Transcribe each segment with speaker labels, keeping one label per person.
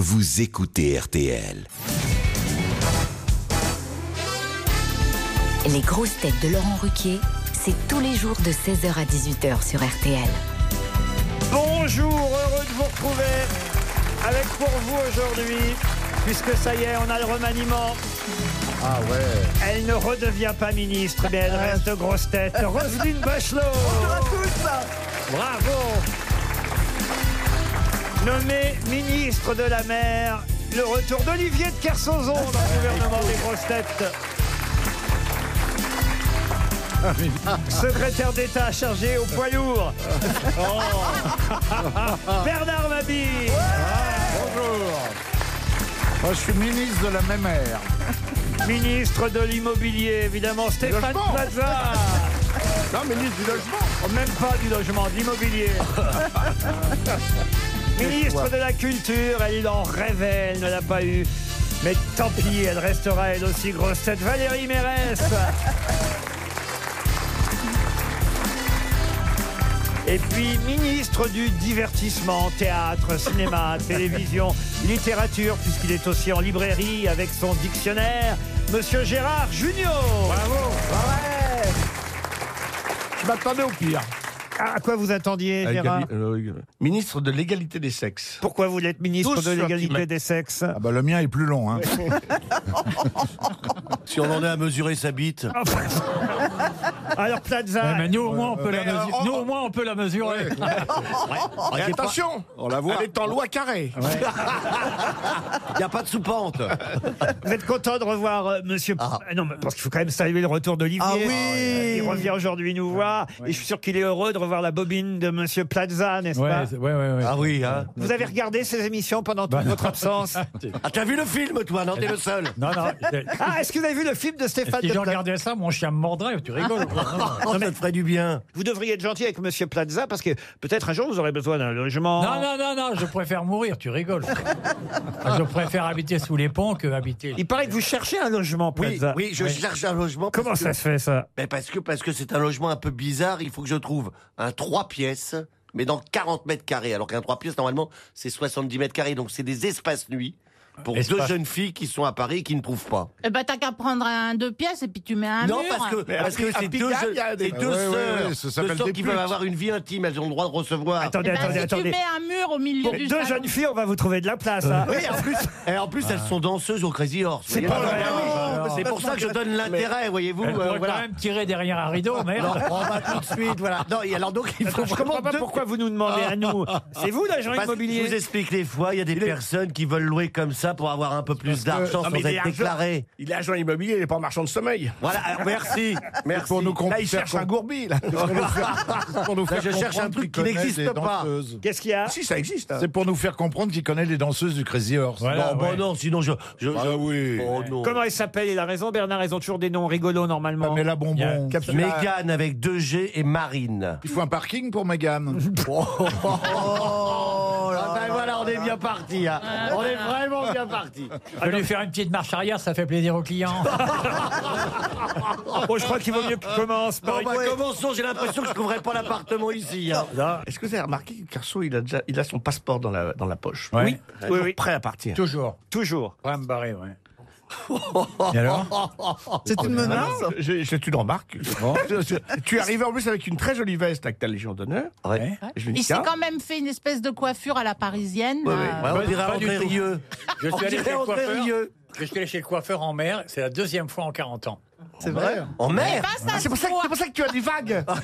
Speaker 1: Vous écoutez RTL.
Speaker 2: Les grosses têtes de Laurent Ruquier, c'est tous les jours de 16h à 18h sur RTL.
Speaker 3: Bonjour, heureux de vous retrouver avec pour vous aujourd'hui, puisque ça y est, on a le remaniement.
Speaker 4: Ah ouais.
Speaker 3: Elle ne redevient pas ministre, mais elle reste grosse tête. Roselyne Bachelot. Bravo. Nommé ministre de la mer, le retour d'Olivier de Kersauzon dans le gouvernement des grosses têtes. Secrétaire d'État chargé au poids lourd. Oh. Bernard Mabille.
Speaker 4: Bonjour. Moi, je suis ministre de la même ère.
Speaker 3: Ministre de l'immobilier, évidemment, Stéphane
Speaker 4: Logement.
Speaker 3: Plaza.
Speaker 4: Non, ministre du logement.
Speaker 3: Oh, Même pas du logement, de l'immobilier. Ministre de la culture, elle en rêvait, elle ne l'a pas eu. Mais tant pis, elle restera elle aussi grosse tête. Valérie Mérès. Et puis ministre du divertissement, théâtre, cinéma, télévision, littérature, puisqu'il est aussi en librairie avec son dictionnaire, Monsieur Gérard Junior. Ah Bravo.
Speaker 4: Je m'attendais au pire.
Speaker 3: À Ah, quoi vous attendiez, Gérard
Speaker 5: euh,
Speaker 6: ministre de l'égalité des sexes.
Speaker 3: Pourquoi vous voulez être ministre
Speaker 6: Tous
Speaker 3: de l'égalité
Speaker 6: sentiments.
Speaker 3: des sexes
Speaker 4: Ah bah le mien est plus long. Hein.
Speaker 6: Si on en est à mesurer sa bite.
Speaker 3: Alors Plaza,
Speaker 7: Mais nous, au moins, on peut la
Speaker 6: Mais, euh,
Speaker 7: mesurer.
Speaker 6: on-
Speaker 7: Nous, au moins, on peut la mesurer.
Speaker 6: Et attention, on la voit. Elle est en loi carré. Il n'y a pas de soupente.
Speaker 3: vous êtes content de revoir euh, Monsieur Ah Non, mais parce qu'il faut quand même saluer le retour d'Olivier. Oh,
Speaker 8: Ah oui.
Speaker 3: Il revient aujourd'hui nous voir et je suis sûr qu'il est heureux de revoir la bobine de Monsieur Plaza, n'est-ce pas
Speaker 7: Ouais, c'est- ouais, ouais, ouais.
Speaker 6: Ah oui, hein.
Speaker 3: Vous avez regardé ces émissions pendant toute
Speaker 7: Bah,
Speaker 3: votre absence
Speaker 6: Ah, t'as vu le film, toi Non, t'es le seul.
Speaker 7: Non, non.
Speaker 3: Ah, est-ce que vous avez vu le film de Stéphane
Speaker 7: Si je
Speaker 3: de Plaza
Speaker 7: regardais ça, mon chien me mordrait. Tu rigoles. ou quoi Non,
Speaker 6: Oh, ça te ferait du bien.
Speaker 3: Vous devriez être gentil avec Monsieur Plaza parce que peut-être un jour vous aurez besoin d'un logement.
Speaker 7: non, non, non, non, je préfère mourir. Tu rigoles. Ah, Je préfère habiter sous les ponts que habiter.
Speaker 3: Il paraît que vous cherchez un logement,
Speaker 6: Oui,
Speaker 3: Plaza.
Speaker 6: oui, je cherche un logement. parce
Speaker 3: Comment
Speaker 6: que-
Speaker 3: ça se fait ça
Speaker 6: Ben, Parce que parce que c'est un logement un peu bizarre. Il faut que je trouve un 3 pièces, mais dans 40 mètres carrés. Alors qu'un 3 pièces, normalement, c'est 70 mètres carrés. Donc, c'est des espaces nuits pour
Speaker 7: Espace.
Speaker 6: deux jeunes filles qui sont à Paris et qui ne trouvent pas.
Speaker 9: Eh ben, t'as qu'à prendre un deux pièces et puis tu mets un
Speaker 6: Non,
Speaker 9: mur.
Speaker 6: parce que, parce que c'est deux,
Speaker 4: Pigalle, il y a des-
Speaker 6: c'est deux
Speaker 4: Ouais, ouais,
Speaker 6: sœurs,
Speaker 4: ouais, ça
Speaker 6: deux
Speaker 4: s'appelle
Speaker 6: sœurs
Speaker 4: des
Speaker 6: qui peuvent
Speaker 4: putes.
Speaker 6: avoir une vie intime, elles ont le droit de recevoir.
Speaker 9: Eh
Speaker 3: Attendez,
Speaker 9: ben, si
Speaker 3: attendez, attendez.
Speaker 9: tu mets un mur au milieu
Speaker 3: Pour
Speaker 9: du
Speaker 3: deux
Speaker 9: salon-
Speaker 3: jeunes filles, on va vous trouver de la place. hein. Ah.
Speaker 6: Oui, en plus, et en plus elles sont danseuses au Crazy Horse.
Speaker 3: C'est
Speaker 6: voyez.
Speaker 3: pas vrai. hein.
Speaker 6: Ah, c'est pour ça que je donne l'intérêt, voyez-vous.
Speaker 7: On
Speaker 6: euh,
Speaker 7: pourrait quand
Speaker 6: voilà.
Speaker 7: même tirer derrière un rideau, mais
Speaker 6: Non, on va tout de suite, voilà. Non, et alors donc, il faut
Speaker 3: Parce que je comprends
Speaker 6: vraiment
Speaker 3: pas
Speaker 6: deux-
Speaker 3: pourquoi vous nous demandez à nous. C'est vous l'agent
Speaker 6: Parce que Bah, je vous
Speaker 3: immobilier
Speaker 6: explique des fois, il y a des personnes qui veulent louer comme ça pour avoir un peu plus d'argent sans être déclaré.
Speaker 5: Euh, Il est agent immobilier, il n'est pas marchand de sommeil.
Speaker 6: Voilà, alors, merci. Merci.
Speaker 4: Pour nous
Speaker 5: Là, il cherche un gourbi. Là.
Speaker 4: pour nous
Speaker 6: Là, je cherche un truc qui n'existe pas.
Speaker 3: Qu'est-ce qu'il y a
Speaker 5: si, ça
Speaker 3: hein.
Speaker 5: existe. hein.
Speaker 4: C'est pour nous faire comprendre qu'il connaît les danseuses du Crazy Horse.
Speaker 7: Voilà,
Speaker 6: Bon,
Speaker 7: ouais.
Speaker 6: bon, non, sinon je. je-
Speaker 4: Ah
Speaker 6: je-
Speaker 4: oui.
Speaker 6: Oh, non.
Speaker 3: Comment il s'appelle Il a raison, Bernard, ils ont toujours des noms rigolos normalement.
Speaker 4: Pamela Ah, Bonbon.
Speaker 7: Il y a-
Speaker 6: Mégane avec 2G et Marine.
Speaker 4: Il faut un parking pour Megan.
Speaker 6: Oh là, ben voilà, on est bien parti. hein. On est vraiment bien parti.
Speaker 7: je vais lui faire une petite marche arrière, ça fait plaisir aux clients.
Speaker 3: Bon, Oh, je crois qu'il vaut mieux qu'il commence par
Speaker 6: Bon,
Speaker 3: une-
Speaker 6: bah, commençons. J'ai l'impression que je trouverai pas l'appartement ici. hein.
Speaker 5: Est-ce que vous avez remarqué que Carso, il a, déjà, il a son passeport dans la, dans la poche
Speaker 3: Oui, oui, oui,
Speaker 5: Prêt à partir.
Speaker 7: Toujours.
Speaker 3: toujours.
Speaker 7: Pas me barrer, ouais. Et alors
Speaker 8: C'est une menace.
Speaker 5: Oh, Je- C'est une remarque. Je- je- tu es arrivé en plus avec une très jolie veste avec ta Légion d'honneur.
Speaker 6: Ouais.
Speaker 5: Et Je lui
Speaker 9: Il
Speaker 5: dis,
Speaker 9: s'est
Speaker 5: tiens,
Speaker 9: quand même fait une espèce de coiffure à la parisienne.
Speaker 6: Ouais, ouais.
Speaker 9: là.
Speaker 6: Ouais, Ah, on dirait
Speaker 7: pas du
Speaker 6: André
Speaker 7: tout.
Speaker 6: Rieu.
Speaker 7: Je suis
Speaker 6: On
Speaker 7: allé chez
Speaker 6: dirait
Speaker 7: le
Speaker 6: André
Speaker 7: coiffeur.
Speaker 6: Rieu.
Speaker 7: Je suis allé chez le coiffeur en mer, c'est la deuxième fois en 40 ans. Ah,
Speaker 8: C'est vrai.
Speaker 6: En
Speaker 9: Eh
Speaker 6: mer
Speaker 9: ben, ça
Speaker 5: c'est pour,
Speaker 9: se
Speaker 5: ça que-
Speaker 9: voit.
Speaker 5: c'est pour ça que tu as des vagues.
Speaker 4: Ah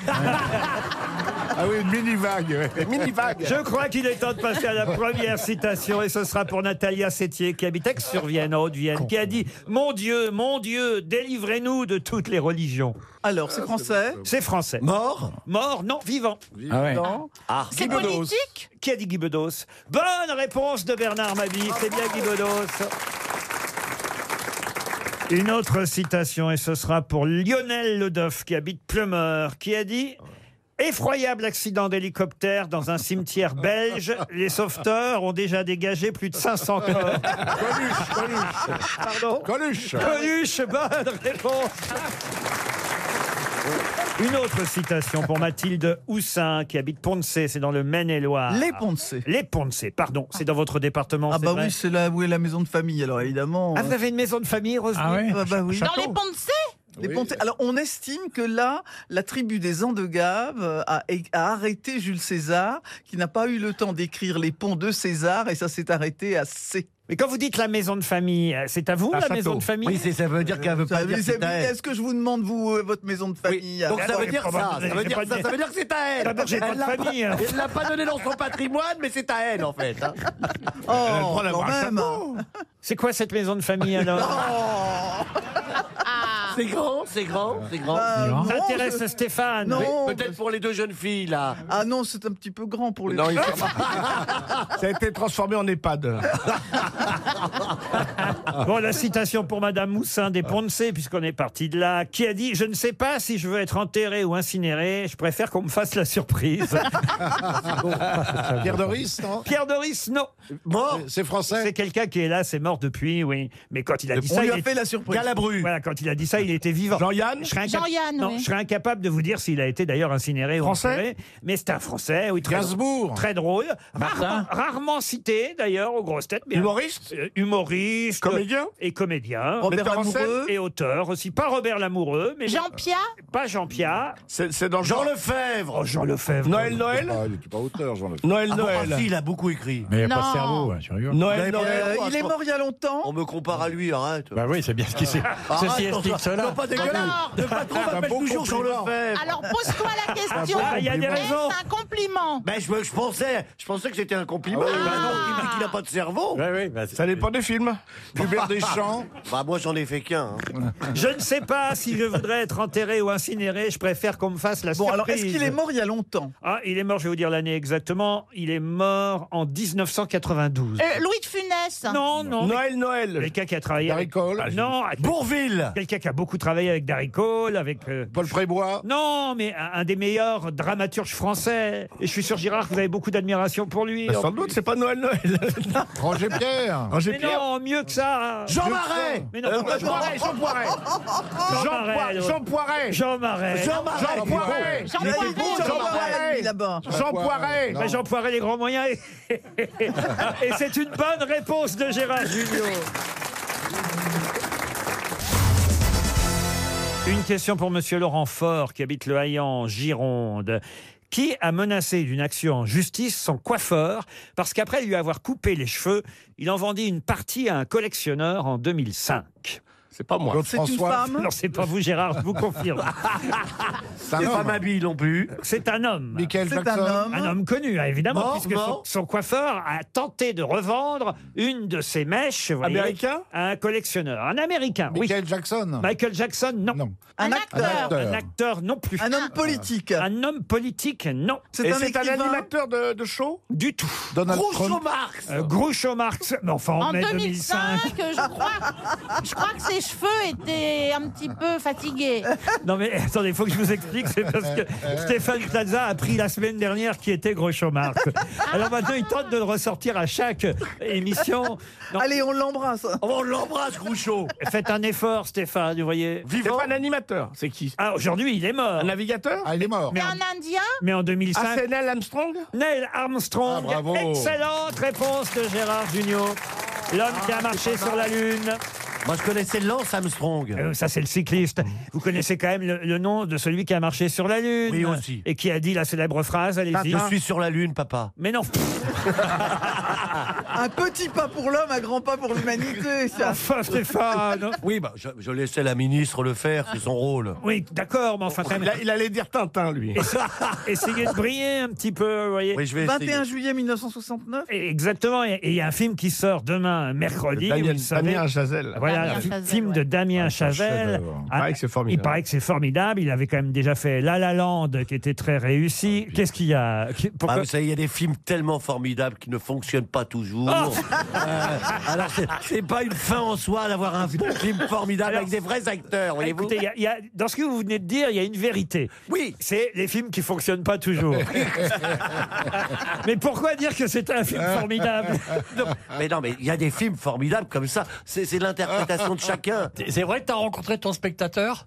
Speaker 4: oui, une mini vague.
Speaker 5: Mini vagues.
Speaker 3: Je crois qu'il est temps de passer à la première citation et ce sera pour Natalia Sétier qui habite Aix-sur-Vienne, en Haute-Vienne, qui a dit Mon Dieu, mon Dieu, délivrez-nous de toutes les religions.
Speaker 8: Alors, c'est français.
Speaker 3: C'est français.
Speaker 6: Mort
Speaker 3: Mort, non, vivant.
Speaker 7: Ah ouais.
Speaker 8: Non.
Speaker 6: Ah,
Speaker 9: C'est politique
Speaker 3: Qui a dit Guy Bedos Bonne réponse de Bernard Mabie, c'est bien Guy Bedos. Une autre citation, et ce sera pour Lionel Ledoff, qui habite Plumeur, qui a dit Effroyable accident d'hélicoptère dans un cimetière belge. Les sauveteurs ont déjà dégagé plus de 500 corps.
Speaker 4: Coluche, Coluche.
Speaker 3: Pardon
Speaker 4: Coluche.
Speaker 3: Coluche, bonne réponse Une autre citation pour Mathilde Houssin, qui habite Poncé, c'est dans le Maine-et-Loire.
Speaker 8: Les poncés.
Speaker 3: Les Poncé, pardon, c'est dans votre département.
Speaker 8: Ah
Speaker 3: c'est
Speaker 8: bah
Speaker 3: vrai
Speaker 8: oui, c'est là où est la maison de famille, alors évidemment.
Speaker 3: Ah, vous avez une maison de famille, Roselyne
Speaker 7: Ah ouais
Speaker 8: Ah bah oui.
Speaker 9: Dans les ponts de C
Speaker 8: Les Pontés. Alors, on estime que là, la tribu des Andegaves euh, a, a arrêté Jules César, qui n'a pas eu le temps d'écrire les ponts de César, et ça s'est arrêté à C.
Speaker 3: Mais quand vous dites la maison de famille, euh, c'est à vous
Speaker 5: Un
Speaker 3: la maison
Speaker 5: château.
Speaker 3: de famille
Speaker 6: Oui, c'est- ça veut dire qu'elle veut pas
Speaker 8: Ça-
Speaker 6: dire
Speaker 8: mais
Speaker 6: que
Speaker 8: c'est-
Speaker 6: c'est à elle.
Speaker 8: Est-ce que je vous demande, vous, euh, votre maison de
Speaker 6: Oui.
Speaker 8: famille
Speaker 6: Donc
Speaker 8: alors
Speaker 6: ça
Speaker 3: Attends,
Speaker 6: veut
Speaker 3: les
Speaker 6: dire ça,
Speaker 3: provinces,
Speaker 6: ça
Speaker 3: j'ai
Speaker 6: veut dire
Speaker 3: pas
Speaker 6: ça,
Speaker 3: dit-
Speaker 6: ça veut dire que c'est à elle.
Speaker 3: D'abord, j'ai pas
Speaker 6: Elle
Speaker 3: de
Speaker 6: l'a pas-
Speaker 3: famille, hein.
Speaker 6: Elle l'a pas donné dans son patrimoine, mais c'est à elle en fait. hein.
Speaker 8: Oh,
Speaker 5: droit d'avoir
Speaker 8: quand
Speaker 5: un
Speaker 8: même
Speaker 3: C'est quoi cette maison de famille alors
Speaker 8: Oh,
Speaker 9: Ah.
Speaker 6: C'est grand, c'est grand, c'est grand.
Speaker 8: bah,
Speaker 7: Non.
Speaker 8: non,
Speaker 3: Ça intéresse
Speaker 8: je-
Speaker 3: Stéphane
Speaker 8: non,
Speaker 6: Peut-être pour les deux jeunes filles là.
Speaker 8: Ah non, c'est un petit peu grand pour les
Speaker 6: Non, il-
Speaker 5: Ça a été transformé en EHPAD.
Speaker 3: Bon, la citation pour Madame Moussin des Poncé, puisqu'on est parti de là, qui a dit Je ne sais pas si je veux être enterré ou incinéré, je préfère qu'on me fasse la surprise.
Speaker 4: Ah, Pierre Doris, non
Speaker 3: Pierre Doris, non
Speaker 6: Mort.
Speaker 4: C'est
Speaker 3: C'est
Speaker 4: français
Speaker 3: quelqu'un qui, hélas, est mort depuis, oui. Mais quand il a dit
Speaker 8: On
Speaker 3: ça,
Speaker 8: lui
Speaker 3: il
Speaker 8: a
Speaker 3: est-
Speaker 8: fait la surprise.
Speaker 6: Galabru.
Speaker 3: Voilà, quand il a dit ça, il était vivant.
Speaker 5: Jean-Yann
Speaker 3: Je serais inca-
Speaker 9: Jean-Yann,
Speaker 3: non,
Speaker 9: ouais.
Speaker 3: je serais incapable de vous dire s'il a été d'ailleurs incinéré
Speaker 5: Français
Speaker 3: ou enterré, mais c'est un Français, oui, très,
Speaker 4: Gainsbourg.
Speaker 3: très drôle, rarement, rarement cité d'ailleurs aux grosses têtes, mais
Speaker 5: Humoriste
Speaker 3: euh, humoriste
Speaker 5: Comédien
Speaker 3: et comédien
Speaker 8: Robert
Speaker 5: Metteur en scène
Speaker 8: Amoureux.
Speaker 3: et auteur aussi, pas Robert Lamoureux, mais
Speaker 9: Jean Pierre
Speaker 3: pas Jean Pierre,
Speaker 5: C'est c'est dans le
Speaker 6: Jean
Speaker 5: genre.
Speaker 6: Lefebvre.
Speaker 3: oh, Jean Lefebvre.
Speaker 5: Noël, Noël
Speaker 4: Ah, Il n'était pas auteur, Jean Lefebvre.
Speaker 5: Noël,
Speaker 6: Ah bon, ah, si,
Speaker 5: Noël.
Speaker 6: il a beaucoup écrit.
Speaker 7: Mais il n'y a
Speaker 9: Non.
Speaker 7: pas de cerveau, hein, tu rigoles.
Speaker 5: Noël,
Speaker 8: Euh,
Speaker 5: Noël.
Speaker 3: hein,
Speaker 8: il est mort il y a longtemps.
Speaker 6: On me compare à lui, arrête.
Speaker 7: Bah oui, c'est bien ce qui s'est.
Speaker 9: Euh,
Speaker 6: Arrête,
Speaker 7: Ceci
Speaker 6: non,
Speaker 7: explique
Speaker 6: ça-
Speaker 7: cela. Ah, bah,
Speaker 6: Non, pas dégueulasse.
Speaker 9: Alors.
Speaker 6: Le patron
Speaker 9: Ah,
Speaker 5: Un
Speaker 6: m'appelle
Speaker 5: bon
Speaker 6: toujours Jean
Speaker 5: compliment.
Speaker 6: Lefebvre.
Speaker 9: Alors pose-toi la question.
Speaker 3: Ah, il y a des
Speaker 9: Est-ce
Speaker 3: raisons.
Speaker 9: un compliment
Speaker 6: Ben, je, je pensais, je pensais que c'était un compliment.
Speaker 4: Ah oui.
Speaker 6: Bah non, il dit qu'il n'a pas de cerveau.
Speaker 7: Ouais, ouais, bah, c'est-
Speaker 5: Ça dépend des films.
Speaker 4: Hubert Deschamps.
Speaker 6: Bah moi j'en ai fait qu'un. hein.
Speaker 3: Je ne sais pas si je voudrais être enterré ou incinéré, je préfère qu'on me fasse la
Speaker 8: Bon,
Speaker 3: surprise.
Speaker 8: alors est-ce qu'il est mort il y a longtemps
Speaker 3: Ah, il est mort, je vais vous dire l'année exactement, il est mort en 1992.
Speaker 9: Euh, Louis de Funès
Speaker 3: Non, non, mais
Speaker 5: Noël, Noël.
Speaker 3: quelqu'un qui a travaillé avec...
Speaker 4: Darry Cole.
Speaker 3: Ah, Non, avec-
Speaker 6: Bourville.
Speaker 3: quelqu'un qui a beaucoup travaillé avec Darry Cole, avec... euh,
Speaker 4: Paul Frébois.
Speaker 3: Non, mais un, un des meilleurs dramaturges français. Et je suis sûr, Girard, que vous avez beaucoup d'admiration pour lui.
Speaker 5: Bah, Sans doute, c'est pas Noël, Noël.
Speaker 4: Roger Pierre.
Speaker 5: Roger
Speaker 3: mais
Speaker 5: Pierre.
Speaker 3: non, mieux que ça.
Speaker 6: Jean Marais.
Speaker 3: Mais non,
Speaker 5: Euh,
Speaker 3: pourquoi
Speaker 5: Jean Poiret, Jean Poiret.
Speaker 3: Jean
Speaker 5: Jean
Speaker 3: Marais,
Speaker 5: Poiret,
Speaker 3: l'autre.
Speaker 5: Jean Poiret.
Speaker 3: Jean Marais.
Speaker 9: Jean
Speaker 5: Jean Poiret.
Speaker 6: Jean Marais.
Speaker 8: Il a
Speaker 9: Poiret
Speaker 8: été beau,
Speaker 5: Jean
Speaker 8: Jean
Speaker 5: Poiret.
Speaker 8: Poiret, lui, là-bas.
Speaker 5: Jean Poiret.
Speaker 3: Bah, Jean Poiret, les grands moyens. Et, et c'est une bonne réponse de Gérard Junior. Une question pour Monsieur Laurent Faure, qui habite le Haillan, Gironde. Qui a menacé d'une action en justice son coiffeur parce qu'après lui avoir coupé les cheveux, il en vendit une partie à un collectionneur en 2005
Speaker 5: C'est pas moi.
Speaker 8: C'est une femme
Speaker 3: Non, c'est pas vous, Gérard, je vous confirme.
Speaker 4: C'est un
Speaker 6: C'est pas
Speaker 4: homme.
Speaker 6: ma bille non plus.
Speaker 3: C'est un homme.
Speaker 4: Michael
Speaker 8: C'est un
Speaker 4: Jackson.
Speaker 3: Un
Speaker 8: homme
Speaker 3: homme connu, hein, évidemment,
Speaker 6: Mort,
Speaker 3: puisque son,
Speaker 6: mort.
Speaker 3: son coiffeur a tenté de revendre une de ses mèches vous voyez,
Speaker 5: Américain
Speaker 3: à un collectionneur. Un Américain, oui.
Speaker 4: Michael Jackson.
Speaker 3: Michael Jackson, non.
Speaker 4: Non.
Speaker 9: Un
Speaker 8: Un
Speaker 4: Un
Speaker 9: acteur.
Speaker 4: acteur. Ah.
Speaker 3: Un acteur, non plus.
Speaker 8: Un homme politique.
Speaker 3: Un homme politique, non.
Speaker 8: C'est
Speaker 5: Et
Speaker 8: un
Speaker 5: c'est un
Speaker 8: écrivain.
Speaker 5: animateur de, de show
Speaker 3: Du tout.
Speaker 4: Donald
Speaker 6: Groucho
Speaker 4: Trump.
Speaker 6: Marx.
Speaker 3: Euh, Groucho Marx, mais enfin, en,
Speaker 9: En
Speaker 3: mai
Speaker 9: 2005, je crois, je crois que ses cheveux étaient un petit peu fatigués.
Speaker 3: Non mais attendez, il faut que je vous explique, c'est parce que Stéphane Plaza a pris la semaine dernière qui était Groucho Marx. Alors maintenant, il tente de le ressortir à chaque émission. Non, Oh,
Speaker 8: Allez, on l'embrasse.
Speaker 6: On l'embrasse Groucho.
Speaker 3: faites un effort, Stéphane, vous voyez.
Speaker 5: C'est pas un animateur. C'est qui
Speaker 3: Ah, aujourd'hui, il est mort.
Speaker 5: Un navigateur
Speaker 4: Ah, il est mort.
Speaker 9: C'est un Indien
Speaker 3: Mais en 2005,
Speaker 5: Ah, c'est Neil Armstrong
Speaker 3: Neil Armstrong.
Speaker 4: Ah, bravo.
Speaker 3: Excellente réponse de Gérard Junior. L'homme qui
Speaker 6: Ah,
Speaker 3: a marché sur la Lune.
Speaker 6: Moi je connaissais Lance Armstrong.
Speaker 3: Euh, ça, c'est le cycliste. Vous connaissez quand même le, le nom de celui qui a marché sur la Lune.
Speaker 6: Oui, aussi.
Speaker 3: Et qui a dit la célèbre phrase, allez-y.
Speaker 6: Je suis sur la lune, papa.
Speaker 3: Mais non,
Speaker 8: Un petit pas pour l'homme, un grand pas pour l'humanité. ça.
Speaker 3: enfin, Stéphane.
Speaker 6: Oui, bah, je, je laissais la ministre le faire, c'est son rôle.
Speaker 3: Oui, d'accord, mais enfin, quand
Speaker 5: il,
Speaker 3: même,
Speaker 5: a- il allait dire Tintin, lui.
Speaker 3: essayez de briller un petit peu, vous voyez.
Speaker 6: Oui, je vais essayer.
Speaker 8: 21 juillet 1969.
Speaker 3: Et- Exactement. Et et il y a un film qui sort demain, mercredi. vous
Speaker 5: Damien,
Speaker 3: le savez.
Speaker 5: Damien Chazelle.
Speaker 3: Voilà,
Speaker 9: Damien
Speaker 3: un
Speaker 9: Chazelle,
Speaker 3: film de
Speaker 9: ouais.
Speaker 3: Damien
Speaker 4: Ah, c'est un
Speaker 3: Chazelle.
Speaker 4: chef-d'œuvre.
Speaker 5: Il
Speaker 3: Ah,
Speaker 5: paraît que c'est formidable.
Speaker 3: Il paraît que c'est formidable. Il avait quand même déjà fait La La Land, qui était très réussi. Qu'est-ce qu'il y a Qui-
Speaker 6: Ah,
Speaker 3: pourquoi-
Speaker 6: vous savez, il y a des films tellement formidables qui ne fonctionnent pas toujours.
Speaker 3: Oh
Speaker 6: humour. Euh, alors, c'est- c'est pas une fin en soi d'avoir un bon film formidable
Speaker 3: Alors-
Speaker 6: avec des vrais acteurs, voyez-vous
Speaker 3: Écoutez, il y a- il y a- dans ce que vous venez de dire, il y a une vérité.
Speaker 6: Oui.
Speaker 3: C'est les films qui fonctionnent pas toujours. Mais pourquoi dire que c'est un film formidable
Speaker 6: Mais non, mais il y a des films formidables comme ça. C'est c'est l'interprétation de chacun.
Speaker 7: C'est vrai que t'as rencontré ton spectateur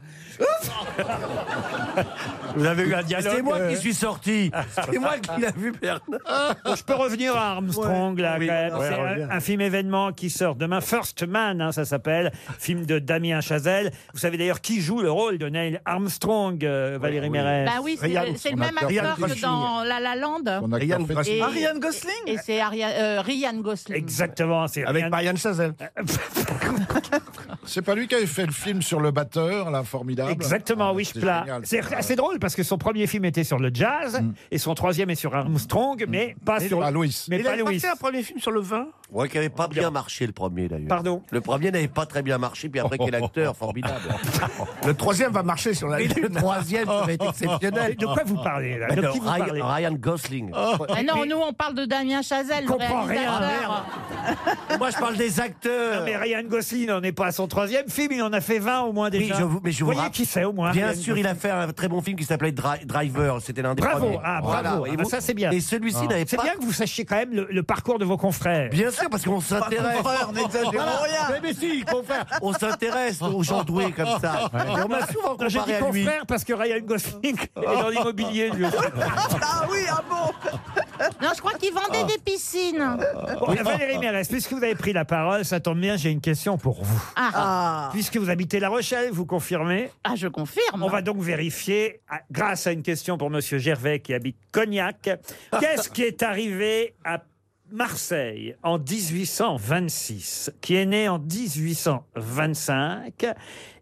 Speaker 3: Vous avez eu un euh,
Speaker 6: C'est moi qui suis sorti. C'est moi qui l'a vu, Bernard.
Speaker 3: Ah. je peux revenir à Armstrong, là, quand même. C'est un- un, film événement qui sort demain. First Man, hein, ça s'appelle. Film de Damien Chazelle. Vous savez d'ailleurs qui joue le rôle de Neil Armstrong, euh, Valérie Mérez.
Speaker 9: Bah oui, c'est
Speaker 5: Regarde
Speaker 9: le, c'est le
Speaker 5: son
Speaker 9: même
Speaker 5: acteur.
Speaker 9: acteur
Speaker 5: Regarde
Speaker 9: que dans La La Land.
Speaker 4: Ton acteur
Speaker 5: Ryan
Speaker 4: fait-
Speaker 5: Gosling.
Speaker 9: Et,
Speaker 8: Ariane Gosling
Speaker 9: et c'est Aria- euh, Ryan Gosling.
Speaker 3: Exactement. c'est
Speaker 5: Avec
Speaker 3: rien-
Speaker 5: Marianne Chazelle.
Speaker 4: C'est pas lui qui avait fait le film sur le batteur, là, formidable
Speaker 3: Exactement,
Speaker 4: Ah,
Speaker 3: oui,
Speaker 4: c'est
Speaker 3: je plat.
Speaker 4: génial.
Speaker 3: C'est assez drôle parce que son premier film était sur le jazz et son troisième est sur Armstrong, mais pas sur.
Speaker 4: pas Louis.
Speaker 3: Mais
Speaker 5: Il
Speaker 3: pas
Speaker 5: avait pas
Speaker 3: Louis.
Speaker 5: fait un premier film sur le vin
Speaker 6: Ouais, qui avait pas bien marché le premier d'ailleurs.
Speaker 3: Pardon
Speaker 6: Le premier n'avait pas très bien marché, puis après quel acteur formidable.
Speaker 5: Le troisième va marcher sur la
Speaker 6: Et le troisième ça va être
Speaker 3: Mais
Speaker 6: exceptionnel.
Speaker 3: De quoi vous parlez là
Speaker 6: Mais
Speaker 3: De
Speaker 6: non,
Speaker 3: qui vous
Speaker 6: Ryan,
Speaker 3: parlez
Speaker 6: Ryan Gosling.
Speaker 3: Oh.
Speaker 9: Ah non, nous on parle de Damien Chazelle, le
Speaker 3: Comprends rien,
Speaker 9: réalisateur.
Speaker 6: Moi je parle des acteurs.
Speaker 3: Mais Ryan Gosling n'en est pas à son troisième film, il en a fait 20 au moins
Speaker 6: Oui,
Speaker 3: déjà.
Speaker 6: je vous- mais je vous
Speaker 3: voyez
Speaker 6: rappelle-
Speaker 3: qui c'est au moins.
Speaker 6: Bien
Speaker 3: Ryan
Speaker 6: sûr, il a fait un très bon film qui s'appelait Dri- Driver. C'était l'un des
Speaker 3: Bravo,
Speaker 6: premiers.
Speaker 3: ah, bravo. Ah,
Speaker 6: voyez-vous.
Speaker 3: bah, ça, c'est bien.
Speaker 6: Et celui-ci n'avait
Speaker 3: C'est
Speaker 6: pas.
Speaker 3: bien que vous sachiez quand même le, le parcours de vos confrères.
Speaker 6: Bien sûr, parce qu'on s'intéresse.
Speaker 8: Horreur, n'exagérons
Speaker 3: Oh,
Speaker 6: Voilà.
Speaker 8: rien.
Speaker 6: Mais, mais si, confrère, on s'intéresse aux gens doués comme ça. Et on m'a souvent
Speaker 3: Non, J'ai dit
Speaker 6: comparé à lui.
Speaker 3: confrères parce que Ryan Gosling est dans l'immobilier. lui aussi.
Speaker 8: Ah oui, ah bon
Speaker 9: Non, je crois qu'il vendait des piscines.
Speaker 3: Bon, Ah, Valérie Mérès, puisque vous avez pris la parole, ça tombe bien, j'ai une question pour vous.
Speaker 9: Ah,
Speaker 8: Ah
Speaker 3: Puisque vous habitez La Rochelle, vous confirmez
Speaker 9: ah, je confirme.
Speaker 3: On va donc vérifier, à- grâce à une question pour Monsieur Gervais qui habite Cognac, qu'est-ce qui est arrivé à Marseille en 1826, qui est né en 1825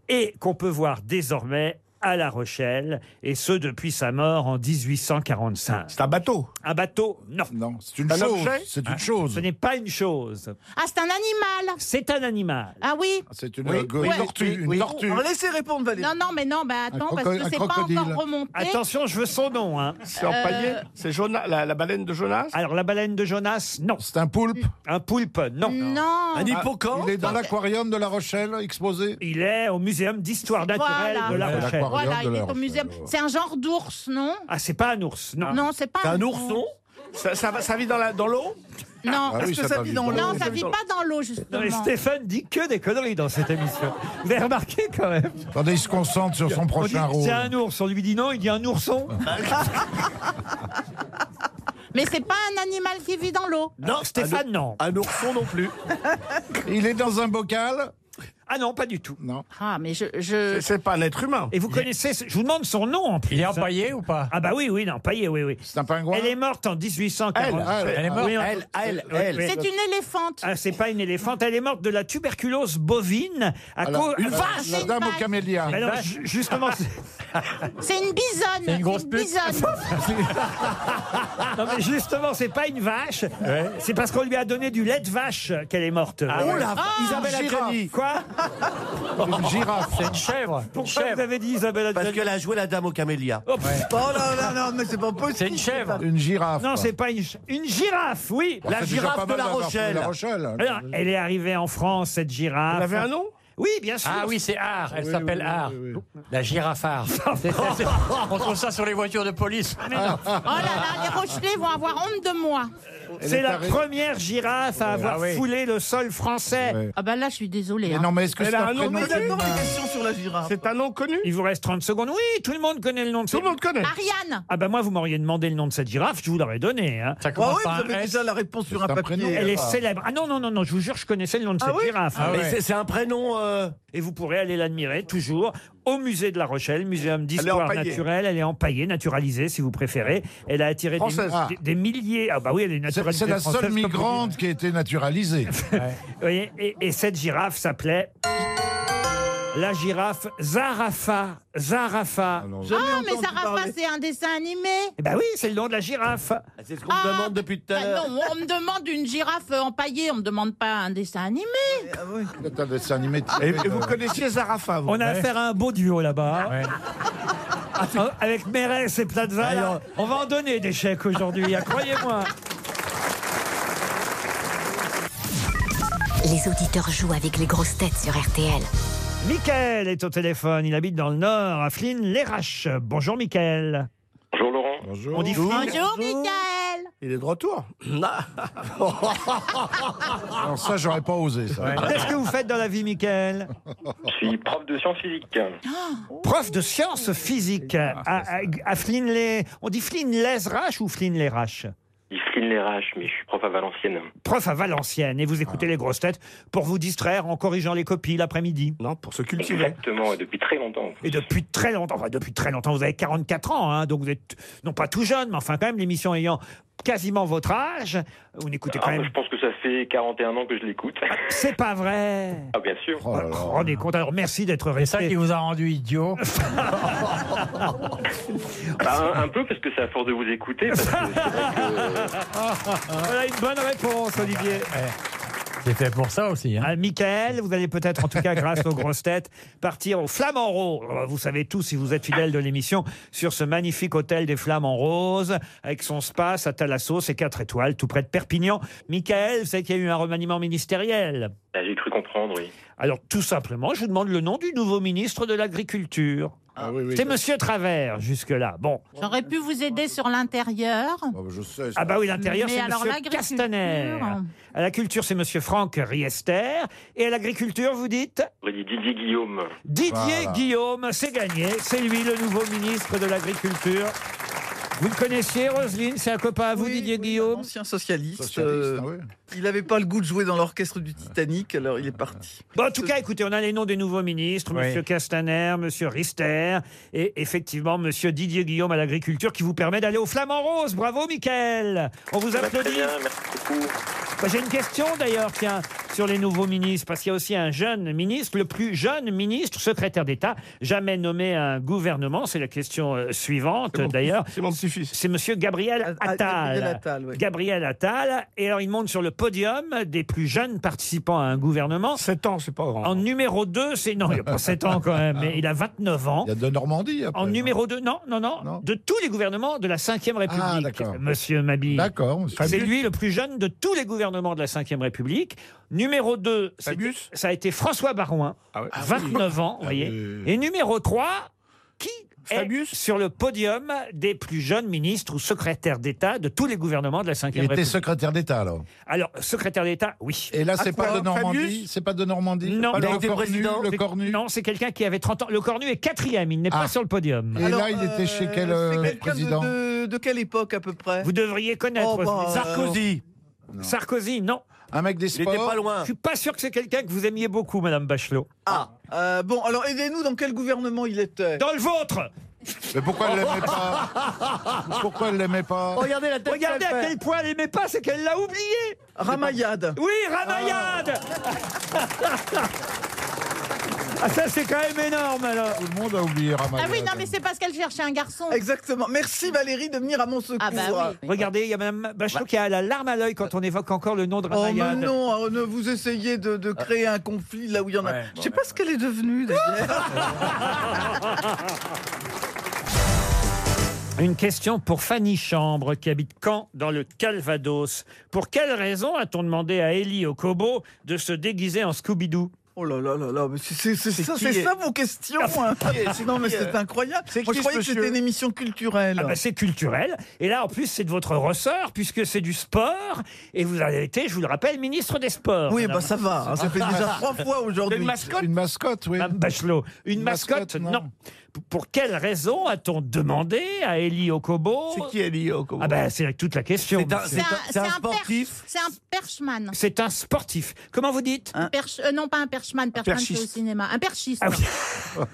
Speaker 3: et qu'on peut voir désormais à La Rochelle, et ce depuis sa mort en 1845.
Speaker 5: C'est un bateau.
Speaker 3: Un bateau Non, Ah,
Speaker 4: Non, c'est une
Speaker 5: Un
Speaker 4: chose.
Speaker 5: objet
Speaker 4: C'est une chose.
Speaker 3: ce n'est pas une chose.
Speaker 9: Ah, c'est un animal.
Speaker 3: C'est un animal.
Speaker 9: Ah oui.
Speaker 4: C'est une,
Speaker 5: Oui,
Speaker 4: euh, go-
Speaker 5: oui,
Speaker 4: une tortue.
Speaker 5: oui,
Speaker 4: une
Speaker 5: oui.
Speaker 4: tortue.
Speaker 8: Alors, Laissez répondre Valérie.
Speaker 9: Non, non, mais non, bah attends, parce
Speaker 4: croco-
Speaker 9: que
Speaker 4: un
Speaker 9: c'est pas
Speaker 4: crocodile.
Speaker 9: encore remonté. Euh,
Speaker 3: Attention, je veux son nom. hein.
Speaker 5: C'est empaillé. C'est Jonas, la, la baleine de Jonas.
Speaker 3: Alors, la baleine de Jonas Non.
Speaker 4: C'est un poulpe.
Speaker 3: Un poulpe Ah, Non.
Speaker 9: Non.
Speaker 6: Un hippocampe.
Speaker 4: Il est dans l'aquarium de La Rochelle, exposé.
Speaker 3: Il est au Muséum d'histoire naturelle
Speaker 9: Voilà.
Speaker 3: de La
Speaker 4: Ouais,
Speaker 3: Rochelle.
Speaker 4: l'aquarium.
Speaker 9: Voilà,
Speaker 4: Regarde
Speaker 9: il est
Speaker 4: la
Speaker 9: au
Speaker 4: Rochelle,
Speaker 9: musée.
Speaker 4: ouais.
Speaker 9: C'est un genre d'ours, non
Speaker 3: Ah, c'est pas un ours, non.
Speaker 9: Non, c'est pas
Speaker 6: Un ourson.
Speaker 5: Ça, ça, va- ça vit dans la- dans l'eau
Speaker 9: Non.
Speaker 4: Ah
Speaker 8: Est-ce
Speaker 4: oui,
Speaker 8: que
Speaker 4: ça
Speaker 8: ça
Speaker 4: va
Speaker 8: vit
Speaker 4: vite
Speaker 8: dans
Speaker 4: dans
Speaker 8: l'eau
Speaker 9: Non, ça vit pas dans l'eau, justement.
Speaker 3: Non, mais Stéphane dit que des conneries dans cette émission. Vous avez remarqué quand même
Speaker 4: Attendez, il se concentre sur son
Speaker 3: On dit
Speaker 4: prochain rôle.
Speaker 3: c'est un ours, on lui dit non, il dit un ourson.
Speaker 7: Bah,
Speaker 9: Mais c'est pas un animal qui vit dans l'eau.
Speaker 6: Non,
Speaker 3: Ah, Stéphane, non.
Speaker 6: Un ourson non plus.
Speaker 4: Il est dans un bocal
Speaker 3: Ah non, pas du tout.
Speaker 4: Non.
Speaker 9: Ah, mais je. je...
Speaker 5: C'est- C'est pas un être humain.
Speaker 3: Et vous connaissez, ce- je vous demande son nom en plus.
Speaker 7: Il est empaillé ou pas
Speaker 3: Ah bah oui, oui, non, paillé, oui, oui.
Speaker 4: C'est un pingouin
Speaker 3: Elle est morte en 1840.
Speaker 4: Ah,
Speaker 7: Elle est
Speaker 4: ah,
Speaker 7: morte.
Speaker 3: Oui, on-
Speaker 6: Elle, elle,
Speaker 3: Oui,
Speaker 6: elle.
Speaker 3: oui.
Speaker 9: C'est une éléphante.
Speaker 3: Ah, c'est pas une éléphante, elle est morte de la tuberculose bovine à
Speaker 4: alors,
Speaker 3: cause. Ah,
Speaker 4: la-
Speaker 9: vache,
Speaker 4: La
Speaker 9: une
Speaker 4: dame
Speaker 9: vache.
Speaker 4: au camélia.
Speaker 3: Bah non, ju- justement, c'est-
Speaker 9: C'est une bisonne.
Speaker 7: C'est une grosse pute.
Speaker 9: bisonne.
Speaker 3: non, mais justement, c'est pas une vache. C'est parce qu'on lui a donné du lait de vache qu'elle est morte.
Speaker 6: Oh la
Speaker 3: Ah,
Speaker 6: Isabelle Adjani.
Speaker 3: Quoi
Speaker 8: Ah
Speaker 4: Une girafe.
Speaker 7: Une chèvre. Une
Speaker 3: Pourquoi vous
Speaker 7: chèvre.
Speaker 3: avez dit Isabelle
Speaker 6: Parce
Speaker 3: Adjani
Speaker 6: qu'elle a joué la dame au camélia.
Speaker 8: Oh là là, non, mais c'est pas possible.
Speaker 7: C'est une chèvre.
Speaker 4: Une girafe.
Speaker 3: Non, c'est pas une, ch- une girafe, oui.
Speaker 6: La
Speaker 4: C'est déjà
Speaker 6: girafe
Speaker 4: pas
Speaker 6: de
Speaker 4: mal
Speaker 6: la
Speaker 4: d'avoir trouvé
Speaker 6: Rochelle.
Speaker 4: La Rochelle.
Speaker 3: Alors, elle est arrivée en France, cette girafe.
Speaker 5: Elle avait un nom
Speaker 3: Oui, bien sûr.
Speaker 7: Ah oui, c'est art. Elle s'appelle art. La girafard. On trouve ça sur les voitures de police.
Speaker 3: Ah,
Speaker 7: Ah.
Speaker 9: Oh là là, les Rochelais vont avoir honte de moi.
Speaker 3: c'est
Speaker 4: est
Speaker 3: la
Speaker 4: arrivée-
Speaker 3: première girafe à avoir
Speaker 7: Ah oui.
Speaker 3: foulé le sol français.
Speaker 4: Ouais.
Speaker 9: Ah bah là, je suis désolée.
Speaker 4: Mais
Speaker 9: hein.
Speaker 4: non, mais est-ce que
Speaker 5: Elle
Speaker 4: c'est
Speaker 5: a
Speaker 4: un
Speaker 5: un nom
Speaker 4: prénom
Speaker 8: Mais
Speaker 5: connu.
Speaker 8: J'adore les questions sur la girafe.
Speaker 5: C'est un nom connu.
Speaker 3: Il vous reste 30 secondes. Oui, tout le monde connaît le nom de
Speaker 5: Tout
Speaker 3: cette
Speaker 5: le monde connaît.
Speaker 9: Ariane.
Speaker 3: Ah ben moi, vous m'auriez demandé le nom de cette girafe, je vous l'aurais donné. hein.
Speaker 7: Ça
Speaker 8: Ah
Speaker 7: commence
Speaker 8: oui,
Speaker 7: par
Speaker 8: vous
Speaker 7: un
Speaker 8: avez
Speaker 7: S.
Speaker 8: déjà la réponse sur un
Speaker 4: C'est un
Speaker 8: papier.
Speaker 4: prénom.
Speaker 3: Elle est
Speaker 4: Ah.
Speaker 3: célèbre. Ah non, non, non, non, je vous jure, je connaissais le nom de cette
Speaker 8: oui
Speaker 3: girafe. hein.
Speaker 7: Ah
Speaker 6: Mais
Speaker 7: ouais.
Speaker 6: c'est- c'est un prénom. euh,
Speaker 3: Et vous pourrez aller l'admirer toujours au musée de La Rochelle, muséum d'histoire
Speaker 5: empaillée.
Speaker 3: naturelle. Elle est empaillée, naturalisée si vous préférez. Elle a attiré des,
Speaker 5: Française.
Speaker 3: des- des milliers. Ah bah oui, elle est
Speaker 4: C'est
Speaker 3: naturalisée.
Speaker 4: c'est la
Speaker 3: française,
Speaker 4: seule
Speaker 3: comme vous dites.
Speaker 4: migrante qui a été naturalisée.
Speaker 3: Vous voyez, et, et cette girafe s'appelait la girafe Zarafa. Zarafa.
Speaker 8: Jamais
Speaker 9: Ah, mais
Speaker 8: entendu
Speaker 9: Zarafa,
Speaker 8: parler.
Speaker 9: c'est un dessin animé.
Speaker 3: Eh ben oui, c'est le nom de la girafe.
Speaker 6: C'est ce qu'on me
Speaker 9: Ah,
Speaker 6: demande depuis tout à
Speaker 9: Bah
Speaker 6: l'heure.
Speaker 9: non, on me demande une girafe euh, empaillée, on me demande pas un dessin animé.
Speaker 8: Ah oui.
Speaker 4: C'est un dessin animé.
Speaker 5: Et, et vous connaissiez Zarafa, vous
Speaker 3: On a affaire à un beau duo là-bas.
Speaker 7: Ouais.
Speaker 3: Ah, Avec Mérès et Plaza. là, on va en donner des chèques aujourd'hui, hein, croyez-moi.
Speaker 2: Les auditeurs jouent avec les grosses têtes sur RTL.
Speaker 3: Michael est au téléphone, il habite dans le Nord, à Flynn, les Raches. Bonjour Michael.
Speaker 10: Bonjour Laurent.
Speaker 3: On dit Flynn
Speaker 9: Bonjour, Michael.
Speaker 5: Il est de retour. Alors ça, j'aurais pas osé, ça.
Speaker 3: Qu'est-ce que vous faites dans la vie Michael
Speaker 10: Je suis prof de sciences physiques.
Speaker 3: Prof de sciences physiques à, à, à Flynn les... On dit Flynn les Raches ou Flynn les Raches
Speaker 10: Il fline les raches, mais je suis prof à Valenciennes.
Speaker 3: Prof à Valenciennes et vous écoutez les grosses têtes pour vous distraire en corrigeant les copies l'après-midi.
Speaker 5: Non, pour se cultiver.
Speaker 10: Exactement, et depuis très longtemps.
Speaker 3: Et depuis très longtemps, enfin, depuis très longtemps, vous avez 44 ans, hein, donc vous êtes non pas tout jeune, mais enfin quand même l'émission ayant quasiment votre âge, vous n'écoutez quand
Speaker 10: Ah,
Speaker 3: même.
Speaker 10: je pense que ça fait 41 ans que je l'écoute.
Speaker 3: C'est pas vrai.
Speaker 10: Ah bien sûr.
Speaker 5: Oh là là.
Speaker 3: On est content. Alors merci d'être
Speaker 7: C'est ça qui
Speaker 3: resté.
Speaker 7: vous a rendu idiot.
Speaker 10: Bah, un, un peu parce que c'est à force de vous écouter. Parce que c'est vrai que, euh,
Speaker 3: Voilà une bonne réponse, Olivier.
Speaker 7: C'est fait pour ça aussi. hein.
Speaker 3: Ah, Michael, vous allez peut-être, en tout cas grâce aux grosses têtes, partir au Flamand Rose. Alors, Vous savez tous, si vous êtes fidèle de l'émission, sur ce magnifique hôtel des Flamands Roses, avec son spa, sa thalasso, ses quatre étoiles, tout près de Perpignan. Michael, vous savez qu'il y a eu un remaniement ministériel.
Speaker 10: ah, J'ai cru comprendre, oui.
Speaker 3: Alors, tout simplement, je vous demande le nom du nouveau ministre de l'Agriculture.
Speaker 5: Ah oui, oui.
Speaker 3: C'est Monsieur Travers, jusque-là. Bon.
Speaker 9: J'aurais pu vous aider sur l'intérieur.
Speaker 5: Ah, bah, je sais. ça.
Speaker 3: Ah bah oui, l'intérieur,
Speaker 9: Mais
Speaker 3: c'est
Speaker 9: alors
Speaker 3: Monsieur
Speaker 9: l'agriculture-
Speaker 3: Castaner. À la culture, c'est Monsieur Franck Riester. Et à l'agriculture, vous dites
Speaker 10: J'aurais dit Didier Guillaume.
Speaker 3: Didier
Speaker 5: Voilà.
Speaker 3: Guillaume, c'est gagné. C'est lui le nouveau ministre de l'Agriculture. Vous le connaissiez, Roselyne C'est un copain à vous,
Speaker 8: Oui,
Speaker 3: Didier
Speaker 8: oui, un
Speaker 3: Guillaume
Speaker 8: Ancien socialiste. euh,
Speaker 5: Socialiste, ah oui.
Speaker 8: Il n'avait pas le goût de jouer dans l'orchestre du Titanic, alors il est parti.
Speaker 3: Bon, En tout cas, écoutez, on a les noms des nouveaux ministres,
Speaker 7: Oui.
Speaker 3: Monsieur Castaner, Monsieur Rister, et effectivement Monsieur Didier Guillaume à l'Agriculture qui vous permet d'aller au Flamand Rose. Bravo, Michael On vous
Speaker 10: Ça va très
Speaker 3: applaudit.
Speaker 10: bien, merci beaucoup.
Speaker 3: Bah, J'ai une question d'ailleurs, tiens, sur les nouveaux ministres, parce qu'il y a aussi un jeune ministre, le plus jeune ministre, secrétaire d'État, jamais nommé à un gouvernement. C'est la question euh, suivante,
Speaker 5: C'est mon-
Speaker 3: d'ailleurs.
Speaker 5: C'est mon petit-fils.
Speaker 3: C'est monsieur Gabriel
Speaker 8: Ah,
Speaker 3: Attal.
Speaker 8: Gabriel Attal, oui.
Speaker 3: Gabriel Attal. Et alors, il monte sur le podium des plus jeunes participants à un gouvernement.
Speaker 5: 7 ans, c'est pas grand.
Speaker 3: En numéro 2, c'est. Non, il n'a pas 7 ans quand même, mais il a 29 ans.
Speaker 4: Il y a de Normandie après.
Speaker 3: En
Speaker 4: non
Speaker 3: numéro 2, non, non, non,
Speaker 4: Non.
Speaker 3: de tous les gouvernements de la Ve
Speaker 4: Ah,
Speaker 3: République,
Speaker 4: d'accord.
Speaker 3: monsieur Mabille.
Speaker 4: D'accord. monsieur.
Speaker 3: C'est lui le plus jeune de tous les gouvernements de la Ve République. Numéro 2,
Speaker 5: Fabius
Speaker 3: ça a été François Barouin,
Speaker 5: Ah ouais.
Speaker 3: 29 ans, vous voyez.
Speaker 4: oui.
Speaker 3: Et numéro 3, qui
Speaker 5: Fabius
Speaker 3: est sur le podium des plus jeunes ministres ou secrétaires d'État de tous les gouvernements de la Ve
Speaker 4: Il était
Speaker 3: République
Speaker 4: secrétaire d'État alors.
Speaker 3: Alors, secrétaire d'État, oui.
Speaker 4: Et là,
Speaker 5: Ah,
Speaker 4: c'est
Speaker 5: quoi,
Speaker 4: pas de Normandie.
Speaker 5: Fabius
Speaker 4: C'est pas de Normandie.
Speaker 3: Non.
Speaker 4: Pas
Speaker 3: Il a
Speaker 4: le
Speaker 6: été
Speaker 4: cornu,
Speaker 6: président.
Speaker 4: Le
Speaker 3: C'est-
Speaker 4: cornu.
Speaker 3: Non, c'est quelqu'un qui avait 30 ans. Le Cornu est quatrième, il n'est
Speaker 4: Ah.
Speaker 3: pas sur le podium.
Speaker 4: Et là, il était chez quel
Speaker 8: c'est
Speaker 4: euh,
Speaker 8: quelqu'un de-
Speaker 4: président
Speaker 8: de, de quelle époque à peu près
Speaker 3: Vous devriez connaître
Speaker 8: Oh, bah,
Speaker 3: Sarko-
Speaker 6: Sarkozy,
Speaker 3: Sarkozy. Non,
Speaker 4: euh, Un mec des
Speaker 6: il était
Speaker 4: sports.
Speaker 6: pas loin.
Speaker 3: je suis pas sûr que c'est quelqu'un que vous aimiez beaucoup, Madame Bachelot.
Speaker 8: Ah, euh, bon, alors aidez-nous dans quel gouvernement il était
Speaker 3: Dans le vôtre.
Speaker 4: Mais pourquoi elle l'aimait pas Pourquoi elle l'aimait pas
Speaker 6: Regardez la tête
Speaker 3: Regardez à quel point elle aimait pas, c'est qu'elle l'a oublié.
Speaker 8: Ramayad.
Speaker 3: Oui, Ramayad. ah ça c'est quand même énorme alors.
Speaker 4: Tout le monde a oublié Ramayad.
Speaker 9: Ah oui, non, mais c'est parce qu'elle cherchait un garçon.
Speaker 8: Exactement. Merci Valérie de venir à mon secours.
Speaker 9: Ah bah oui.
Speaker 3: Regardez, il y a Madame Bachelot
Speaker 6: Bah.
Speaker 3: qui a la larme à l'œil quand on évoque encore le nom de
Speaker 8: Oh mais
Speaker 3: Ramayad.
Speaker 8: non, hein, ne vous essayez de, de créer un conflit là où il y en a.
Speaker 7: Ouais,
Speaker 8: Je sais pas ce qu'elle est devenue d'ailleurs.
Speaker 3: Une question pour Fanny Chambre qui habite Caen dans le Calvados. Pour quelle raison a-t-on demandé à Elie Okobo de se déguiser en Scooby-Doo
Speaker 8: Oh là là là là, mais c'est- c'est c'est ça,
Speaker 5: qui
Speaker 8: c'est
Speaker 5: est-
Speaker 8: ça vos questions. hein. Non mais c'est incroyable.
Speaker 5: C'est
Speaker 8: Moi
Speaker 5: qui
Speaker 8: je
Speaker 5: ce
Speaker 8: croyais que c'était
Speaker 5: monsieur
Speaker 8: une émission culturelle.
Speaker 3: Ah bah, C'est culturel. Et là, en plus, c'est de votre ressort puisque c'est du sport. Et vous avez été, je vous le rappelle, ministre des Sports.
Speaker 8: oui,
Speaker 3: madame.
Speaker 8: bah ça va. hein, ça fait déjà trois fois aujourd'hui.
Speaker 4: Une mascotte, oui.
Speaker 3: Madame Bachelot. Une
Speaker 4: Une
Speaker 3: mascotte,
Speaker 4: mascotte,
Speaker 3: non.
Speaker 4: non.
Speaker 3: P- Pour quelle raison a-t-on demandé à Elie Okobo
Speaker 5: C'est qui Elio comment-
Speaker 3: Ah ben, c'est toute la question.
Speaker 6: C'est un-
Speaker 3: monsieur.
Speaker 9: C'est un, c'est un
Speaker 6: sportif.
Speaker 9: perche- C'est un perchman.
Speaker 3: C'est un sportif. Comment vous dites
Speaker 9: Perche- euh, non, pas un perchman. Perchman, c'est au
Speaker 5: perchiste.
Speaker 9: cinéma. Un perchiste.
Speaker 3: Ah oui.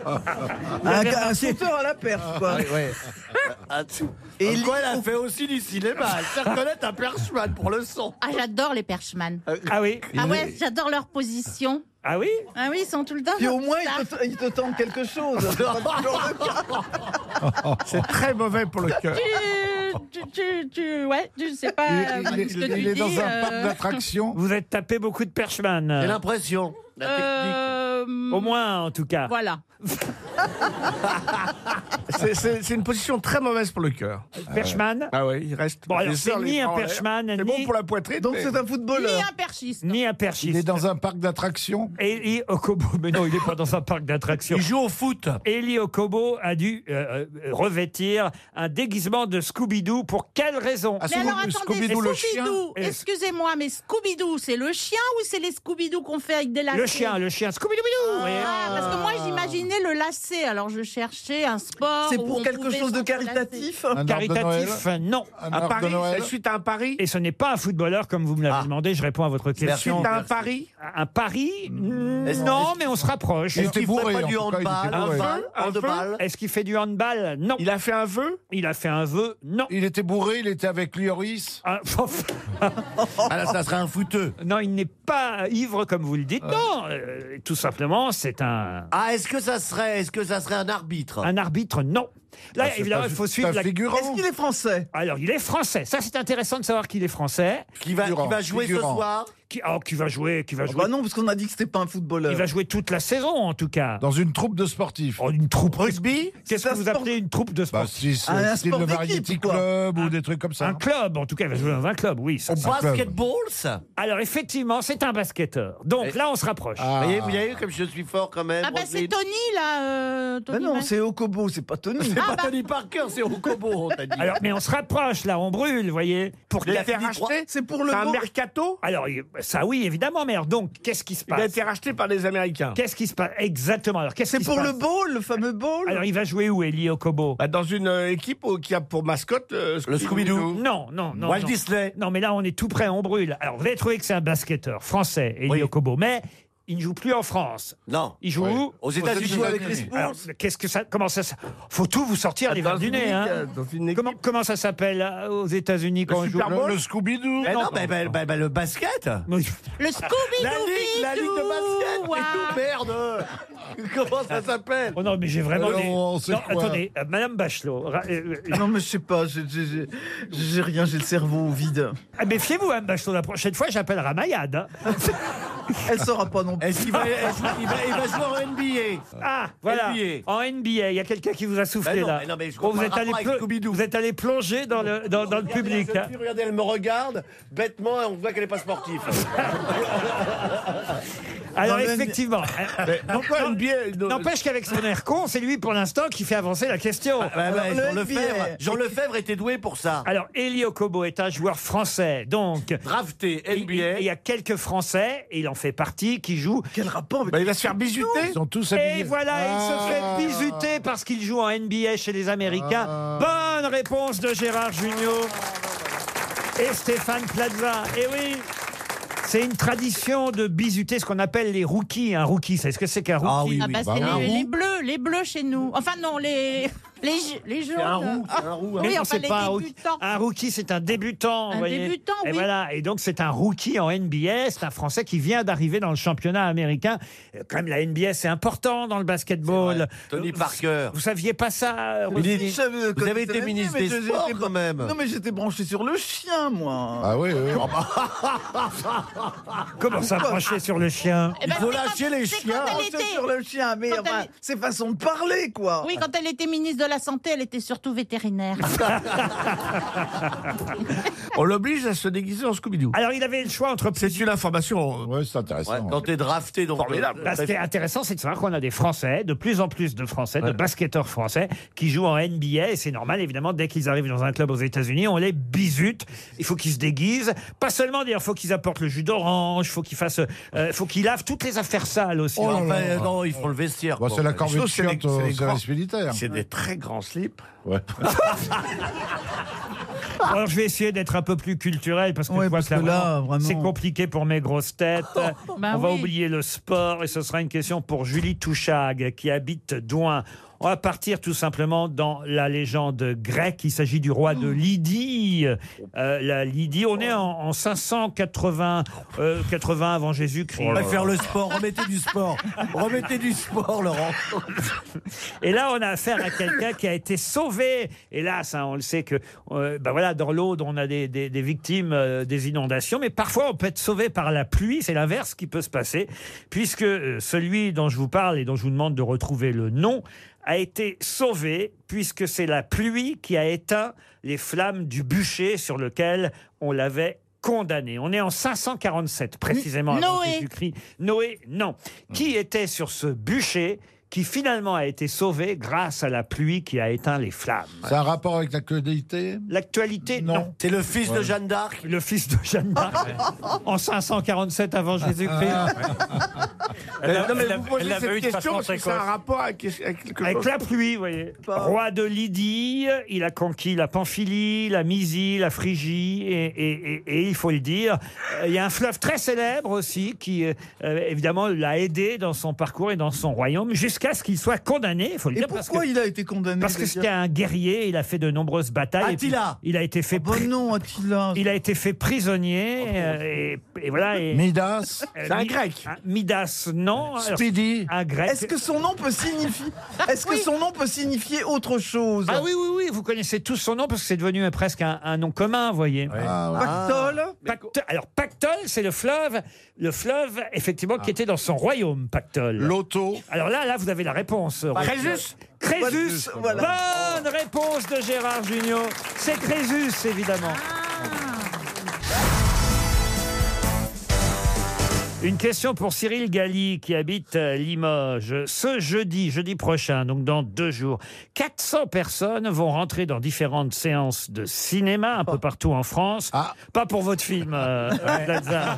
Speaker 8: Un, gars- un sauteur à la perche. Quoi.
Speaker 6: Ah, Et Ah, quoi, elle a fait aussi du cinéma. Elle sait reconnaître un perchman pour le son.
Speaker 9: Ah, j'adore les perchman.
Speaker 3: Ah oui
Speaker 9: Ah ouais, j'adore leur position.
Speaker 3: Ah oui
Speaker 9: Ah oui, ils sont tout le temps.
Speaker 8: Puis au
Speaker 9: comme
Speaker 8: moins
Speaker 9: ça.
Speaker 8: il te, il te tente quelque chose. C'est pas toujours le cas.
Speaker 3: Ah
Speaker 5: C'est très mauvais pour le cœur.
Speaker 9: Tu, tu, tu, tu- ouais, tu sais pas
Speaker 4: Il,
Speaker 9: euh,
Speaker 4: il-
Speaker 9: ce que
Speaker 4: il-
Speaker 9: tu
Speaker 4: il est
Speaker 9: dis.
Speaker 4: dans un
Speaker 9: euh,
Speaker 4: parc d'attractions.
Speaker 3: Vous êtes tapé beaucoup de perchman.
Speaker 6: J'ai l'impression. La technique.
Speaker 9: euh,
Speaker 3: Au moins, en tout cas.
Speaker 9: Voilà.
Speaker 5: C'est- C'est c'est une position très mauvaise pour le cœur.
Speaker 3: Perchman
Speaker 5: Ah oui, il reste.
Speaker 3: Bon, alors,
Speaker 5: il
Speaker 3: c'est
Speaker 5: serre les
Speaker 3: ni un
Speaker 5: bras en l'air.
Speaker 3: perchman,
Speaker 5: C'est
Speaker 3: ni-
Speaker 5: bon pour la poitrine.
Speaker 8: Donc
Speaker 5: mais-
Speaker 8: c'est un
Speaker 9: Ni
Speaker 8: footballeur.
Speaker 9: un perchiste.
Speaker 3: Ni un perchiste.
Speaker 4: Il est dans un parc d'attractions.
Speaker 3: Eli Okobo, mais non, il n'est pas dans un parc d'attractions.
Speaker 7: Il joue au foot.
Speaker 3: Eli Okobo a dû euh, euh, revêtir un déguisement de Scooby-Doo. Pour quelle raison
Speaker 4: Ah,
Speaker 9: Mais alors
Speaker 4: Scooby-
Speaker 9: attendez,
Speaker 4: Scooby-Doo, le chien.
Speaker 9: Scooby-Doo,
Speaker 3: Et-
Speaker 9: excusez-moi, mais Scooby-Doo, c'est le chien ou c'est les Scooby-Doo qu'on fait avec des lacets
Speaker 3: Le chien, le chien, Scooby-Doo oui.
Speaker 9: Ah, parce que moi j'imaginais le lacet, alors je cherchais un sport.
Speaker 8: C'est
Speaker 9: où on
Speaker 8: pour quelque
Speaker 9: pouvait
Speaker 8: chose de
Speaker 9: s'entrelacer.
Speaker 8: caritatif.
Speaker 4: Un arbre de Noël.
Speaker 3: Caritatif, non.
Speaker 4: Un
Speaker 5: Un
Speaker 4: arbre de
Speaker 5: pari,
Speaker 4: Noël.
Speaker 5: c'est suite à un pari
Speaker 3: Et ce n'est pas un footballeur, comme vous me l'avez
Speaker 6: Ah.
Speaker 3: demandé, je réponds à votre
Speaker 5: Suite
Speaker 3: question.
Speaker 6: Merci.
Speaker 5: à un pari
Speaker 3: Un pari
Speaker 6: Est-ce-
Speaker 3: Non, mais on se rapproche.
Speaker 4: Et-
Speaker 6: Est-ce qu'il
Speaker 4: C'était
Speaker 6: ferait
Speaker 4: bourré,
Speaker 6: pas
Speaker 4: en
Speaker 6: du
Speaker 4: tout cas, il
Speaker 6: handball
Speaker 4: était
Speaker 6: Un
Speaker 4: bourré.
Speaker 6: vin
Speaker 5: Un
Speaker 6: Handball
Speaker 3: Est-ce qu'il fait du handball Non.
Speaker 5: Il a fait un vœu
Speaker 3: Il a fait un vœu Non.
Speaker 4: Il était bourré, il était avec Lioris.
Speaker 3: Ah,
Speaker 6: Ah là, ça serait un fouteux.
Speaker 3: non, il n'est pas ivre comme vous le dites. Non, euh, tout simplement, c'est un,
Speaker 6: Ah, est-ce que ça serait, est-ce que ça serait un arbitre
Speaker 3: un arbitre. Non. Là, évidemment, il faut suivre
Speaker 4: Ah, C'est
Speaker 3: la.
Speaker 4: un figurant.
Speaker 8: Est-ce qu'il est français
Speaker 3: Alors, il est français. Ça, c'est intéressant de savoir qu'il est français.
Speaker 6: qui va, qui va jouer ce
Speaker 4: Figurant.
Speaker 6: soir
Speaker 3: Qui, alors, qui va jouer, qui va
Speaker 8: Ah
Speaker 3: jouer.
Speaker 8: Bah non, parce qu'on a dit que c'était pas un
Speaker 3: il
Speaker 8: footballeur.
Speaker 3: va jouer toute la saison, en tout cas.
Speaker 4: Dans une troupe de sportifs.
Speaker 3: Oh, une troupe.
Speaker 5: Rugby
Speaker 3: Qu'est-ce
Speaker 8: C'est
Speaker 3: que
Speaker 8: un
Speaker 3: vous
Speaker 8: sport-
Speaker 3: appelez une troupe de sport
Speaker 4: Bah, si, c'est
Speaker 8: Un
Speaker 4: le
Speaker 8: sport d'équipe,
Speaker 4: Variety
Speaker 8: quoi.
Speaker 4: Club
Speaker 3: Un-
Speaker 4: ou des trucs comme ça.
Speaker 3: Un club, en tout cas, il va jouer dans un club, oui. ça,
Speaker 6: Au
Speaker 3: c'est-
Speaker 4: un club.
Speaker 6: basketball ça
Speaker 3: Alors, effectivement, c'est un basketteur. Donc, là, on se rapproche.
Speaker 4: Ah.
Speaker 6: Vous voyez, vous voyez comme je suis fort quand même.
Speaker 9: Ah bah c'est
Speaker 6: Roselyne.
Speaker 9: Tony là. euh,
Speaker 8: Bah
Speaker 9: Tony Ah, bah.
Speaker 8: non,
Speaker 9: Mac-
Speaker 8: c'est Okobo, c'est pas Tony.
Speaker 6: C'est pas Tony Parker, c'est Okobo, on t'a dit.
Speaker 3: Alors, mais on se rapproche, là, on brûle, vous voyez. Pour
Speaker 5: Il
Speaker 3: qu'il
Speaker 5: a été
Speaker 6: fini trois-
Speaker 5: racheté
Speaker 8: C'est pour le
Speaker 5: C'est un
Speaker 8: mot.
Speaker 5: mercato
Speaker 3: Alors, il- ça oui, évidemment, mais alors, donc, qu'est-ce qui se
Speaker 5: Il a
Speaker 3: passe
Speaker 5: été racheté par les Américains.
Speaker 3: Qu'est-ce qui se passe Exactement. Alors, qu'est-ce
Speaker 8: C'est
Speaker 3: qui se
Speaker 8: pour le
Speaker 3: passe
Speaker 8: ball, le fameux ball.
Speaker 3: Alors, il va jouer où, Eli Okobo
Speaker 5: Bah, dans une euh, équipe au- qui a pour mascotte euh,
Speaker 6: Le Scooby-Doo.
Speaker 3: Non, non, non.
Speaker 6: Walt
Speaker 3: non.
Speaker 6: Disney.
Speaker 3: Non, mais là, on est tout près, on brûle. Alors, vous allez trouver que c'est un basketteur français, Eli
Speaker 6: Oui.
Speaker 3: Okobo, mais il ne joue plus en France.
Speaker 6: Non.
Speaker 3: Il joue
Speaker 4: Oui.
Speaker 3: où
Speaker 6: Aux
Speaker 4: États-Unis.
Speaker 6: États-Unis avec les Spurs.
Speaker 3: Alors, qu'est-ce que ça Comment ça s- Faut tout vous sortir les verres
Speaker 5: Dans
Speaker 3: du
Speaker 5: une
Speaker 3: nez,
Speaker 5: équipe,
Speaker 3: hein
Speaker 5: euh, dans une équipe.
Speaker 3: Comment, comment ça s'appelle euh, aux États-Unis quand on joue
Speaker 5: Super
Speaker 4: Le,
Speaker 5: Bowl
Speaker 4: le Scooby-Doo.
Speaker 6: Mais
Speaker 3: non,
Speaker 6: non, bah, bah, bah, bah, le basket
Speaker 9: Le Scooby-Doo.
Speaker 6: La ligue, la ligue de basket
Speaker 9: Waouh.
Speaker 6: et tout, merde Comment ça s'appelle
Speaker 3: Oh non, mais j'ai vraiment.
Speaker 4: Alors,
Speaker 3: des-
Speaker 4: on sait
Speaker 3: Non,
Speaker 4: quoi
Speaker 3: attendez, euh, Madame Bachelot. ra- euh, euh,
Speaker 8: Non, mais je sais pas, j'ai- j'ai j'ai- j'ai rien, j'ai le cerveau vide.
Speaker 3: ah, Méfiez-vous, Madame Bachelot, la prochaine fois, j'appellerai Mayad. hein.
Speaker 8: Elle saura pas non plus.
Speaker 6: Est-ce qu'il va, est-ce qu'il va- il va jouer en NBA
Speaker 3: Ah, voilà.
Speaker 6: NBA.
Speaker 3: En NBA, il y a quelqu'un qui vous a soufflé
Speaker 6: Ben non,
Speaker 3: là. Oh,
Speaker 6: mais non, mais je
Speaker 3: vous,
Speaker 6: comprends
Speaker 3: êtes
Speaker 6: pas
Speaker 3: allé
Speaker 6: avec
Speaker 3: plo-
Speaker 6: Scooby-Doo.
Speaker 3: vous êtes allé plonger dans le, dans, dans le public. hein.
Speaker 6: Cette fille, Regardez, elle me regarde bêtement et on voit qu'elle n'est pas sportive.
Speaker 3: Alors,
Speaker 8: Dans le-
Speaker 3: effectivement. euh,
Speaker 5: Pourquoi NBA non,
Speaker 3: N'empêche qu'avec son air con, c'est lui pour l'instant qui fait avancer la question.
Speaker 6: Bah, bah,
Speaker 8: Alors,
Speaker 6: Jean
Speaker 8: le NBA.
Speaker 6: Lefebvre, Jean Lefebvre était doué pour ça.
Speaker 3: Alors, Elio Kobo est un joueur français, donc.
Speaker 6: Drafté
Speaker 3: Il, il- il y
Speaker 6: NBA.
Speaker 3: a quelques Français, et il en fait partie, qui jouent.
Speaker 8: Quel rapport avec Ah.
Speaker 5: Bah, Il va se faire bisuter
Speaker 4: Ils sont tous habillés.
Speaker 3: Et voilà, il se fait bisuter parce qu'il joue en NBA chez les Américains.
Speaker 8: Ah.
Speaker 3: Bonne réponse de Gérard Junior et Stéphane Plaza. Et oui c'est une tradition de bisuter ce qu'on appelle les rookies. Un rookie, c'est ce que c'est qu'un rookie
Speaker 6: Ah oui,
Speaker 9: Ah
Speaker 6: oui.
Speaker 9: bah,
Speaker 4: bah
Speaker 9: c'est
Speaker 4: oui.
Speaker 9: les, les bleus, les bleus chez nous. Enfin non, les les ju- les jaunes.
Speaker 6: C'est un roux, c'est un roux. hein.
Speaker 3: Mais
Speaker 9: Oui,
Speaker 3: non,
Speaker 9: enfin,
Speaker 3: c'est
Speaker 9: les
Speaker 3: pas un rookie.
Speaker 9: débutants.
Speaker 3: Un rookie, c'est un débutant. vous
Speaker 9: Un
Speaker 3: voyez.
Speaker 9: débutant,
Speaker 3: Et
Speaker 9: oui.
Speaker 3: voilà. Et donc, c'est un rookie en NBA. C'est un Français qui vient d'arriver dans le championnat américain. Euh, Quand même, la NBA, c'est important dans le basketball.
Speaker 6: Tony
Speaker 3: Euh,
Speaker 6: Parker.
Speaker 3: Vous saviez pas ça euh,
Speaker 6: Il est-
Speaker 8: Je savais
Speaker 6: Vous
Speaker 8: quand
Speaker 6: avez
Speaker 8: il
Speaker 6: été
Speaker 8: s'est
Speaker 6: ministre
Speaker 8: resté, mais
Speaker 6: des
Speaker 8: je-
Speaker 6: Sports
Speaker 8: j'étais-
Speaker 6: quand même.
Speaker 8: Non, mais j'étais branché sur le chien, moi.
Speaker 4: Ah oui, oui.
Speaker 3: Comment ça, brancher Ah, sur le chien
Speaker 9: Eh ben,
Speaker 6: Il faut
Speaker 9: c'est quand-
Speaker 6: lâcher les
Speaker 9: c'est
Speaker 6: chiens.
Speaker 9: Quand elle
Speaker 8: Branché
Speaker 9: était,
Speaker 8: sur le chien, mais
Speaker 9: Quand
Speaker 8: enfin,
Speaker 9: elle-
Speaker 8: c'est façon de parler, quoi.
Speaker 9: Oui, quand elle était ministre de la santé, elle était surtout vétérinaire.
Speaker 5: On l'oblige à se déguiser en Scooby-Doo.
Speaker 3: Alors, il avait le choix entre
Speaker 5: C'est une information. euh,
Speaker 4: Ouais, c'est intéressant.
Speaker 6: Ouais, quand t'es drafté, donc. euh,
Speaker 5: Formidable.
Speaker 3: Là, Bah, ce qui est intéressant, c'est de savoir qu'on a des Français, de plus en plus de Français, de basketteurs français, qui jouent en NBA. Et c'est normal, évidemment, dès qu'ils arrivent dans un club aux États-Unis, on les bisute. Il faut qu'ils se déguisent. Pas seulement, d'ailleurs, faut qu'ils apportent le jus d'orange, faut qu'ils fassent, euh, faut qu'ils lavent toutes les affaires sales aussi.
Speaker 6: Oh, enfin, non, ils font le vestiaire.
Speaker 4: Bon,
Speaker 6: quoi.
Speaker 4: c'est la corvée de
Speaker 5: choses, c'est les-
Speaker 4: shirt au
Speaker 5: c'est les
Speaker 4: service militaire.
Speaker 5: C'est des très grands slips.
Speaker 4: Ouais.
Speaker 3: Alors, je vais essayer d'être un peu plus culturel parce que,
Speaker 8: Ouais,
Speaker 3: je vois
Speaker 8: parce
Speaker 3: là,
Speaker 8: que là,
Speaker 3: vraiment,
Speaker 8: vraiment.
Speaker 3: c'est compliqué pour mes grosses têtes.
Speaker 9: Bah
Speaker 3: on va
Speaker 9: oui.
Speaker 3: oublier le sport et ce sera une question pour Julie Touchag qui habite Douin. On va partir tout simplement dans la légende grecque. Il s'agit du roi de Lydie. Euh, la Lydie, on est en, en 580 euh, 80 avant Jésus-Christ.
Speaker 6: Oh
Speaker 11: On va faire le sport, remettez du sport. Remettez du sport, Laurent.
Speaker 3: Et là, on a affaire à quelqu'un qui a été sauvé. Hélas, hein, on le sait que, euh, ben voilà, dans l'Aude, on a des, des- des victimes euh, des inondations, mais parfois on peut être sauvé par la pluie. C'est l'inverse qui peut se passer, puisque euh, celui dont je vous parle et dont je vous demande de retrouver le nom a été sauvé, puisque c'est la pluie qui a éteint les flammes du bûcher sur lequel on l'avait condamné. On est en 547 précisément avant
Speaker 9: Noé.
Speaker 3: Jésus-Christ. Noé, non. Qui était sur ce bûcher qui finalement a été sauvé grâce à la pluie qui a éteint les flammes
Speaker 4: Ça a un rapport avec l'actualité
Speaker 3: L'actualité, non.
Speaker 6: C'est le fils de Jeanne d'Arc
Speaker 3: Le fils de Jeanne d'Arc. en 547 avant Jésus-Christ.
Speaker 5: Ah, non, mais vous posez cette question parce que ça a un rapport avec, avec quelque
Speaker 3: Avec
Speaker 5: chose.
Speaker 3: la pluie, vous voyez. Roi de Lydie, il a conquis la Pamphylie, la Mysie, la Phrygie, et, et- et- et il faut le dire, euh, il y a un fleuve très célèbre aussi qui, euh, euh, évidemment, l'a aidé dans son parcours et dans son royaume, jusqu'à ce qu'il soit condamné, il faut le
Speaker 8: Et
Speaker 3: dire. parce
Speaker 8: pourquoi
Speaker 3: que-
Speaker 8: il a été condamné
Speaker 3: Parce que
Speaker 8: d'ailleurs
Speaker 3: c'était un guerrier, il a fait de nombreuses batailles. et puis,
Speaker 8: Attila.
Speaker 3: Il a été fait.
Speaker 8: Oh non, Attila. Oh,
Speaker 3: Il a été fait prisonnier. euh, et, et voilà. Et,
Speaker 4: Midas
Speaker 3: euh,
Speaker 5: C'est un
Speaker 3: Mi-
Speaker 5: grec.
Speaker 3: un- Midas, non. alors,
Speaker 4: Speedy
Speaker 3: un grec.
Speaker 8: Est-ce que son nom peut signifier Est-ce que
Speaker 9: Ah, Oui.
Speaker 8: son nom peut signifier autre chose
Speaker 3: Ah oui, oui, oui, vous connaissez tous son nom parce que c'est devenu presque un, un nom commun, vous voyez.
Speaker 4: Ah, ouais.
Speaker 8: Pactole
Speaker 3: Pacto- alors, Pactole, c'est le fleuve, le fleuve, effectivement,
Speaker 4: Ah.
Speaker 3: qui était dans son royaume, Pactole.
Speaker 4: L'auto
Speaker 3: Alors là, là, vous avez la réponse.
Speaker 5: Crésus
Speaker 3: Crésus
Speaker 8: Voilà.
Speaker 3: Bonne réponse de Gérard Junior. C'est Crésus, évidemment. Une question pour Cyril Galli qui habite euh, Limoges. Ce jeudi, jeudi prochain, donc dans deux jours, 400 personnes vont rentrer dans différentes séances de cinéma
Speaker 6: Oh.
Speaker 3: un peu partout en France.
Speaker 4: Ah.
Speaker 3: Pas pour votre film, euh, Plaza.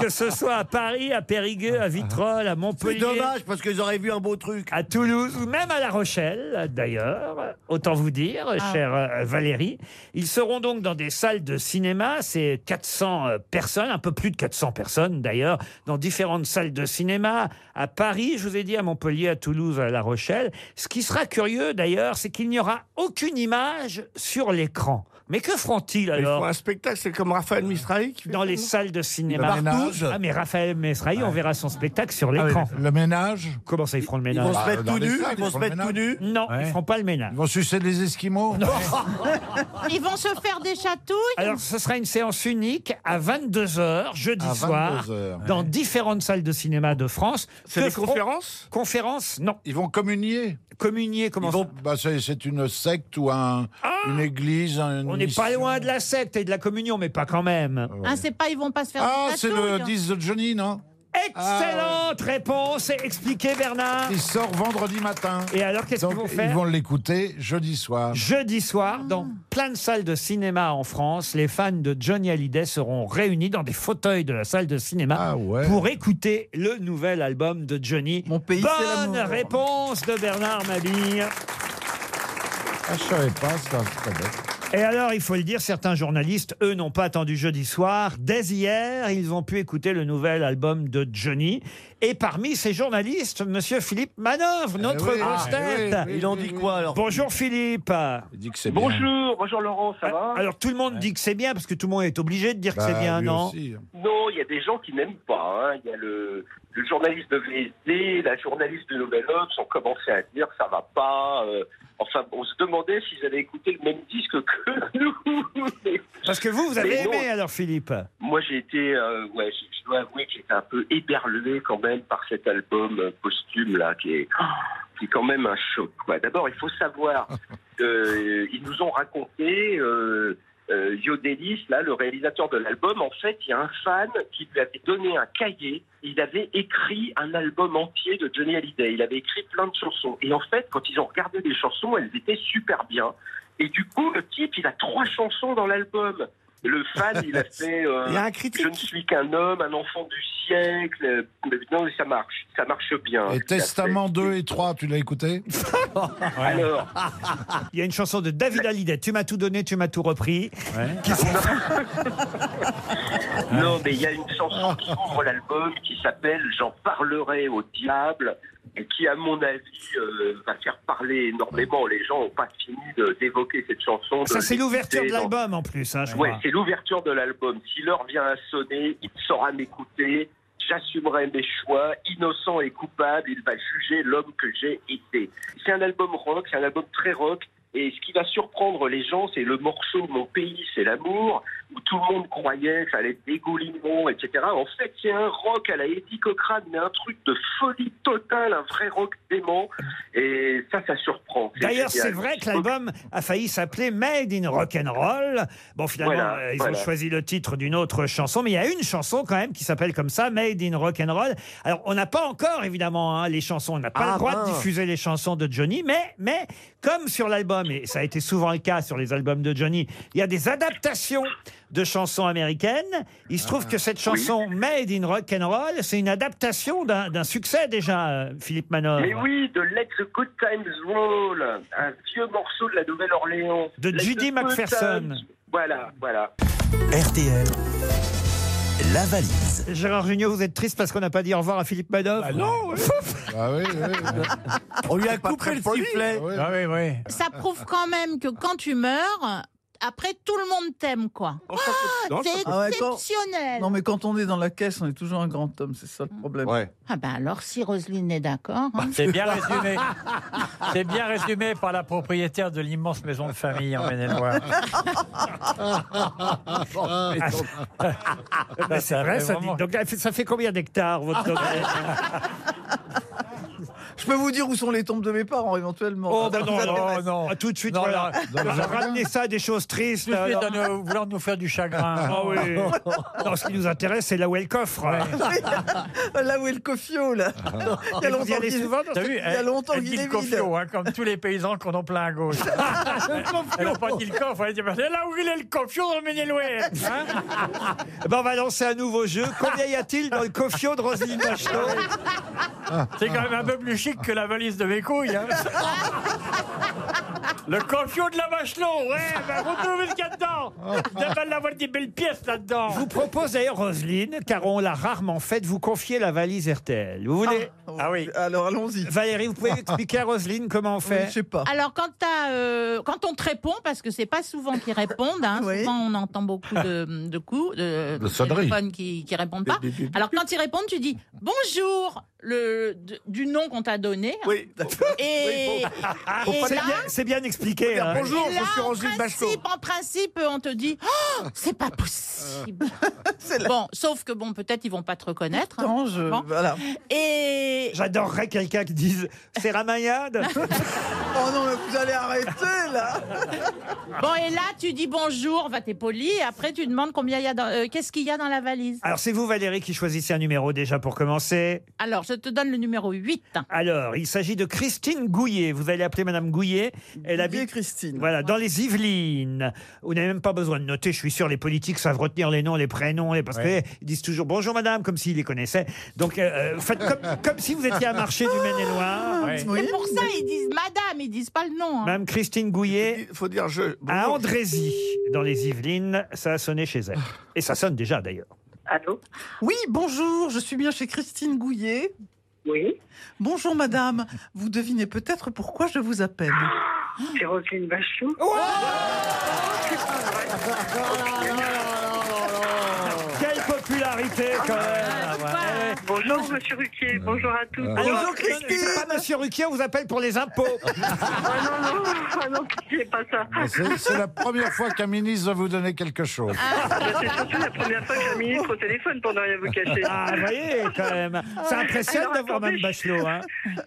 Speaker 3: que ce soit à Paris, à Périgueux, à Vitrolles, à
Speaker 6: C'est
Speaker 3: Montpellier
Speaker 6: dommage parce qu'ils auraient vu un beau truc.
Speaker 3: à Toulouse ou même à La Rochelle, d'ailleurs. Autant vous dire, chère euh, Valérie. Ils seront donc dans des salles de cinéma. C'est 400 euh, personnes, un peu plus de 400 personnes d'ailleurs, dans différentes salles de cinéma à Paris, je vous ai dit, à Montpellier, à Toulouse, à La Rochelle. Ce qui sera curieux d'ailleurs, c'est qu'il n'y aura aucune image sur l'écran. Mais que feront-ils
Speaker 5: Ils font
Speaker 3: alors
Speaker 5: un spectacle, c'est comme Raphaël Misrahi qui fait
Speaker 3: dans les
Speaker 5: ça.
Speaker 3: salles de cinéma
Speaker 4: Le ménage.
Speaker 3: Ah, mais Raphaël Mesrahi, on verra son spectacle sur
Speaker 4: Ah oui,
Speaker 3: l'écran.
Speaker 4: Le ménage
Speaker 3: Comment ça, ils feront le
Speaker 6: Ils
Speaker 3: ménage
Speaker 6: vont se mettre
Speaker 4: Bah, dans
Speaker 6: tout
Speaker 4: les
Speaker 6: nus,
Speaker 4: salles,
Speaker 6: ils
Speaker 4: ils
Speaker 6: vont se
Speaker 4: font
Speaker 6: mettre
Speaker 4: le
Speaker 6: tout nus.
Speaker 3: Non, ils
Speaker 11: Ouais.
Speaker 3: feront pas le ménage.
Speaker 4: Ils vont sucer des Esquimaux
Speaker 9: Ils vont se faire des hein, chatouilles.
Speaker 3: Alors, ce sera une séance unique à 22h, jeudi
Speaker 4: À
Speaker 3: soir,
Speaker 4: 22h.
Speaker 3: dans différentes salles de cinéma de France.
Speaker 5: C'est
Speaker 3: Que
Speaker 5: des
Speaker 3: feront-
Speaker 5: conférences
Speaker 3: Conférences, non.
Speaker 4: Ils vont communier.
Speaker 3: Communier, comment
Speaker 4: Ils
Speaker 3: ça
Speaker 4: vont- bah, c'est, c'est une secte ou un,
Speaker 3: Ah
Speaker 4: une église. une
Speaker 3: On n'est pas
Speaker 4: mission.
Speaker 3: loin de la secte et de la communion, mais pas quand même.
Speaker 9: Hein, c'est pas, ils vont pas se faire
Speaker 4: Ah,
Speaker 9: des hein.
Speaker 4: c'est
Speaker 9: chatouilles.
Speaker 4: le 10 de Johnny, non
Speaker 3: ah. Excellente réponse, expliquez Bernard.
Speaker 4: Il sort vendredi matin.
Speaker 3: Et alors, qu'est-ce
Speaker 4: Donc,
Speaker 3: qu'ils vont
Speaker 4: ils
Speaker 3: faire
Speaker 4: vont l'écouter jeudi soir.
Speaker 3: Jeudi soir, dans plein de salles de cinéma en France, les fans de Johnny Hallyday seront réunis dans des fauteuils de la salle de cinéma
Speaker 4: Ah ouais.
Speaker 3: pour écouter le nouvel album de Johnny.
Speaker 8: Mon pays, c'est
Speaker 3: Bonne
Speaker 8: l'amour.
Speaker 3: réponse de Bernard Mabille.
Speaker 4: Ah, je savais pas, ça, c'est pas bête.
Speaker 3: Et alors, il faut le dire, certains journalistes, eux, n'ont pas attendu jeudi soir. Dès hier, ils ont pu écouter le nouvel album de Johnny. Et parmi ces journalistes, Monsieur Philippe Manœuvre, notre
Speaker 4: oui, ah,
Speaker 3: grosse
Speaker 4: oui,
Speaker 3: tête.
Speaker 4: oui.
Speaker 6: Ils ont dit quoi alors
Speaker 3: Bonjour Philippe. Ah,
Speaker 4: Il dit que c'est bien.
Speaker 10: Bonjour, bonjour Laurent, ça va
Speaker 3: Alors tout le monde dit que c'est bien parce que tout le monde est obligé de dire
Speaker 4: Bah,
Speaker 3: que c'est bien,
Speaker 4: lui
Speaker 3: non
Speaker 4: aussi.
Speaker 10: Non, il y a des gens qui n'aiment pas. hein. Il y a le, le journaliste de VSD, la journaliste de Nouvel Obs ont commencé à dire ça va pas. euh, enfin, on se demandait s'ils avaient écouté le même disque que nous. Mais
Speaker 3: Parce que vous, vous avez
Speaker 10: Mais non.
Speaker 3: aimé hein. alors Philippe.
Speaker 10: Moi, j'ai été, euh, ouais, je, je dois avouer que j'étais un peu éberlué quand même par cet album euh, posthume là, qui est, qui est quand même un choc. quoi. D'abord, il faut savoir, euh, ils nous ont raconté. Euh, euh, Yodelis, là, le réalisateur de l'album, en fait, il y a un fan qui lui avait donné un cahier. Il avait écrit un album entier de Johnny Hallyday. Il avait écrit plein de chansons. Et en fait, quand ils ont regardé les chansons, elles étaient super bien. Et du coup, le type, il a trois chansons dans l'album. Le fan, il a fait. euh,
Speaker 5: Il y a un critique.
Speaker 10: je ne suis qu'un homme, un enfant du siècle. Euh, Non, mais ça marche, ça marche bien.
Speaker 3: Ah,
Speaker 4: Et Testament 2 et 3, tu l'as écouté
Speaker 10: Alors,
Speaker 3: Il y a une chanson de David Hallyday. Tu m'as tout donné, tu m'as tout repris.
Speaker 10: non, mais il y a une chanson qui ouvre l'album qui s'appelle J'en parlerai au diable. et qui, à mon avis, euh, va faire parler énormément. Les gens n'ont pas fini de- d'évoquer cette chanson.
Speaker 3: Ça,
Speaker 10: de
Speaker 3: c'est l'ouverture de
Speaker 10: l'écouter dans-
Speaker 3: l'album en plus, hein, je
Speaker 10: Ouais,
Speaker 3: crois.
Speaker 10: c'est l'ouverture de l'album. Si l'heure vient à sonner, il saura m'écouter. J'assumerai mes choix, innocent et coupable, il va juger l'homme que j'ai été. C'est un album rock, c'est un album très rock. Et ce qui va surprendre les gens, c'est le morceau Mon pays, c'est l'amour, où tout le monde croyait que ça allait être dégoulinant, etc. En fait, c'est un rock à la Eddie Cochrane, mais un truc de folie totale, un vrai rock dément. Et ça, ça surprend.
Speaker 3: D'ailleurs, c'est
Speaker 10: génial.
Speaker 3: vrai que l'album a failli s'appeler Made in Rock'n'Roll. Bon, finalement,
Speaker 10: Voilà,
Speaker 3: euh, ils
Speaker 10: voilà.
Speaker 3: ont choisi le titre d'une autre chanson, mais il y a une chanson quand même qui s'appelle comme ça, Made in Rock'n'Roll. Alors, on n'a pas encore, évidemment, hein, les chansons, on n'a pas
Speaker 10: Ah,
Speaker 3: le droit de
Speaker 10: mince.
Speaker 3: diffuser les chansons de Johnny, mais, mais comme sur l'album, et ça a été souvent le cas sur les albums de Johnny, il y a des adaptations de chansons américaines. Il se trouve que cette
Speaker 10: Ah,
Speaker 3: chanson Made in Rock'n'Roll, c'est une adaptation d'un d'un succès déjà, euh, Philippe Manor.
Speaker 10: Mais oui, de Let the Good Times Roll, un vieux morceau de la Nouvelle-Orléans.
Speaker 3: De
Speaker 10: Let
Speaker 3: Judy
Speaker 10: the Good
Speaker 3: Macpherson.
Speaker 10: Times- Voilà, voilà.
Speaker 1: RTL, la valise.
Speaker 3: Gérard Junior, vous êtes triste parce qu'on n'a pas dit au revoir à Philippe Madoff
Speaker 7: Bah non, Ah
Speaker 11: On lui a
Speaker 7: Pas
Speaker 11: coupé
Speaker 7: très
Speaker 11: le
Speaker 7: poli.
Speaker 11: sifflet.
Speaker 7: Ah oui, oui.
Speaker 9: Ça prouve quand même que quand tu meurs, après tout le monde t'aime, quoi. Ah,
Speaker 8: non, ça-
Speaker 9: c'est
Speaker 8: Ah ouais, quand-
Speaker 9: exceptionnel.
Speaker 8: Non, mais quand on est dans la caisse, on est toujours un grand homme, c'est ça le problème.
Speaker 9: Ah ben alors, si Roselyne est d'accord. hein.
Speaker 7: C'est bien résumé. C'est bien résumé par la propriétaire de l'immense maison de famille en Maine-et-Loire. Ah,
Speaker 3: Mais c'est vrai, ça, dit- donc, là, ça fait combien d'hectares
Speaker 7: Ah,
Speaker 3: votre domaine
Speaker 8: Je peux vous dire où sont les tombes de mes parents éventuellement.
Speaker 3: Oh,
Speaker 8: Ça
Speaker 3: bah non,
Speaker 8: vous intéresse.
Speaker 7: Oh non.
Speaker 3: Ah, Tout de suite,
Speaker 7: Non,
Speaker 3: voilà.
Speaker 7: là, dans le jardin.
Speaker 3: Ramenez ça à des choses tristes.
Speaker 7: Tout de suite,
Speaker 3: alors.
Speaker 7: en nous- voulant nous faire du chagrin.
Speaker 3: Ah oui. Non, ce qui nous intéresse, c'est là où est le coffre.
Speaker 7: Ouais.
Speaker 8: Là où est le coffio, là.
Speaker 7: Ah.
Speaker 8: Il y
Speaker 3: Vous y
Speaker 8: a longtemps
Speaker 3: allez
Speaker 8: qu'il-
Speaker 3: souvent dans
Speaker 7: T'as vu,
Speaker 8: Il y a
Speaker 7: elle-
Speaker 8: longtemps
Speaker 7: elle
Speaker 8: qu'il
Speaker 7: dit
Speaker 8: est
Speaker 7: le
Speaker 8: vide.
Speaker 7: cofio, hein, comme tous les paysans qu'on en plein à gauche. elle n'a pas dit le coffre, elle dit bah, là où il est le cofio dans le Maine-et-Loire. hein.
Speaker 3: Ben, on va lancer un nouveau jeu. Combien y a-t-il dans le cofio de Roselyne Bachelot
Speaker 7: Ah. C'est quand même un peu plus chic que la valise de mes couilles. hein. Le cofio de la Bachelot, ouais, bah, retrouvez ce qu'il y a dedans. Vous allez l'avoir des belles pièces là-dedans.
Speaker 3: Ah. Je vous propose d'ailleurs, Roselyne, car on l'a rarement fait, de vous confier la valise RTL. Vous voulez
Speaker 7: Ah oui.
Speaker 8: Alors allons-y.
Speaker 3: Valérie, vous pouvez expliquer à Roselyne comment on fait
Speaker 8: Je sais pas.
Speaker 9: Alors quand, t'as, euh, quand on te répond, parce que c'est pas souvent qu'ils répondent, hein,
Speaker 8: Oui.
Speaker 9: souvent on entend beaucoup de, de coups, de, de
Speaker 5: sonneries.
Speaker 9: téléphones qui, qui répondent pas. Alors quand ils répondent, tu dis bonjour le, de- du nom qu'on t'a donné.
Speaker 5: Oui.
Speaker 9: Et, et
Speaker 3: C'est
Speaker 9: là,
Speaker 3: bien, c'est bien expliqué. hein.
Speaker 5: Bonjour,
Speaker 9: et là,
Speaker 5: je suis
Speaker 9: en,
Speaker 5: Roselyne Bachelot.
Speaker 9: principe, en principe, on te dit Oh, c'est pas possible. bon, sauf que bon, peut-être ils vont pas te reconnaître. hein.
Speaker 8: Attends, je-
Speaker 9: Bon.
Speaker 8: voilà.
Speaker 9: Et
Speaker 3: J'adorerais quelqu'un qui dise c'est Ramayad.
Speaker 8: Oh non, mais vous allez arrêter là.
Speaker 9: bon, et là tu dis bonjour, va t'es poli. Et après tu demandes combien il y a dans, euh, qu'est-ce qu'il y a dans la valise.
Speaker 3: Alors, c'est vous, Valérie, qui choisissez un numéro déjà pour commencer.
Speaker 9: Alors, je te donne le numéro 8.
Speaker 3: Alors, il s'agit de Christine Gouillet. Vous allez appeler Madame Gouillet. Elle
Speaker 8: Vieux
Speaker 3: habite.
Speaker 8: Christine.
Speaker 3: Voilà, dans les Yvelines. Vous n'avez même pas besoin de noter, je suis sûr, les politiques savent retenir les noms, les prénoms, les... parce
Speaker 7: Ouais.
Speaker 3: qu'ils disent toujours bonjour madame, comme s'ils les connaissaient. Donc, euh, euh, faites comme, comme si vous étiez à marché du
Speaker 8: Ah,
Speaker 3: Maine-et-Loire.
Speaker 7: Ouais.
Speaker 9: C'est pour ça ils disent madame, ils disent pas le nom. hein.
Speaker 3: Madame Christine Gouillet,
Speaker 5: Il faut dire je.
Speaker 3: à Andrézy, dans les Yvelines, ça a sonné chez elle. Et ça sonne déjà, d'ailleurs.
Speaker 10: Allô
Speaker 8: Oui, bonjour, je suis bien chez Christine Gouillet.
Speaker 10: Oui,
Speaker 8: Bonjour madame, vous devinez peut-être pourquoi je vous appelle.
Speaker 12: Ah,
Speaker 8: Ah.
Speaker 10: c'est Roselyne Bachelot.
Speaker 3: Quelle popularité, quand
Speaker 8: Ah,
Speaker 3: même Ah,
Speaker 8: hein.
Speaker 10: Bonjour, monsieur Ruquier. Bonjour à tous.
Speaker 12: Ah.
Speaker 3: Alors, non,
Speaker 8: Christine.
Speaker 3: C'est pas Monsieur Ruquier, on vous appelle pour les impôts.
Speaker 10: Ah non, non, ah non, c'est pas ça.
Speaker 4: Bah, C'est c'est la première fois qu'un ministre va vous donner quelque chose.
Speaker 3: Ah,
Speaker 10: C'est surtout la première fois qu'un ministre au téléphone pour ne rien vous cacher.
Speaker 3: Ah, vous voyez, quand même. Ça impressionne
Speaker 10: Alors,
Speaker 3: d'avoir
Speaker 10: attendez.
Speaker 3: Mme Bachelot. Hein.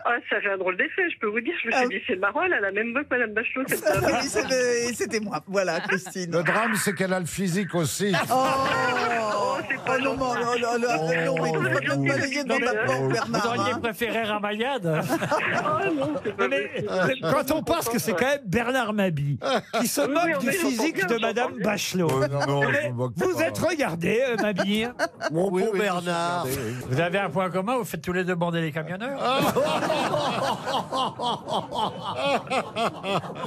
Speaker 10: Ah, ça fait un drôle d'effet, je peux vous dire. Je me
Speaker 8: Ah.
Speaker 10: suis glissé le maroilles à la même voix que Madame Bachelot. cette dame.
Speaker 8: Oui, c'était c'était moi. Voilà, Christine.
Speaker 4: Le drame, c'est qu'elle a le physique aussi.
Speaker 3: Ah,
Speaker 8: Oh,
Speaker 10: c'est
Speaker 8: oh
Speaker 10: pas
Speaker 8: non, non, non, non, non, mais
Speaker 4: Oh,
Speaker 8: tu vas me balayer dans ma
Speaker 5: Oh.
Speaker 8: porte,
Speaker 7: Vous
Speaker 8: Bernard.
Speaker 7: auriez
Speaker 8: hein. Ah,
Speaker 7: préféré Ramayad
Speaker 10: Oh non, c'est pas
Speaker 3: Non, mais,
Speaker 10: possible.
Speaker 3: euh, quand on pense que c'est quand même Bernard Mabie qui se
Speaker 10: Oui, oui,
Speaker 3: moque du
Speaker 10: mais j'entends
Speaker 3: physique
Speaker 10: bien,
Speaker 3: de
Speaker 10: j'entends
Speaker 3: Madame
Speaker 10: bien.
Speaker 3: Bachelot.
Speaker 4: Oh, non, non,
Speaker 3: Mais
Speaker 4: je me moque
Speaker 3: vous
Speaker 7: hein.
Speaker 4: pas.
Speaker 3: êtes regardé, euh, Mabie.
Speaker 11: Mon
Speaker 4: Oui,
Speaker 11: bon
Speaker 4: oui,
Speaker 11: Bernard.
Speaker 4: regardez, oui.
Speaker 7: Vous avez un point commun, vous faites tous les deux bander les camionneurs.
Speaker 8: Ah.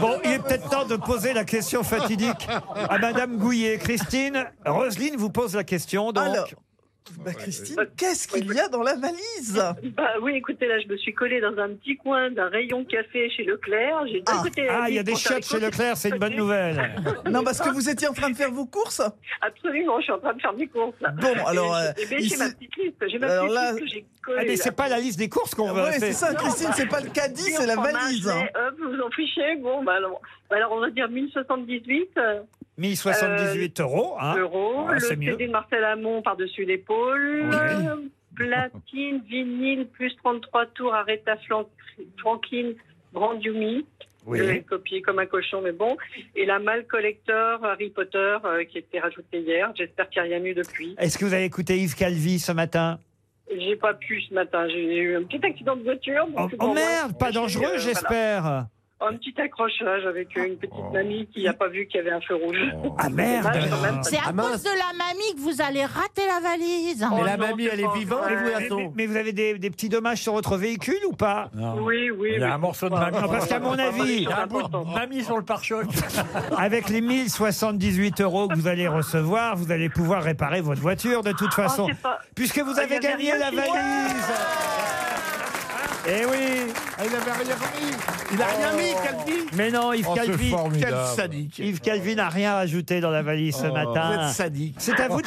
Speaker 3: Bon, il est peut-être temps de poser la question fatidique à Madame Gouillet. Christine, Roselyne vous pose la question. Donc,
Speaker 8: Alors, Bah, Christine, qu'est-ce qu'il y a dans la valise
Speaker 12: Bah oui, écoutez, là, je me suis collée dans un petit coin d'un rayon café chez Leclerc. J'ai ah.
Speaker 3: Ah, il y a des chiottes chez Leclerc, c'est une bonne nouvelle.
Speaker 8: Non, parce que vous étiez en train de faire vos courses
Speaker 12: Absolument, je suis en train de faire mes courses. là.
Speaker 8: Bon, alors,
Speaker 12: Et
Speaker 8: euh,
Speaker 12: J'ai j'ai
Speaker 8: ici-
Speaker 12: ma petite liste. J'ai ma
Speaker 8: Alors
Speaker 12: petite
Speaker 8: là-
Speaker 12: liste que j'ai collée.
Speaker 3: Ah, mais
Speaker 12: là.
Speaker 3: c'est pas la liste des courses qu'on va
Speaker 8: Euh, Ouais,
Speaker 3: faire.
Speaker 8: c'est ça, Christine, c'est pas le caddie,
Speaker 12: Oui, on
Speaker 8: c'est la
Speaker 12: prend un
Speaker 8: valise. hein.
Speaker 12: marché, hop, euh, vous en fichez. Bon, bah alors, bah alors, on va dire 1078. euh,
Speaker 3: 1078 euros, hein.
Speaker 12: euros.
Speaker 3: Ah,
Speaker 12: le
Speaker 3: c'est mieux.
Speaker 12: CD de Marcel Amont par-dessus l'épaule. euh, Platine, vinyle, plus 33 tours, Aretha Flan- Franklin, Grand Yumi.
Speaker 3: Oui.
Speaker 12: Je l'ai copié comme un cochon, mais bon. Et la Mal Collector Harry Potter euh, qui a été rajoutée hier. J'espère qu'il n'y a rien eu depuis.
Speaker 3: Est-ce que vous avez écouté Yves Calvi ce matin
Speaker 12: J'ai pas pu ce matin. J'ai eu un petit accident de voiture.
Speaker 3: Oh,
Speaker 12: donc
Speaker 3: oh
Speaker 12: bon,
Speaker 3: merde,
Speaker 12: voilà.
Speaker 3: pas
Speaker 12: Euh,
Speaker 3: dangereux,
Speaker 12: voilà.
Speaker 3: j'espère.
Speaker 12: Un petit accrochage avec euh, une petite mamie qui n'a pas vu qu'il y avait un feu rouge.
Speaker 3: Ah merde
Speaker 9: C'est à cause de la mamie que vous allez rater la valise.
Speaker 12: Ah, Mais la mamie, elle est vivante,
Speaker 3: Mais
Speaker 12: vous,
Speaker 3: vous-
Speaker 12: Gaston
Speaker 3: mais- mais vous avez des, des petits dommages sur votre véhicule ou pas
Speaker 12: Oui, oui.
Speaker 7: Il y a un morceau de mamie.
Speaker 3: Non, parce qu'à mon avis,
Speaker 7: il y a un bout de mamie sur le pare-choc.
Speaker 3: avec les 1078 euros que vous allez recevoir, vous allez pouvoir réparer votre voiture de toute façon.
Speaker 12: Oh, c'est pas-
Speaker 3: Puisque vous
Speaker 12: Ah, y
Speaker 3: avez
Speaker 12: avait
Speaker 3: gagné
Speaker 12: rien
Speaker 3: la
Speaker 12: qui-
Speaker 3: valise Eh oui
Speaker 11: Ah,
Speaker 5: Il avait rien mis. Il a rien mis,
Speaker 11: Oh.
Speaker 5: Calvi.
Speaker 3: Mais non, Yves
Speaker 5: Oh, c'est
Speaker 3: Calvi.
Speaker 5: formidable. Quel sadique.
Speaker 3: Yves Calvi n'a rien ajouté dans la valise ce
Speaker 5: Oh,
Speaker 3: matin.
Speaker 5: vous êtes sadique.
Speaker 3: C'est à vous de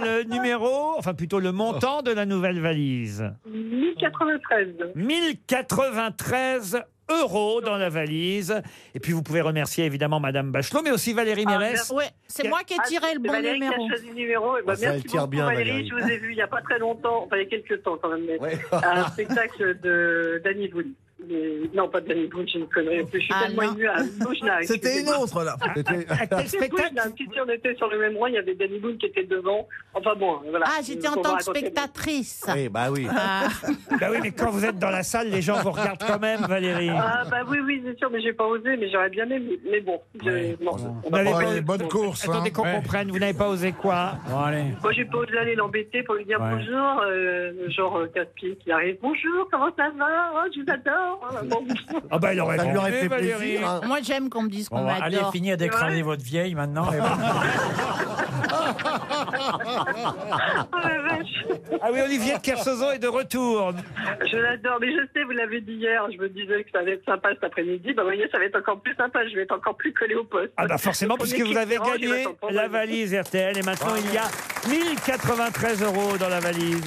Speaker 3: le numéro, enfin plutôt le montant de la nouvelle valise.
Speaker 12: 1093.
Speaker 3: 1093 euros dans la valise. Et puis vous pouvez remercier évidemment Madame Bachelot, mais aussi Valérie
Speaker 12: Ah,
Speaker 3: Mérès.
Speaker 9: Ah, Ouais, c'est moi qui ai tiré le bon
Speaker 12: Valérie
Speaker 9: numéro.
Speaker 12: Qui a choisi le numéro. Eh ben,
Speaker 6: Ah, ça,
Speaker 12: merci
Speaker 6: elle tire
Speaker 12: beaucoup,
Speaker 6: bien,
Speaker 12: Valérie.
Speaker 6: Valérie.
Speaker 12: Je vous ai vu il n'y a pas très longtemps, enfin il y a quelques temps quand même, mais à un spectacle de Danny Boone. Mais- non, pas de Danny Boone, j'ai une connerie. En plus, Je suis
Speaker 8: Ah,
Speaker 12: tellement
Speaker 8: non.
Speaker 12: émue à Boujna. Ah,
Speaker 8: C'était une autre, là.
Speaker 3: À quel spectacle
Speaker 12: un petit on était sur le même rang, il y avait Danny Boone qui était devant. Enfin bon, voilà.
Speaker 9: Ah, j'étais en
Speaker 12: Faut
Speaker 9: tant
Speaker 12: pas
Speaker 9: que
Speaker 12: raconter.
Speaker 9: spectatrice.
Speaker 6: Oui, bah oui.
Speaker 9: Ah.
Speaker 3: Bah oui, mais quand vous êtes dans la salle, les gens vous regardent quand même, Valérie.
Speaker 12: Ah bah oui, oui, c'est sûr, mais j'ai pas osé, mais j'aurais bien aimé. Mais bon, je- non.
Speaker 3: Vous n'avez
Speaker 5: Oh,
Speaker 3: pas-
Speaker 5: il est bonne course.
Speaker 3: Attendez
Speaker 5: hein.
Speaker 3: qu'on comprenne, vous n'avez pas osé quoi
Speaker 12: Moi, j'ai pas osé aller l'embêter pour lui dire
Speaker 5: Ouais.
Speaker 12: bonjour, euh, genre euh, casse-pied qui arrive. Bonjour, comment ça va Oh, Je vous adore. Oh, bon.
Speaker 3: Ah bah il aurait
Speaker 5: Ça lui aurait
Speaker 3: tenté,
Speaker 5: fait
Speaker 3: Valérie.
Speaker 5: plaisir. hein.
Speaker 9: Moi, j'aime qu'on me dise qu'on
Speaker 7: Bon, allez,
Speaker 9: m'adore.
Speaker 7: finir d'écraser votre vieille maintenant. Et
Speaker 12: Oh, la vache.
Speaker 3: Ah oui, Olivier de Kersozo est de retour.
Speaker 12: Je l'adore, mais je sais, vous l'avez dit hier, je me disais que ça allait être sympa cet après-midi. Bah, vous voyez, ça va être encore plus sympa, je vais être encore plus collé au poste.
Speaker 3: Ah bah forcément,
Speaker 12: Le premier
Speaker 3: puisque vous
Speaker 12: qui
Speaker 3: avez
Speaker 12: se rend, il va
Speaker 3: gagné
Speaker 12: s'en prendre
Speaker 3: la
Speaker 12: un.
Speaker 3: valise RTL et maintenant il y a 1093 euros dans la valise.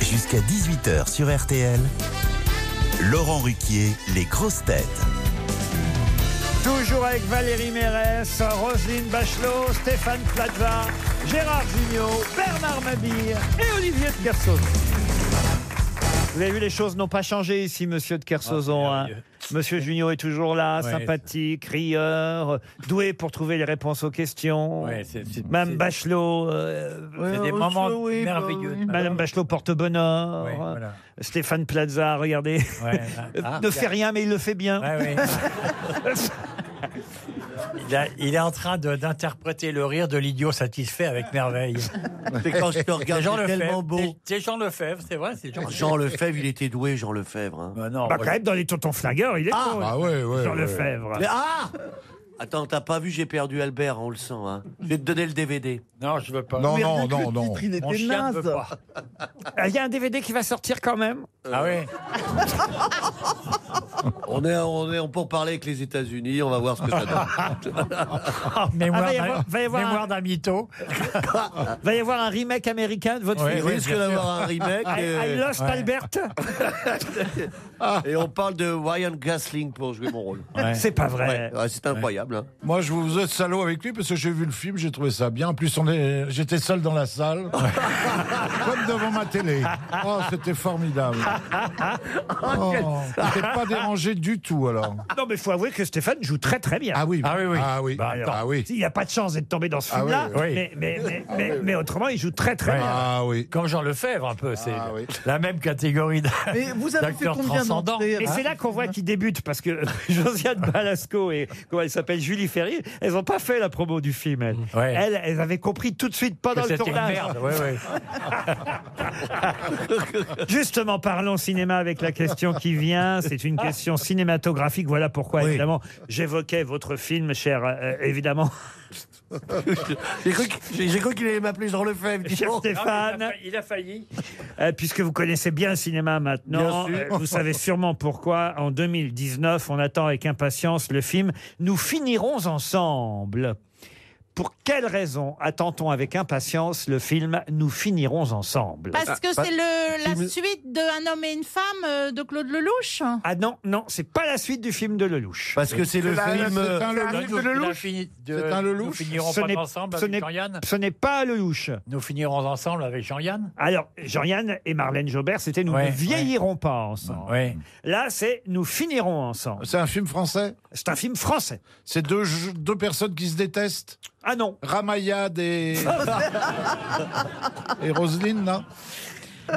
Speaker 1: Jusqu'à 18h sur RTL. Laurent Ruquier, les grosses têtes.
Speaker 3: Toujours avec Valérie Mérès, Roselyne Bachelot, Stéphane Plaza, Gérard Jugnot, Bernard Mabille et Olivier de Kersauzon. Vous avez vu, les choses n'ont pas changé ici, monsieur de
Speaker 7: Ah,
Speaker 3: Kersauzon. hein. Monsieur Jugnot est toujours là,
Speaker 11: Ouais,
Speaker 3: sympathique, rieur, doué pour trouver les réponses aux questions.
Speaker 11: Ouais, c'est- c'est-
Speaker 3: Madame
Speaker 11: c'est-
Speaker 3: Bachelot, euh,
Speaker 7: C'est des
Speaker 8: Euh,
Speaker 7: moments
Speaker 8: oui, bah
Speaker 7: merveilleux.
Speaker 8: oui.
Speaker 3: Madame Bachelot porte bonheur.
Speaker 7: Ouais, voilà.
Speaker 3: Stéphane Plaza, regardez, Euh,
Speaker 7: Ouais, bah, ah,
Speaker 3: ne fait rien, mais il le fait bien.
Speaker 7: ouais, ouais. Il, a- il est en train de- d'interpréter le rire de l'idiot satisfait avec merveille.
Speaker 6: C'est quand je te regarde,
Speaker 7: Jean
Speaker 6: c'est
Speaker 7: Lefebvre.
Speaker 6: tellement beau.
Speaker 7: C'est Jean Lefebvre, c'est vrai. c'est Jean
Speaker 6: Jean Lefebvre, il était doué, Jean Lefebvre. hein.
Speaker 7: Bah non,
Speaker 3: Bah, quand même, dans les tontons flingueurs, il est
Speaker 6: Ah,
Speaker 3: bon,
Speaker 5: Ah ouais, ouais.
Speaker 3: Jean
Speaker 5: ouais.
Speaker 3: Lefebvre.
Speaker 6: Mais ah Attends, t'as pas vu, j'ai perdu Albert, on le sent. Hein. Je vais te donner le DVD.
Speaker 7: non, je veux pas.
Speaker 5: Non,
Speaker 8: Mais
Speaker 5: non,
Speaker 8: rien que
Speaker 5: non,
Speaker 8: le
Speaker 5: non.
Speaker 8: titre, il
Speaker 7: Mon
Speaker 8: était
Speaker 7: chien ne veut
Speaker 8: naze.
Speaker 7: pas.
Speaker 3: Ah, Il y a un DVD qui va sortir quand même.
Speaker 7: Ah ouais.
Speaker 6: On est, on est, on peut en parler avec les États-Unis, on va voir ce que ça donne.
Speaker 7: mémoire
Speaker 3: Ah, va y
Speaker 7: d'un-
Speaker 3: avoir- va y avoir
Speaker 7: mémoire
Speaker 3: un-
Speaker 7: d'un mytho.
Speaker 3: Va y avoir un remake américain de votre
Speaker 7: Ouais,
Speaker 6: Il
Speaker 3: film.
Speaker 7: ouais.
Speaker 6: risque
Speaker 7: bien
Speaker 6: d'avoir un remake.
Speaker 3: I,
Speaker 6: euh,
Speaker 3: I Lost
Speaker 7: ouais.
Speaker 3: Albert
Speaker 6: et, on parle de Ryan Gosling pour jouer mon rôle.
Speaker 3: C'est pas
Speaker 6: Ouais,
Speaker 3: vrai.
Speaker 6: ouais, c'est incroyable. hein.
Speaker 5: Moi, je vous êtes salaud avec lui parce que j'ai vu le film, j'ai trouvé ça bien. En plus, on est... j'étais seul dans la salle, comme devant ma télé. Oh, c'était formidable. Oh, t'es pas dérangé du tout alors.
Speaker 3: Non, mais il faut avouer que Stéphane joue très très bien.
Speaker 5: Ah oui.
Speaker 7: Ah oui, oui.
Speaker 5: Ah oui.
Speaker 7: Bah, attends.
Speaker 5: ah oui.
Speaker 3: Il n'y a pas de chance d'être tombé dans ce
Speaker 5: Ah
Speaker 3: film-là,
Speaker 5: oui,
Speaker 7: oui.
Speaker 3: mais, mais, mais, mais- mais autrement, il joue très très
Speaker 7: Ouais.
Speaker 3: bien.
Speaker 5: Ah oui.
Speaker 7: Comme Jean Lefebvre, un peu. C'est
Speaker 5: Ah oui.
Speaker 7: la même catégorie d'a-
Speaker 8: Mais vous avez fait
Speaker 7: d'acteurs
Speaker 8: combien
Speaker 7: transcendants.
Speaker 8: d'entrées
Speaker 3: Et
Speaker 8: hein
Speaker 3: c'est là qu'on voit qu'il débute, parce que Josiane Balasco et comment elle s'appelle, Julie Ferry, elles n'ont pas fait la promo du film. Elles,
Speaker 7: Ouais.
Speaker 3: elles, elles avaient compris tout de suite
Speaker 7: Que
Speaker 3: pendant le
Speaker 7: C'était une
Speaker 3: tournage.
Speaker 7: merde. Ouais, ouais.
Speaker 3: Justement, parlons cinéma avec la question qui vient. C'est une question cinématographique. Voilà pourquoi, euh, évidemment, j'évoquais votre film, cher, euh, évidemment,
Speaker 6: J'ai cru que- j'ai- j'ai cru qu'il allait m'appeler Jean Lefebvre. dis
Speaker 3: Cher
Speaker 6: donc. Ah,
Speaker 3: Stéphane.
Speaker 7: Ah, Il a failli.
Speaker 3: Euh, puisque vous connaissez bien le cinéma maintenant,
Speaker 7: Bien sûr.
Speaker 3: euh, vous savez sûrement pourquoi. En 2019, on attend avec impatience le film Nous finirons ensemble. Pour quelle raison attend-on avec impatience le film Nous finirons ensemble
Speaker 6: Ah,
Speaker 9: Parce que
Speaker 3: Ah,
Speaker 9: c'est le, la suite de Un homme et une femme euh, de Claude Lelouch.
Speaker 3: Ah non, non, c'est pas la suite du film de Lelouch.
Speaker 6: Parce que c'est le
Speaker 3: la-
Speaker 6: film-
Speaker 3: c'est un
Speaker 7: euh, La-
Speaker 3: Lelouch.
Speaker 7: nous- il a fini de-
Speaker 3: C'est un Lelouch.
Speaker 7: Nous finirons
Speaker 3: Ce
Speaker 7: pas
Speaker 3: n'est-
Speaker 7: ensemble
Speaker 3: ce
Speaker 7: avec
Speaker 3: n'est-
Speaker 7: Jean-Yann.
Speaker 3: Ce n'est pas Lelouch.
Speaker 7: Nous finirons ensemble avec Jean-Yann.
Speaker 3: Alors, Jean-Yann et Marlène Jobert, c'était Nous
Speaker 7: Ouais,
Speaker 3: ne vieillirons pas ensemble.
Speaker 7: Ouais.
Speaker 3: Là, c'est Nous finirons ensemble.
Speaker 5: C'est un film français
Speaker 3: C'est un film français.
Speaker 5: C'est deux, je- deux personnes qui se détestent
Speaker 3: Ah non.
Speaker 5: Ramayad et. et Roselyne, non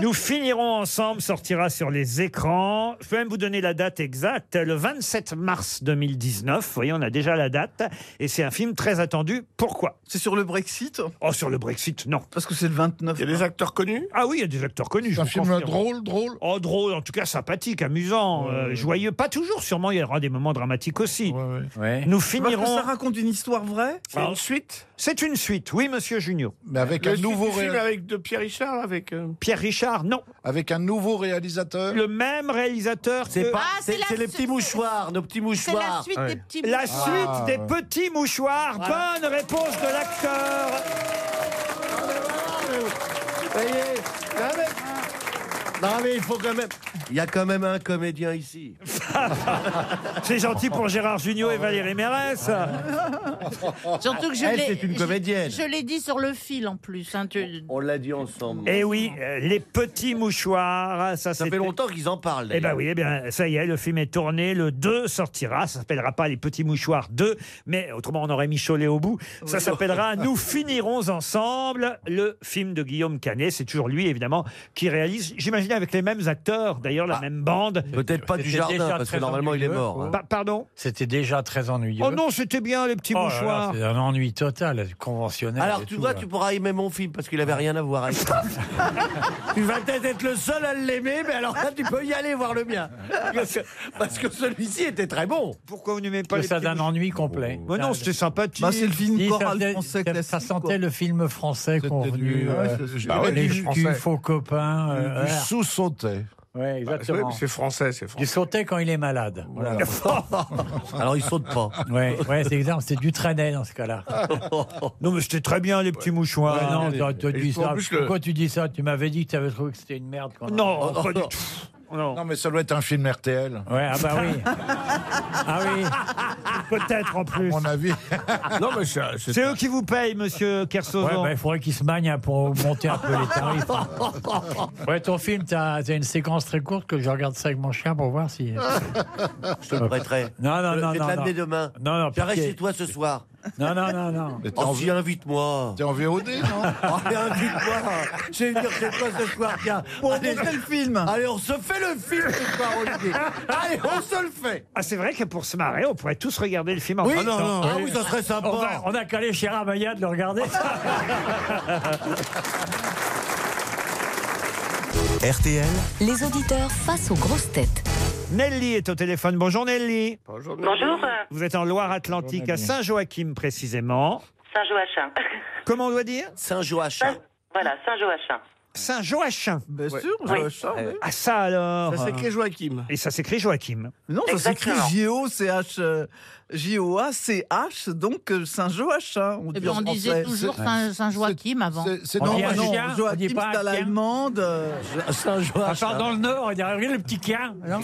Speaker 3: Nous finirons ensemble sortira sur les écrans. Je peux même vous donner la date exacte, le 27 mars 2019. Vous voyez, on a déjà la date. Et c'est un film très attendu. Pourquoi
Speaker 8: C'est sur le Brexit
Speaker 3: Oh, sur le Brexit, non.
Speaker 8: Parce que c'est le 29.
Speaker 3: Il y a des acteurs connus Ah oui, il y a des acteurs connus. je
Speaker 5: un
Speaker 3: vous
Speaker 5: film
Speaker 3: confirme.
Speaker 5: drôle, drôle
Speaker 3: Oh, drôle, en tout cas sympathique, amusant, euh, joyeux. Pas toujours, sûrement, il y aura des moments dramatiques aussi. Nous
Speaker 8: Parce que
Speaker 3: finirons...
Speaker 8: ça raconte une histoire vraie
Speaker 3: C'est une suite C'est une suite, oui, monsieur Junio.
Speaker 5: Mais avec un nouveau réal-
Speaker 13: avec de Pierre Richard, avec. euh,
Speaker 3: Pierre Richard, non.
Speaker 5: Avec un nouveau réalisateur
Speaker 3: Le même réalisateur
Speaker 6: C'est
Speaker 3: que-
Speaker 6: pas. Ah, c'est c'est les petits mouchoirs, nos petits mouchoirs.
Speaker 3: La suite
Speaker 6: Ah,
Speaker 3: des
Speaker 6: ouais.
Speaker 3: petits mouchoirs. Bonne réponse de l'acteur.
Speaker 6: Non mais il faut quand même. Il y a quand même un comédien ici.
Speaker 3: C'est gentil pour Gérard Junior et Valérie Mérès.
Speaker 6: Ah,
Speaker 9: Surtout que je
Speaker 6: Elle,
Speaker 9: l'ai-
Speaker 6: Eh, c'est une
Speaker 9: je-
Speaker 6: comédienne.
Speaker 9: Je, l'ai dit sur le fil en plus. hein, tu-
Speaker 6: On l'a dit ensemble.
Speaker 3: Eh oui, euh, les petits mouchoirs. Ça,
Speaker 6: Ça fait longtemps qu'ils en parlent.
Speaker 3: Eh ben
Speaker 6: d'ailleurs.
Speaker 3: oui, eh bien, ça y est, le film est tourné, le 2 sortira, ça s'appellera pas Les Petits Mouchoirs 2, mais autrement on aurait mis Cholet au bout, ça s'appellera Nous finirons ensemble, le film de Guillaume Canet, c'est toujours lui évidemment qui réalise, j'imagine avec les mêmes acteurs, d'ailleurs la même bande.
Speaker 6: Ah, Peut-être pas du
Speaker 7: C'était
Speaker 6: jardin,
Speaker 7: déjà
Speaker 6: parce que
Speaker 7: très
Speaker 6: normalement il est
Speaker 7: ennuyeux,
Speaker 6: mort. hein.
Speaker 3: Pa- pardon
Speaker 7: C'était déjà très ennuyeux.
Speaker 3: Oh non, c'était bien les petits
Speaker 7: Oh là là,
Speaker 3: mouchoirs.
Speaker 7: C'est un ennui total, conventionnel.
Speaker 6: Alors
Speaker 7: et tout,
Speaker 6: tu
Speaker 7: hein.
Speaker 6: vois,
Speaker 7: là.
Speaker 6: tu pourras aimer mon film parce qu'il avait rien à voir avec ça. tu vas peut-être être le seul à l'aimer, mais alors là tu peux y aller voir le mien. Parce que, parce que celui-ci était très bon.
Speaker 3: Pourquoi vous n'aimez pas
Speaker 7: Que
Speaker 3: les
Speaker 7: ça
Speaker 3: petits
Speaker 7: d'un
Speaker 3: mouchoirs
Speaker 7: ennui complet.
Speaker 3: Mais non, c'était sympathique.
Speaker 8: Bah, c'est le film
Speaker 7: Si,
Speaker 8: choral
Speaker 7: faisait-
Speaker 8: français
Speaker 7: ça-
Speaker 8: classique,
Speaker 7: Ça sentait
Speaker 8: quoi.
Speaker 7: le film français convenu.
Speaker 5: du-
Speaker 7: euh,
Speaker 5: ouais, c'est- c'est-
Speaker 7: bah
Speaker 5: du-
Speaker 7: ouais, les
Speaker 5: du
Speaker 7: culs
Speaker 5: français.
Speaker 7: faux copains.
Speaker 5: Du-
Speaker 7: euh,
Speaker 5: Du
Speaker 7: voilà.
Speaker 5: sous-sauté.
Speaker 7: Ouais, exactement.
Speaker 13: c'est français, c'est
Speaker 7: Du
Speaker 13: français.
Speaker 7: sauté quand il est malade. Voilà.
Speaker 6: Alors il saute pas.
Speaker 7: ouais, ouais, c'est exact. C'était du traînet dans ce cas-là.
Speaker 3: Non, mais c'était très bien les petits mouchoirs.
Speaker 7: Ouais, non,
Speaker 13: allez.
Speaker 7: t'as- t'as
Speaker 13: Et
Speaker 7: dit
Speaker 13: surtout, en
Speaker 7: ça.
Speaker 13: plus, le-
Speaker 7: Pourquoi tu dis ça Tu m'avais dit que tu avais trouvé que c'était une merde. Quand
Speaker 3: Non, pas du tout. Non.
Speaker 5: Non, mais ça doit être un film RTL.
Speaker 7: Ouais, ah bah oui. ah oui.
Speaker 3: Peut-être en plus.
Speaker 5: À mon avis.
Speaker 13: Non, mais ça- c'est.
Speaker 3: C'est eux qui vous payent, monsieur
Speaker 7: Ouais,
Speaker 3: Kersozon.
Speaker 7: bah, il faudrait qu'il se magne hein, pour monter un peu les tarifs. hein. Ouais, ton film, t'as t'as une séquence très courte que je regarde ça avec mon chien pour voir si.
Speaker 8: Ah.
Speaker 6: Je te le prêterai.
Speaker 7: Ah. Non, non,
Speaker 6: Je-
Speaker 7: non,
Speaker 6: je vais
Speaker 7: non,
Speaker 6: te l'amener
Speaker 7: non.
Speaker 6: demain.
Speaker 7: Non, non,
Speaker 6: J'arrête
Speaker 7: pitié.
Speaker 6: chez toi ce soir.
Speaker 7: Non, non, non, non.
Speaker 5: Mais T'es en,
Speaker 6: Oh, si, invite-moi.
Speaker 5: t'es en VOD, non
Speaker 6: Oh, invite-moi. Je vais venir chez toi ce soir, tiens.
Speaker 8: Pour
Speaker 6: Allez,
Speaker 8: montrer le film.
Speaker 6: allez, on se fait le film ce soir, Olivier. Allez, on se le fait.
Speaker 3: Ah, c'est vrai que pour se marrer, on pourrait tous regarder le film en
Speaker 6: Oui,
Speaker 3: même temps.
Speaker 6: ah oui, ça serait
Speaker 7: On, va-
Speaker 6: sympa.
Speaker 7: on a calé chez Ramaya de le regarder.
Speaker 1: RTL,
Speaker 2: Les auditeurs face aux grosses têtes.
Speaker 3: Nelly est au téléphone. Bonjour Nelly.
Speaker 12: Bonjour,
Speaker 3: Vous êtes en Loire-Atlantique, à Saint-Joachim précisément.
Speaker 12: Saint-Joachim.
Speaker 3: Comment on doit dire
Speaker 6: Saint-Joachim.
Speaker 12: Voilà, Saint-Joachim.
Speaker 3: Saint-Joachim.
Speaker 8: Bien sûr,
Speaker 12: Oui.
Speaker 8: je sens, oui.
Speaker 3: Ah ça alors
Speaker 13: Ça s'écrit Joachim.
Speaker 3: Et ça s'écrit Joachim.
Speaker 8: Non, ça s'écrit
Speaker 12: Exactement.
Speaker 8: J-O-C-H, euh, J-O-A-C-H, donc euh, Saint-Joachim. On,
Speaker 9: Eh
Speaker 8: dit
Speaker 9: ben,
Speaker 8: en
Speaker 9: on
Speaker 8: français.
Speaker 9: disait toujours Saint- Saint-Joachim avant.
Speaker 5: C'est- c'est-
Speaker 7: On
Speaker 5: non,
Speaker 7: dit un
Speaker 8: Ah non,
Speaker 7: chien, on
Speaker 8: Joachim,
Speaker 7: dit
Speaker 8: c'est
Speaker 7: pas
Speaker 8: à
Speaker 7: un chien.
Speaker 8: l'allemande. euh,
Speaker 6: Saint-Joachim.
Speaker 7: Enfin, dans le Nord, il y a rien, le petit quin. non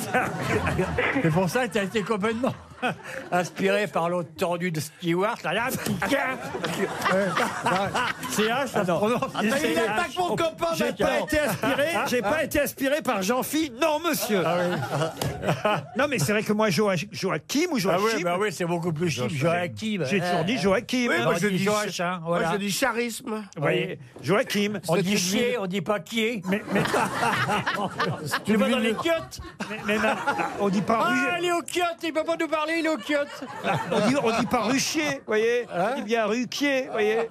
Speaker 7: C'est pour ça que tu as été complètement inspiré par l'autre tordu de Stewart. Là, là, petit quin. C'est H,
Speaker 3: Ah
Speaker 7: ça se prononce.
Speaker 6: il attaque mon copain
Speaker 3: J'ai pas
Speaker 6: maintenant.
Speaker 3: été aspiré, j'ai pas été aspiré par Jean-Phi, Ah, non monsieur. non mais c'est vrai que moi Joach- Joachim ou
Speaker 7: Ah
Speaker 3: Joachim,
Speaker 7: oui, bah oui, c'est beaucoup plus chic. Joachim.
Speaker 3: j'ai toujours dit Joachim.
Speaker 13: Oui,
Speaker 3: Vous
Speaker 13: moi
Speaker 7: on
Speaker 13: je
Speaker 7: dit
Speaker 13: dis
Speaker 7: Joachim,
Speaker 13: moi,
Speaker 7: voilà.
Speaker 13: je dis charisme.
Speaker 3: voyez, Ah Joachim.
Speaker 7: On dit chier, on dit pas qui est.
Speaker 3: Mais, mais,
Speaker 5: c'est
Speaker 7: Tu
Speaker 5: une
Speaker 7: vas dans
Speaker 5: ville-
Speaker 7: les kiottes
Speaker 3: mais- mais ma- ah, on dit pas
Speaker 7: Ah,
Speaker 3: Rugier.
Speaker 7: il est au kiottes, il peut pas nous parler, il est au kiottes.
Speaker 3: On dit, on dit pas ruchier, vous voyez
Speaker 7: Hein
Speaker 3: On dit bien ruquier, vous voyez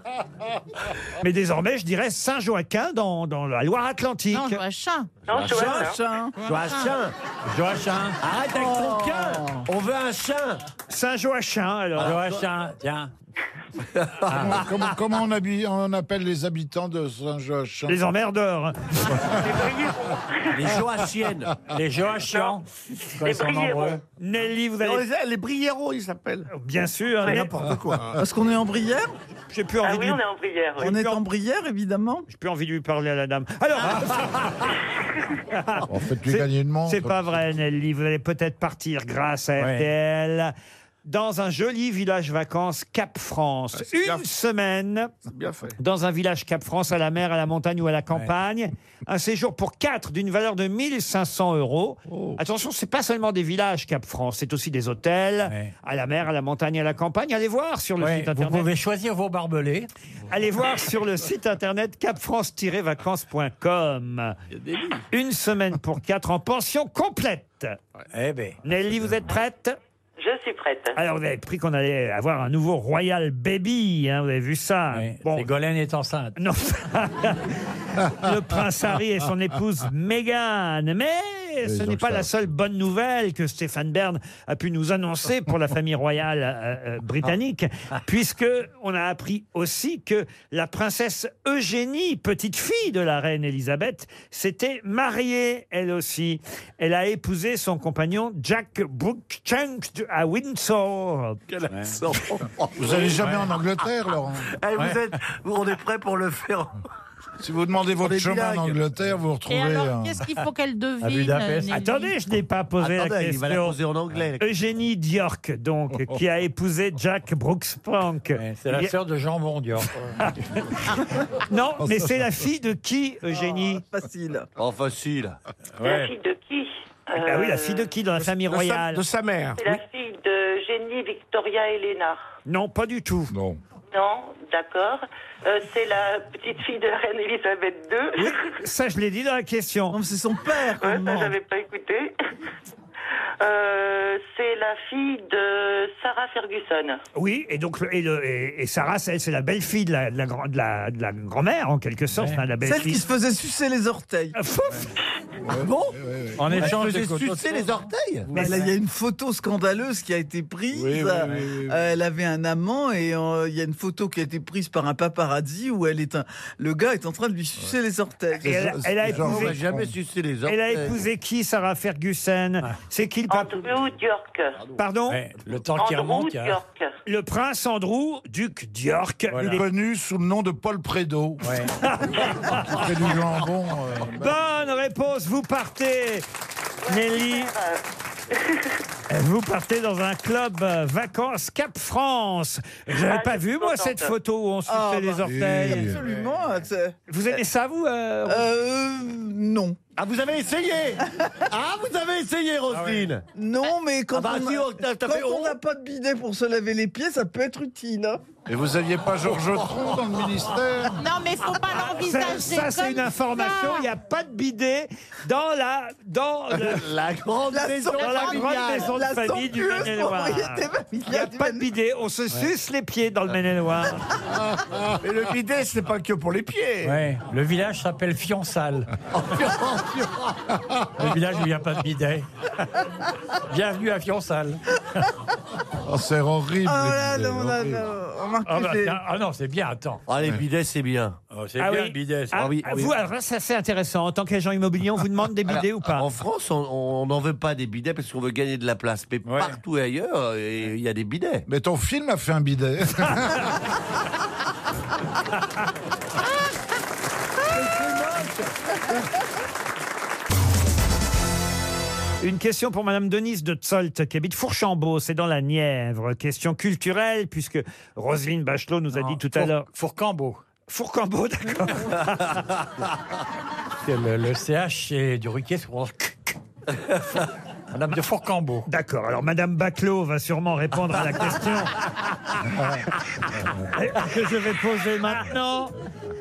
Speaker 3: Mais désormais, je dirais Saint-Joaquin dans, dans la Loire-Atlantique.
Speaker 9: Non, Joachim.
Speaker 12: Non, Joachim.
Speaker 8: Joachim.
Speaker 6: Joachim.
Speaker 7: Joachim.
Speaker 6: Arrête
Speaker 3: Oh.
Speaker 6: avec ton quin. On veut un chien.
Speaker 13: Ah.
Speaker 3: Saint-Joachim, alors.
Speaker 7: Joachim, tiens.
Speaker 5: Ah. Comment, comment- comment on, habille- on appelle les habitants de Saint-Joche
Speaker 3: Les emmerdeurs.
Speaker 5: Les Joachiennes.
Speaker 7: Les Joachiens.
Speaker 5: Quand ils sont nombreux.
Speaker 3: Ah, Nelly, vous allez.
Speaker 7: les Brieros, ils s'appellent.
Speaker 3: Bien sûr.
Speaker 11: Ah,
Speaker 7: C'est
Speaker 3: Nelly-
Speaker 7: n'importe quoi.
Speaker 8: Parce qu'on est en Brière
Speaker 3: J'ai plus envie de lui-
Speaker 8: Brière.
Speaker 3: oui.
Speaker 8: Ah On est en Brière, évidemment.
Speaker 3: J'ai plus envie de lui parler à la dame. Alors.
Speaker 8: Ah.
Speaker 5: En fait, tu
Speaker 3: C'est-
Speaker 5: gagnes une montre.
Speaker 3: C'est pas vrai, Nelly. Vous allez peut-être partir grâce à
Speaker 5: Ouais.
Speaker 3: RTL dans un joli village vacances Cap France.
Speaker 5: Ah,
Speaker 3: Une semaine dans un village Cap France, à la mer, à la montagne ou à la campagne. Un séjour pour quatre d'une valeur de 1500 euros.
Speaker 7: Oh.
Speaker 3: Attention, c'est pas seulement des villages Cap France, c'est aussi des hôtels à la mer, à la montagne, à la campagne. Allez voir sur le
Speaker 7: Ouais,
Speaker 3: site
Speaker 7: vous
Speaker 3: internet.
Speaker 7: pouvez choisir vos barbelés.
Speaker 3: Allez voir sur le site internet capfrance-vacances.com. Une semaine pour quatre en pension complète.
Speaker 7: Eh ben.
Speaker 3: Nelly, vous êtes prête
Speaker 14: Je suis prête.
Speaker 3: Alors, vous avez pris qu'on allait avoir un nouveau Royal Baby, hein, vous avez vu ça. Bon.
Speaker 7: Ségolène est enceinte.
Speaker 3: Non. le prince Harry et son épouse Meghan. Mais ce
Speaker 7: ils ont
Speaker 3: n'est
Speaker 7: le
Speaker 3: pas la
Speaker 7: choix.
Speaker 3: seule bonne nouvelle que Stéphane Bern a pu nous annoncer pour la famille royale euh, euh,
Speaker 5: Ah.
Speaker 3: britannique, puisque on a appris aussi que la princesse Eugénie, petite fille de la reine Elisabeth, s'était mariée elle aussi. Elle a épousé son compagnon Jack Brookchank à Windsor.
Speaker 5: Vous allez jamais en Angleterre, Laurent.
Speaker 3: Eh, vous
Speaker 5: êtes, on est prêt pour le faire. Si vous demandez votre
Speaker 9: est
Speaker 5: chemin
Speaker 9: bilingue.
Speaker 5: en Angleterre, vous retrouvez. hein.
Speaker 9: Et alors,
Speaker 5: un-
Speaker 9: qu'est-ce qu'il faut qu'elle devine Nelly
Speaker 3: Attendez, je n'ai pas posé la
Speaker 6: Attendez,
Speaker 3: question.
Speaker 6: il va la poser en anglais, la Oh,
Speaker 3: Eugénie Diorc, donc, qui a épousé Jack Brooks-Prank.
Speaker 7: C'est la
Speaker 3: Il-
Speaker 7: sœur de Jean Bondior.
Speaker 3: Non, mais c'est la fille de qui, Eugénie
Speaker 8: Facile.
Speaker 6: Oh, facile.
Speaker 14: La fille de qui
Speaker 3: Ah oui, la fille de
Speaker 8: Euh,
Speaker 3: qui dans la famille royale
Speaker 14: C'est la fille de Jenny Victoria Elena.
Speaker 3: Non, pas du tout. Non.
Speaker 14: Non, d'accord. Euh, c'est la petite fille de la reine Elisabeth II.
Speaker 3: Ça, je l'ai dit dans la question.
Speaker 8: C'est son père.
Speaker 14: Ouais, ça, j'avais pas écouté. Euh, c'est la fille de Sarah Ferguson.
Speaker 3: Oui, et donc le- et, le- et- et Sarah, c'est c'est la belle-fille de la, de la grand- de la- de la grand-mère, en quelque sorte. enfin, la
Speaker 8: Celle qui
Speaker 3: belle-fille. Ah,
Speaker 8: se faisait sucer les orteils. Ah
Speaker 3: Bon En
Speaker 8: Elle
Speaker 3: échange
Speaker 8: faisait
Speaker 3: des photos de
Speaker 8: sucer
Speaker 3: choses.
Speaker 8: les orteils
Speaker 3: Oui.
Speaker 8: Bah, là, Il y a une photo scandaleuse qui a été prise.
Speaker 3: Oui, oui,
Speaker 8: Euh,
Speaker 3: oui, oui, oui.
Speaker 8: Elle avait un amant et euh, il y a une photo qui a été prise par un paparazzi où elle est un... le gars est en train de lui sucer les orteils.
Speaker 3: Et elle, elle a épousé. Elle a épousé qui, Sarah Ferguson
Speaker 6: Ah.
Speaker 3: C'est qui le pape
Speaker 14: Andrew Diorc.
Speaker 3: Pardon
Speaker 7: Le temps
Speaker 14: qui Andrew remonte, hein. Diorc.
Speaker 3: Le prince Andrew, duc d'York.
Speaker 5: Plus
Speaker 3: Il est-
Speaker 5: connu sous le nom de Paul Prédo. Qui fait du jambon. euh,
Speaker 3: Bonne réponse, vous partez, Nelly. Vous partez dans un club euh, vacances Cap France. Je
Speaker 8: Ah,
Speaker 3: n'avais pas
Speaker 8: je suis
Speaker 3: vu, moi,
Speaker 8: contente.
Speaker 3: cette photo où on suçait
Speaker 8: Ah,
Speaker 3: les
Speaker 8: bah,
Speaker 3: orteils.
Speaker 8: Absolument. hein, c'est-
Speaker 3: Vous aimez ça, vous euh,
Speaker 8: Euh, non.
Speaker 6: Ah, vous avez essayé Ah, vous avez essayé, Roselyne
Speaker 8: Non, mais quand
Speaker 6: Ah bah,
Speaker 8: on
Speaker 6: si,
Speaker 8: a-
Speaker 6: on t'a- t'as fait
Speaker 8: quand on
Speaker 6: honte.
Speaker 8: n'a pas de bidet pour se laver les pieds, ça peut être utile. hein.
Speaker 5: Et vous aviez pas Georges Tron dans le ministère
Speaker 9: Non, mais faut pas
Speaker 3: Ah, Ça,
Speaker 9: l'envisager.
Speaker 3: ça,
Speaker 9: comme
Speaker 3: c'est une information.
Speaker 9: ça.
Speaker 3: Il n'y a pas de bidet dans la dans le-
Speaker 6: La grande
Speaker 3: dans
Speaker 6: maison
Speaker 3: la grande
Speaker 6: familiale.
Speaker 3: maison de
Speaker 6: La
Speaker 3: famille du
Speaker 6: somptueuse
Speaker 3: Maine-et-Loire.
Speaker 6: propriété
Speaker 3: Il n'y a pas de bidet. On se suce les pieds dans le Maine-et-Loire.
Speaker 13: Mais le bidet, c'est pas que pour les pieds. Oh,
Speaker 7: Ouais, le village s'appelle Fiançal. le village où il n'y a pas de bidet. Bienvenue à Fiançal.
Speaker 5: Oh, c'est horrible.
Speaker 8: Ah là
Speaker 5: les bidets,
Speaker 8: là, on a-
Speaker 5: horrible.
Speaker 8: on a remarqué
Speaker 7: Ah, bah,
Speaker 8: des-
Speaker 7: tiens, ah non, c'est bien, attends.
Speaker 6: Ah, les bidets, c'est bien.
Speaker 7: Oh, c'est
Speaker 3: Ah
Speaker 7: bien
Speaker 3: oui.
Speaker 7: le bidet. ça.
Speaker 3: Ah, vous, alors là, ça c'est intéressant. En tant qu'agent immobilier, on vous demande des bidets
Speaker 6: Alors,
Speaker 3: ou pas
Speaker 6: En France, on- on n'en veut pas des bidets parce qu'on veut gagner de la place. Mais partout ailleurs, euh, il y a des bidets.
Speaker 5: Mais ton film a fait un bidet.
Speaker 3: Ah, Une question pour Madame Denise de Tsolt, qui habite Fourchambault, c'est dans la Nièvre. Question culturelle, puisque Roselyne Bachelot nous a dit tout à
Speaker 7: Four-
Speaker 3: l'heure.
Speaker 7: Fourcambault.
Speaker 3: Fourcambault, d'accord.
Speaker 7: C'est Le, le CH, c'est du ruquier sur Madame de Fourcambault.
Speaker 3: D'accord, alors Madame Bachelot va sûrement répondre à la question que je vais poser maintenant.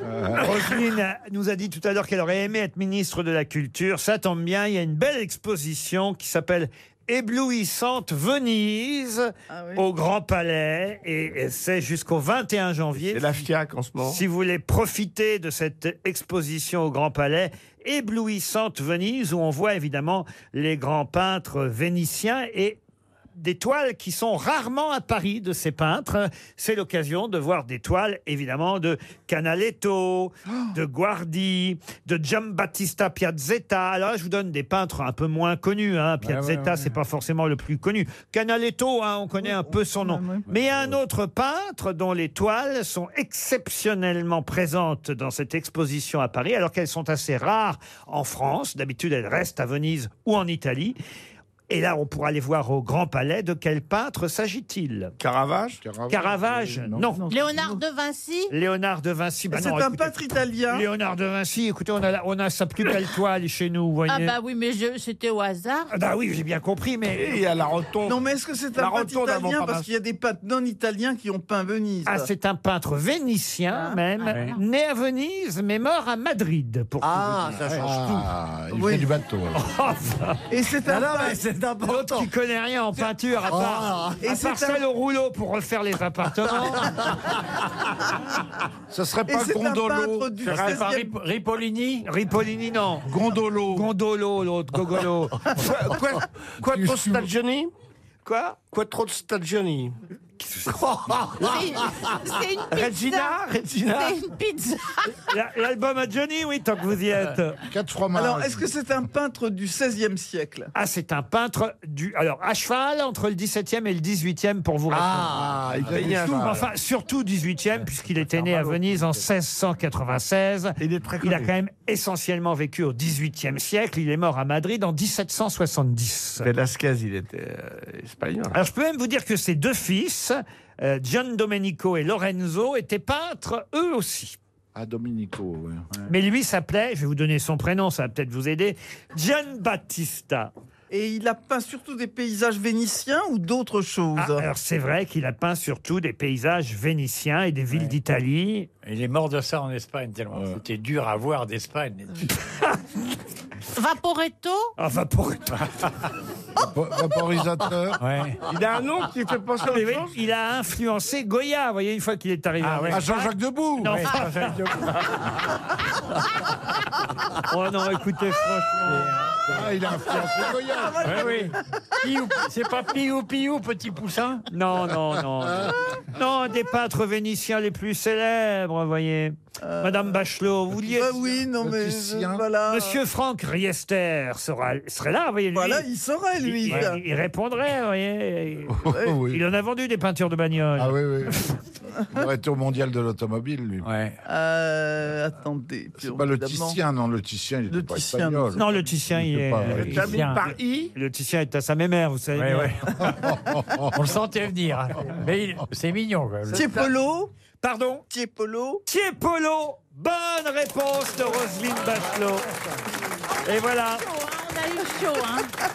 Speaker 3: Roselyne nous a dit tout à l'heure qu'elle aurait aimé être ministre de la Culture. Ça tombe bien, il y a une belle exposition qui s'appelle Éblouissante Venise au Grand Palais. Et et c'est jusqu'au 21 janvier.
Speaker 13: C'est la FIAC en ce moment.
Speaker 3: Si vous voulez profiter de cette exposition au Grand Palais, éblouissante Venise, où on voit évidemment les grands peintres vénitiens et des toiles qui sont rarement à Paris de ces peintres. C'est l'occasion de voir des toiles, évidemment, de Canaletto,
Speaker 7: Oh.
Speaker 3: de Guardi, de Giambattista Piazzetta. Alors, là, je vous donne des peintres un peu moins connus. Hein. Piazzetta,
Speaker 7: ouais, ouais.
Speaker 3: c'est pas forcément le plus connu. Canaletto, hein, on connaît un peu son nom. Mais il y a un autre peintre dont les toiles sont exceptionnellement présentes dans cette exposition à Paris, alors qu'elles sont assez rares en France. D'habitude, elles restent à Venise ou en Italie. Et là, on pourra aller voir au Grand Palais de quel peintre s'agit-il Caravage Caravage,
Speaker 8: euh,
Speaker 3: non.
Speaker 9: Léonard de Vinci Ah,
Speaker 3: Léonard de Vinci, bah
Speaker 9: C'est
Speaker 3: non,
Speaker 9: un
Speaker 3: écoutez,
Speaker 9: peintre italien.
Speaker 3: Léonard de Vinci, écoutez, on a, la- on a sa plus belle toile chez nous, vous voyez.
Speaker 9: Ah bah oui, mais je- c'était au hasard.
Speaker 3: Ah bah oui, j'ai bien compris, mais...
Speaker 8: Et à la
Speaker 3: rotonde.
Speaker 8: Non, mais est-ce que c'est un peintre italien Parce qu'il y a des peintres non italiens qui ont peint Venise. Ah.
Speaker 3: Ah, c'est un peintre vénitien même,
Speaker 8: ouais.
Speaker 3: né à Venise mais mort à Madrid. Pour
Speaker 8: Ah,
Speaker 3: tout vous
Speaker 8: ça
Speaker 3: dire. Oh,
Speaker 8: change
Speaker 5: Ah, il fait du bateau.
Speaker 8: Et c'est
Speaker 3: un
Speaker 8: un peintre- Oh.
Speaker 3: L'autre qui connaît rien en peinture, à part,
Speaker 8: Et
Speaker 3: à
Speaker 8: c'est
Speaker 3: part
Speaker 8: un-
Speaker 3: celle au rouleau pour refaire les appartements. Ça serait
Speaker 7: Et pas c'est un Gondolo peintre du Ça serait pas 16e Rip-
Speaker 3: Ripolini Ripolini, non. Gondolo. Gondolo, l'autre, Gogolo.
Speaker 11: Quoi, quoi trop Stagioni
Speaker 3: Quoi
Speaker 11: Quoi trop Stagioni
Speaker 9: C'est une pizza.
Speaker 11: Regina, Regina.
Speaker 9: C'est une pizza.
Speaker 3: L'album à Johnny, oui, tant que vous y êtes.
Speaker 5: Quatre
Speaker 8: Alors, est-ce que c'est un peintre du XVIe siècle
Speaker 3: Ah, c'est un peintre du. Alors, à cheval entre le 17e et le 18e pour vous répondre.
Speaker 11: Ah, il peignait à cheval.
Speaker 3: Enfin, surtout 18e, puisqu'il était né à Venise en 1696. Il a quand même essentiellement vécu au 18e siècle. Il est mort à Madrid en 1770.
Speaker 11: Velasquez, il était euh, espagnol.
Speaker 3: Alors, je peux même vous dire que ses deux fils, euh, Gian Domenico et Lorenzo, étaient peintres eux aussi.
Speaker 5: Ah, Domenico, oui.
Speaker 3: Mais lui s'appelait, je vais vous donner son prénom, ça va peut-être vous aider, Gian Battista.
Speaker 8: Et il a peint surtout des paysages vénitiens ou d'autres choses
Speaker 3: Ah, alors c'est vrai qu'il a peint surtout des paysages vénitiens et des villes d'Italie.
Speaker 7: Il est mort de ça en Espagne tellement c'était dur à voir d'Espagne.
Speaker 9: Vaporetto
Speaker 3: Ah, Vaporetto.
Speaker 5: Vaporisateur.
Speaker 7: Ouais.
Speaker 11: Il a un nom qui fait penser à
Speaker 3: Ah, Mais
Speaker 11: autre
Speaker 3: oui,
Speaker 11: chose
Speaker 3: Il a influencé Goya, vous voyez, une fois qu'il est arrivé.
Speaker 7: Ah
Speaker 3: en
Speaker 7: ouais.
Speaker 3: Espagne.
Speaker 7: Ah, Jean-Jacques
Speaker 5: Debout
Speaker 3: Non.
Speaker 7: Ouais, Jean-Jacques
Speaker 3: oh non, écoutez, franchement.
Speaker 5: Ah, il a influencé Goya.
Speaker 7: Ouais, oui. Piou, c'est pas Piou Piou, petit poussin
Speaker 3: Non, non, non. non. Non, des peintres vénitiens les plus célèbres, vous voyez. Madame Bachelot, vous vouliez.
Speaker 8: Bah oui, non mais euh, voilà.
Speaker 3: Monsieur Franck Riester sera, serait là, vous voyez. lui.
Speaker 8: Voilà, il saurait lui.
Speaker 3: Il, il- il répondrait, vous voyez.
Speaker 5: oui.
Speaker 3: Il en a vendu des peintures de bagnole.
Speaker 5: Ah oui, oui. Il aurait été au mondial de l'automobile, lui.
Speaker 8: Euh, attendez.
Speaker 5: C'est pas le Titien, non, le Titien, il était pas
Speaker 8: Titien,
Speaker 5: espagnol.
Speaker 3: Non, le Titien, il
Speaker 5: était
Speaker 3: est.
Speaker 5: pas-
Speaker 3: il est- Le Titien est à sa mémère, vous
Speaker 7: Ouais,
Speaker 3: savez. bien.
Speaker 7: ouais. On le sentait venir. hein. Mais il- c'est mignon. quoi. Le-
Speaker 8: Tiepolo
Speaker 3: Pardon
Speaker 8: Tiepolo
Speaker 3: Tiepolo Bonne réponse de Roselyne Bachelot. Et voilà.
Speaker 9: On a eu
Speaker 3: Oh,
Speaker 9: chaud, hein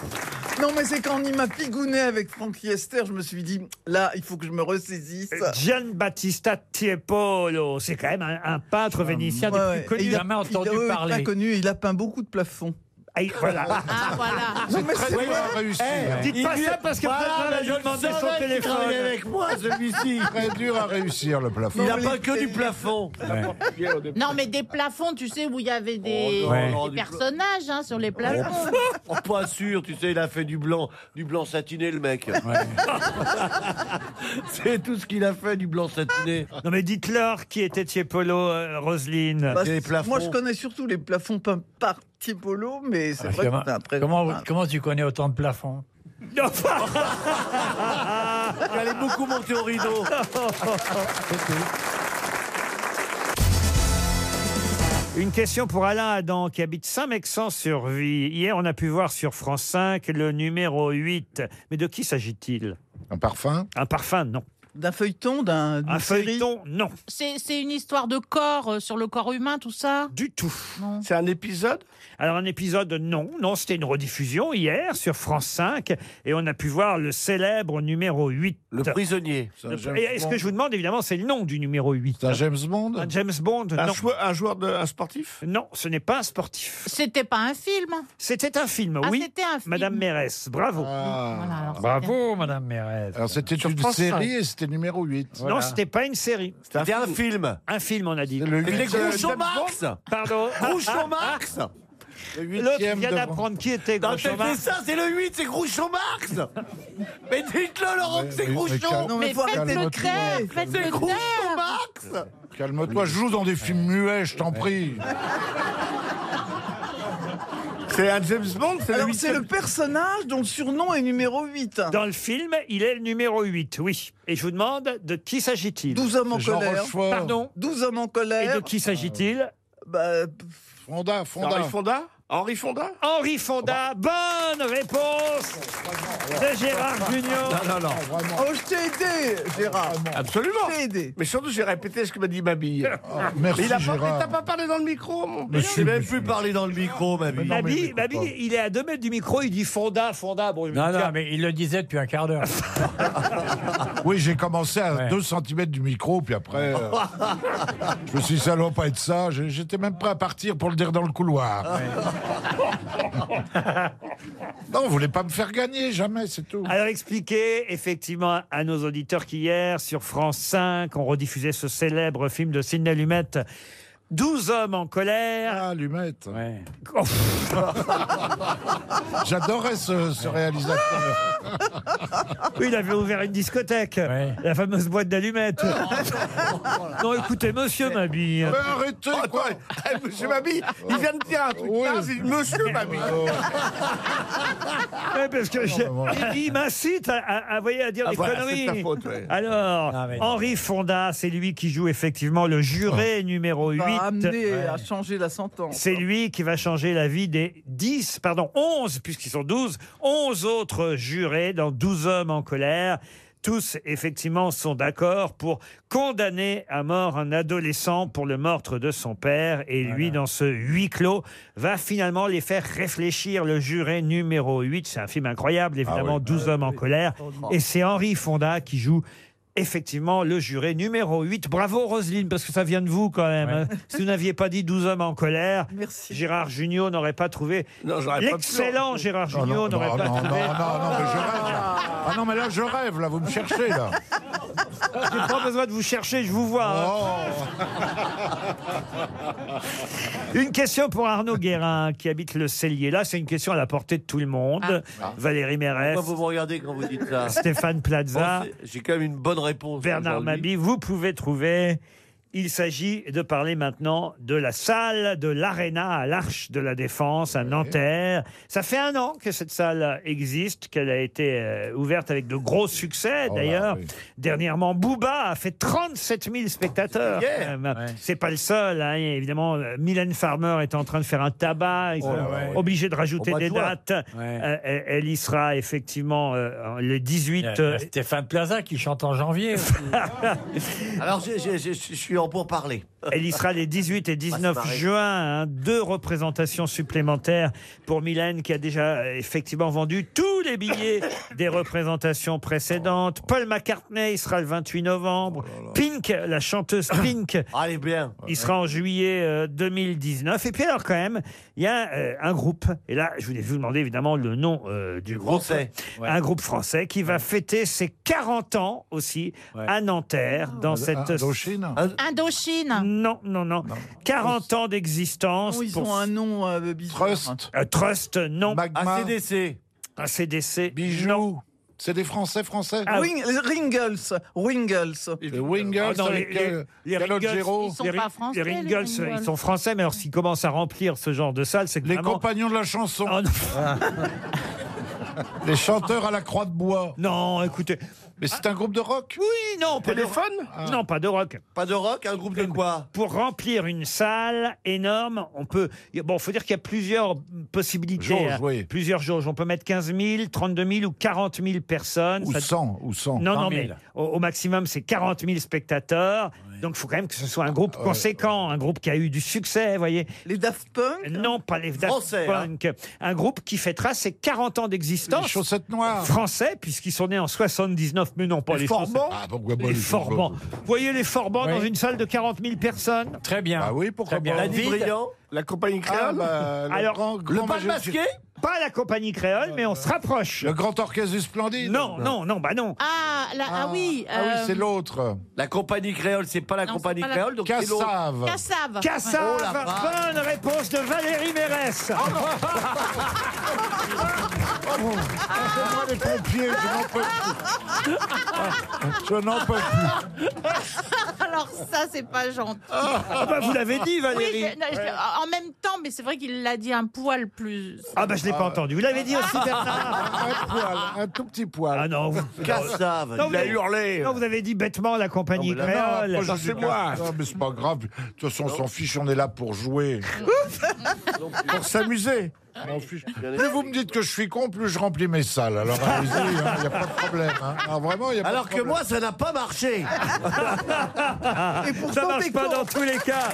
Speaker 8: Non mais c'est quand il m'a pigouné avec Francky Esther, je me suis dit, là, il faut que je me ressaisisse.
Speaker 3: Gian Battista Tiepolo, c'est quand même un, un peintre vénitien
Speaker 8: Ah, Ouais,
Speaker 3: des
Speaker 8: ouais.
Speaker 3: plus
Speaker 8: Et
Speaker 3: connus.
Speaker 8: il a- il a- ouais, Il a connu, et il a peint beaucoup de plafonds.
Speaker 3: Ah, il- voilà.
Speaker 9: Ah, voilà.
Speaker 8: Non, mais c'est vrai.
Speaker 5: réussi. hein.
Speaker 8: Eh,
Speaker 3: Dites pas ça parce que
Speaker 11: Voilà,
Speaker 3: Bernard
Speaker 11: mais je
Speaker 3: va lui
Speaker 11: le
Speaker 3: demander
Speaker 11: savais
Speaker 3: son
Speaker 11: qu'il
Speaker 3: téléphone.
Speaker 11: travaillait avec moi, celui-ci.
Speaker 5: Très dur à réussir, le plafond.
Speaker 11: Il a pas que du plafond.
Speaker 9: Non, mais des plafonds, tu sais, où il y avait des,
Speaker 11: Oh, non,
Speaker 9: des
Speaker 11: non, du
Speaker 9: personnages hein, sur les plafonds.
Speaker 11: Oh, pas sûr, tu sais, il a fait du blanc, du blanc satiné, le mec. C'est tout ce qu'il a fait, du blanc satiné.
Speaker 3: Non mais dites-leur qui était Tiepolo, euh, Roselyne.
Speaker 8: Bah, moi, je connais surtout les plafonds peints par Tiepolo, mais
Speaker 3: Ah,
Speaker 8: c'est vrai que
Speaker 7: Comment,
Speaker 8: c'est un très
Speaker 7: comment-
Speaker 8: Ah,
Speaker 7: comment tu connais autant de plafonds
Speaker 11: Il allait beaucoup monter au rideau.
Speaker 3: Une question pour Alain Adam qui habite Saint-Mexan-sur-Vie. Hier, on a pu voir sur France 5 le numéro 8. Mais de qui s'agit-il
Speaker 5: Un parfum
Speaker 3: Un parfum, non.
Speaker 8: D'un feuilleton, d'un d'une
Speaker 3: Un
Speaker 8: série
Speaker 3: feuilleton, non.
Speaker 9: C'est c'est une histoire de corps, euh, sur le corps humain, tout ça
Speaker 3: Du tout.
Speaker 9: Non.
Speaker 3: C'est un épisode Alors un épisode, non. Non, c'était une rediffusion hier sur France 5 et on a pu voir le célèbre numéro 8.
Speaker 11: Le prisonnier.
Speaker 5: C'est un James
Speaker 3: Et est-ce que
Speaker 5: Bond.
Speaker 3: je vous demande, évidemment, c'est le nom du numéro 8
Speaker 5: C'est un James Bond
Speaker 3: Un James Bond
Speaker 11: Un,
Speaker 3: non.
Speaker 11: joueur, un joueur de, un sportif
Speaker 3: non, ce n'est pas un sportif.
Speaker 9: C'était pas un film
Speaker 3: C'était un film,
Speaker 9: Ah,
Speaker 3: oui.
Speaker 9: c'était un film.
Speaker 3: Madame Mérès, bravo.
Speaker 9: Voilà, alors,
Speaker 7: Bravo, Madame Mérez.
Speaker 5: Ah. Alors, c'était une
Speaker 11: France cinq.
Speaker 5: série et c'était numéro 8.
Speaker 3: Non, c'était pas une série.
Speaker 11: C'était un film.
Speaker 3: Un film, on a dit.
Speaker 5: Le
Speaker 11: C'était
Speaker 5: huit, euh,
Speaker 11: Groucho Marx
Speaker 3: Pardon.
Speaker 11: Groucho Marx
Speaker 3: L'autre vient d'apprendre qui était
Speaker 11: Non,
Speaker 3: Groucho
Speaker 11: c'est
Speaker 3: Marx.
Speaker 11: ça, c'est le 8, c'est Groucho Marx Mais dites-le, Laurent, que c'est
Speaker 5: mais- mais
Speaker 11: Groucho
Speaker 5: calme- Non, mais faut arrêter de taire, faites-le
Speaker 11: C'est
Speaker 5: taire.
Speaker 11: Groucho Marx
Speaker 5: Calme-toi, je joue dans des films muets, je t'en prie.
Speaker 8: C'est un James Bond,
Speaker 5: c'est le
Speaker 8: Alors,
Speaker 5: huitième.
Speaker 8: c'est le personnage dont le surnom est numéro 8.
Speaker 3: Dans le film, il est le numéro 8, oui. Et je vous demande, de qui s'agit-il
Speaker 8: 12 hommes en colère.
Speaker 3: Pardon
Speaker 8: 12 hommes en colère.
Speaker 3: Et de qui s'agit-il
Speaker 8: bah,
Speaker 5: Fonda,
Speaker 3: Fonda. Henri Fonda
Speaker 11: Henri Fonda
Speaker 3: Henri Fonda, bonne réponse de Gérard Junior.
Speaker 11: Non, non, non.
Speaker 8: Oh, je t'ai aidé, Gérard.
Speaker 11: Absolument.
Speaker 8: Je t'ai aidé.
Speaker 11: Mais surtout, j'ai répété ce que m'a dit Mabille.
Speaker 5: merci,
Speaker 11: Mais il a pas-
Speaker 5: Gérard.
Speaker 11: mais T'as pas parlé dans le micro, mon
Speaker 5: Mais si,
Speaker 11: J'ai même
Speaker 5: mais
Speaker 11: plus
Speaker 5: si.
Speaker 11: parlé dans le micro, Mabille.
Speaker 3: Babi, Babi, il est à 2 mètres du micro, il dit Fonda, Fonda. Bon, je me
Speaker 7: Non,
Speaker 3: dis,
Speaker 7: non,
Speaker 3: tiens,
Speaker 7: mais il le disait depuis un quart d'heure.
Speaker 5: Oui, j'ai commencé à
Speaker 7: Ouais.
Speaker 5: 2 cm du micro, puis après, euh, je me suis dit, ça doit pas être ça. J'ai- J'étais même prêt à partir pour le dire dans le couloir. non, vous voulez pas me faire gagner, jamais, c'est tout.
Speaker 3: Alors expliquez effectivement à nos auditeurs qu'hier sur France 5, on rediffusait ce célèbre film de Sidney Lumet. 12 hommes en colère.
Speaker 5: Ah, Lumet.
Speaker 3: Oh, pff,
Speaker 5: J'adorais ce, ce réalisateur.
Speaker 3: oui, il avait ouvert une discothèque, la fameuse boîte d'allumettes. non, écoutez, monsieur Mabille.
Speaker 5: Mais arrêtez, quoi
Speaker 11: Monsieur Mabille, il vient de dire un truc. naze, il dit, Monsieur Mabille.
Speaker 3: Ouais, parce que je- il il m'incite à, à, à, voyez, à dire
Speaker 11: Ah,
Speaker 3: des
Speaker 11: voilà,
Speaker 3: conneries.
Speaker 11: c'est de ta faute, ouais.
Speaker 3: Alors,
Speaker 7: Ah, mais-
Speaker 3: Henri Fonda, c'est lui qui joue effectivement le
Speaker 11: Oh.
Speaker 3: juré numéro 8.
Speaker 8: Ça a amené à changer la sentence.
Speaker 3: C'est lui qui va changer la vie des 10, pardon, 11, puisqu'ils sont 12, 11 autres jurés dans 12 hommes en colère. Tous, effectivement, sont d'accord pour condamner à mort un adolescent pour le meurtre de son père. Et lui, dans ce huis clos, va finalement les faire réfléchir. Le juré numéro 8, c'est un film incroyable, évidemment, 12 hommes en colère. Et c'est Henri Fonda qui joue effectivement le juré numéro 8. Bravo Roselyne, parce que ça vient de vous quand même. hein. Si vous n'aviez pas dit 12 hommes en colère, Gérard Junior n'aurait pas trouvé...
Speaker 11: Non, j'aurais pas pu. hein.
Speaker 3: L'excellent Gérard
Speaker 5: Oh,
Speaker 3: Junior
Speaker 5: non,
Speaker 3: n'aurait
Speaker 5: non,
Speaker 3: pas
Speaker 5: Ah, non, non, non,
Speaker 3: trouvé...
Speaker 5: mais je rêve. là. Ah non, mais là, je rêve, là, vous me cherchez, là.
Speaker 3: J'ai pas besoin de vous chercher, je vous vois. hein.
Speaker 5: Oh.
Speaker 3: Une question pour Arnaud Guérin, qui habite le Cellier. Là, c'est une question à la portée de tout le monde.
Speaker 5: Ah.
Speaker 3: Valérie Mérès,
Speaker 6: Ah. Pourquoi vous me regardez quand vous dites ça
Speaker 3: Stéphane Plaza.
Speaker 6: Bon, c'est- J'ai quand même une bonne réponse.
Speaker 3: Bernard
Speaker 6: aujourd'hui.
Speaker 3: Mabi, vous pouvez trouver. Il s'agit de parler maintenant de la salle de l'Arena à l'Arche de la Défense à Nanterre. Ça fait un an que cette salle existe, qu'elle a été euh, ouverte avec de gros succès
Speaker 5: Oh là,
Speaker 3: d'ailleurs.
Speaker 5: oui.
Speaker 3: Dernièrement, Booba a fait 37 000 spectateurs.
Speaker 11: C'est hier.
Speaker 3: quand même. C'est pas le seul, hein. Et évidemment. euh, Mylène Farmer est en train de faire un tabac. Ils
Speaker 11: Oh
Speaker 3: sont
Speaker 11: là, ouais.
Speaker 3: obligés de rajouter
Speaker 11: Au mois de
Speaker 3: des
Speaker 11: juin.
Speaker 3: dates. Euh, elle- elle y sera effectivement euh, le 18.
Speaker 7: Il y a- il y
Speaker 3: euh,
Speaker 7: a Stéphane Plaza qui chante en janvier. aussi.
Speaker 6: Alors, j'ai- j'ai- j'ai- je suis en pour parler.
Speaker 3: Elle y sera les 18 et 19
Speaker 6: Ah, c'est marré.
Speaker 3: juin. hein. deux représentations supplémentaires pour Mylène qui a déjà euh, effectivement vendu tous les billets des représentations précédentes. Paul McCartney il sera le 28 novembre.
Speaker 6: Oh
Speaker 3: Pink, la chanteuse Pink,
Speaker 6: Allez Ah, bien.
Speaker 3: il sera en juillet euh, 2019. Et puis alors quand même, il y a euh, un groupe, et là je voulais vous demander évidemment le nom euh, du groupe.
Speaker 6: Français.
Speaker 3: Un groupe français qui va fêter ses 40 ans aussi à Nanterre dans
Speaker 6: Ah,
Speaker 3: cette
Speaker 5: Indochine
Speaker 9: Indochine.
Speaker 3: Ah, non, non, non. 40 ans d'existence.
Speaker 8: Oh, ils
Speaker 3: pour
Speaker 8: ont un nom euh, bizarre. Ah,
Speaker 5: Trust,
Speaker 3: Euh, Trust, non.
Speaker 5: Magma,
Speaker 6: ACDC.
Speaker 3: Un CDC.
Speaker 5: Bijoux.
Speaker 3: non.
Speaker 5: C'est des Français, Français
Speaker 3: Ah,
Speaker 8: Wing- Ringles. Ringles.
Speaker 5: Les Wingles
Speaker 3: Ah, non, les-
Speaker 5: avec euh,
Speaker 3: les- les
Speaker 5: Calogero.
Speaker 9: Ils sont
Speaker 3: Les,
Speaker 9: pas
Speaker 3: Ri-
Speaker 9: français.
Speaker 3: les Ringles, ils sont français, mais alors s'ils commencent à remplir ce genre de salle, c'est que
Speaker 5: Les
Speaker 3: vraiment-
Speaker 5: compagnons de la chanson.
Speaker 3: Oh, non.
Speaker 5: Les chanteurs à la croix de bois.
Speaker 3: non, écoutez.
Speaker 5: Mais c'est un groupe de rock Ah.
Speaker 3: Oui, non, pas
Speaker 11: Téléphone
Speaker 3: de rock. Non, pas de rock.
Speaker 6: Pas de rock, un groupe de quoi
Speaker 3: Pour remplir une salle énorme, on peut. Bon, faut dire qu'il y a plusieurs possibilités.
Speaker 5: Jauge,
Speaker 3: hein.
Speaker 5: oui.
Speaker 3: Plusieurs jauges. On peut mettre 15 000, 32 000 ou 40 000 personnes.
Speaker 5: Ou
Speaker 3: Ça-
Speaker 5: 100, ou 100.
Speaker 3: Non,
Speaker 7: 20 000.
Speaker 3: non, mais au, au maximum, c'est 40 000 spectateurs. Donc, il faut quand même que ce soit un
Speaker 5: Ah
Speaker 3: groupe conséquent, un groupe qui a eu du succès, vous voyez. Euh,
Speaker 8: Les Daft Punk.
Speaker 3: Non, pas les Daft
Speaker 6: Français, hein.
Speaker 3: Punk. Un groupe qui fêtera ses 40 ans
Speaker 5: Les
Speaker 3: d'existence.
Speaker 5: chaussettes noires.
Speaker 3: Français, puisqu'ils sont nés en 79, mais non pas les, Français.
Speaker 5: Ah, pourquoi pas
Speaker 3: Les
Speaker 5: les
Speaker 3: Forbans.
Speaker 5: chaussettes
Speaker 3: Vous voyez les Forbans
Speaker 7: Oui.
Speaker 3: dans une salle de 40 000 personnes
Speaker 7: Très bien.
Speaker 5: Ah oui, pourquoi
Speaker 7: Très bien.
Speaker 5: pas.
Speaker 6: David Brillant.
Speaker 11: La compagnie
Speaker 5: Ah,
Speaker 11: créole
Speaker 5: bah, le
Speaker 3: Alors,
Speaker 5: grand-
Speaker 3: le
Speaker 5: grand Ah, bah.
Speaker 11: Le pas
Speaker 5: majoritaire-
Speaker 11: masqué
Speaker 3: Pas la compagnie créole, mais on se rapproche. Le grand orchestre du Splendide Non, non, non, bah non.
Speaker 9: Ah, là, ah, oui.
Speaker 5: Ah oui,
Speaker 9: euh,
Speaker 5: c'est l'autre.
Speaker 6: La compagnie créole, c'est pas la
Speaker 9: non,
Speaker 6: compagnie
Speaker 9: c'est pas la-
Speaker 6: créole, donc c'est l'autre.
Speaker 9: Cassave.
Speaker 3: Cassave.
Speaker 9: Oh, la vache.
Speaker 3: Bonne réponse de Valérie Mérès.
Speaker 5: moi les pompiers, je n'en peux plus. Je n'en peux plus.
Speaker 9: Alors ça, c'est pas gentil.
Speaker 3: Ah bah, vous l'avez dit, Valérie.
Speaker 9: Oui, je- non, je-
Speaker 3: Ouais.
Speaker 9: en même temps, mais c'est vrai qu'il l'a dit un poil plus.
Speaker 3: Ah bah je l'ai pas entendu. Vous l'avez dit aussi
Speaker 5: Un
Speaker 3: Bernard
Speaker 5: poil, un tout petit poil.
Speaker 3: Ah non, vous...
Speaker 5: Cassave,
Speaker 3: Non, vous
Speaker 5: il a
Speaker 3: avez-
Speaker 5: hurlé.
Speaker 3: Non, vous avez dit bêtement la compagnie créole.
Speaker 5: Non, je dis pas- Non, mais c'est pas grave. De toute façon, on s'en fiche, on est là pour jouer. pour s'amuser. On s'en fiche. Plus vous me dites que je suis con, plus je remplis mes salles. Alors allez-y, il n'y a pas de problème. hein. Ah, vraiment, y a pas
Speaker 6: Alors
Speaker 5: de
Speaker 6: que
Speaker 5: problème.
Speaker 6: moi, ça n'a pas marché.
Speaker 3: Et
Speaker 8: pourtant,
Speaker 3: Ça marche
Speaker 8: t'es
Speaker 3: pas
Speaker 8: con.
Speaker 3: dans tous les cas.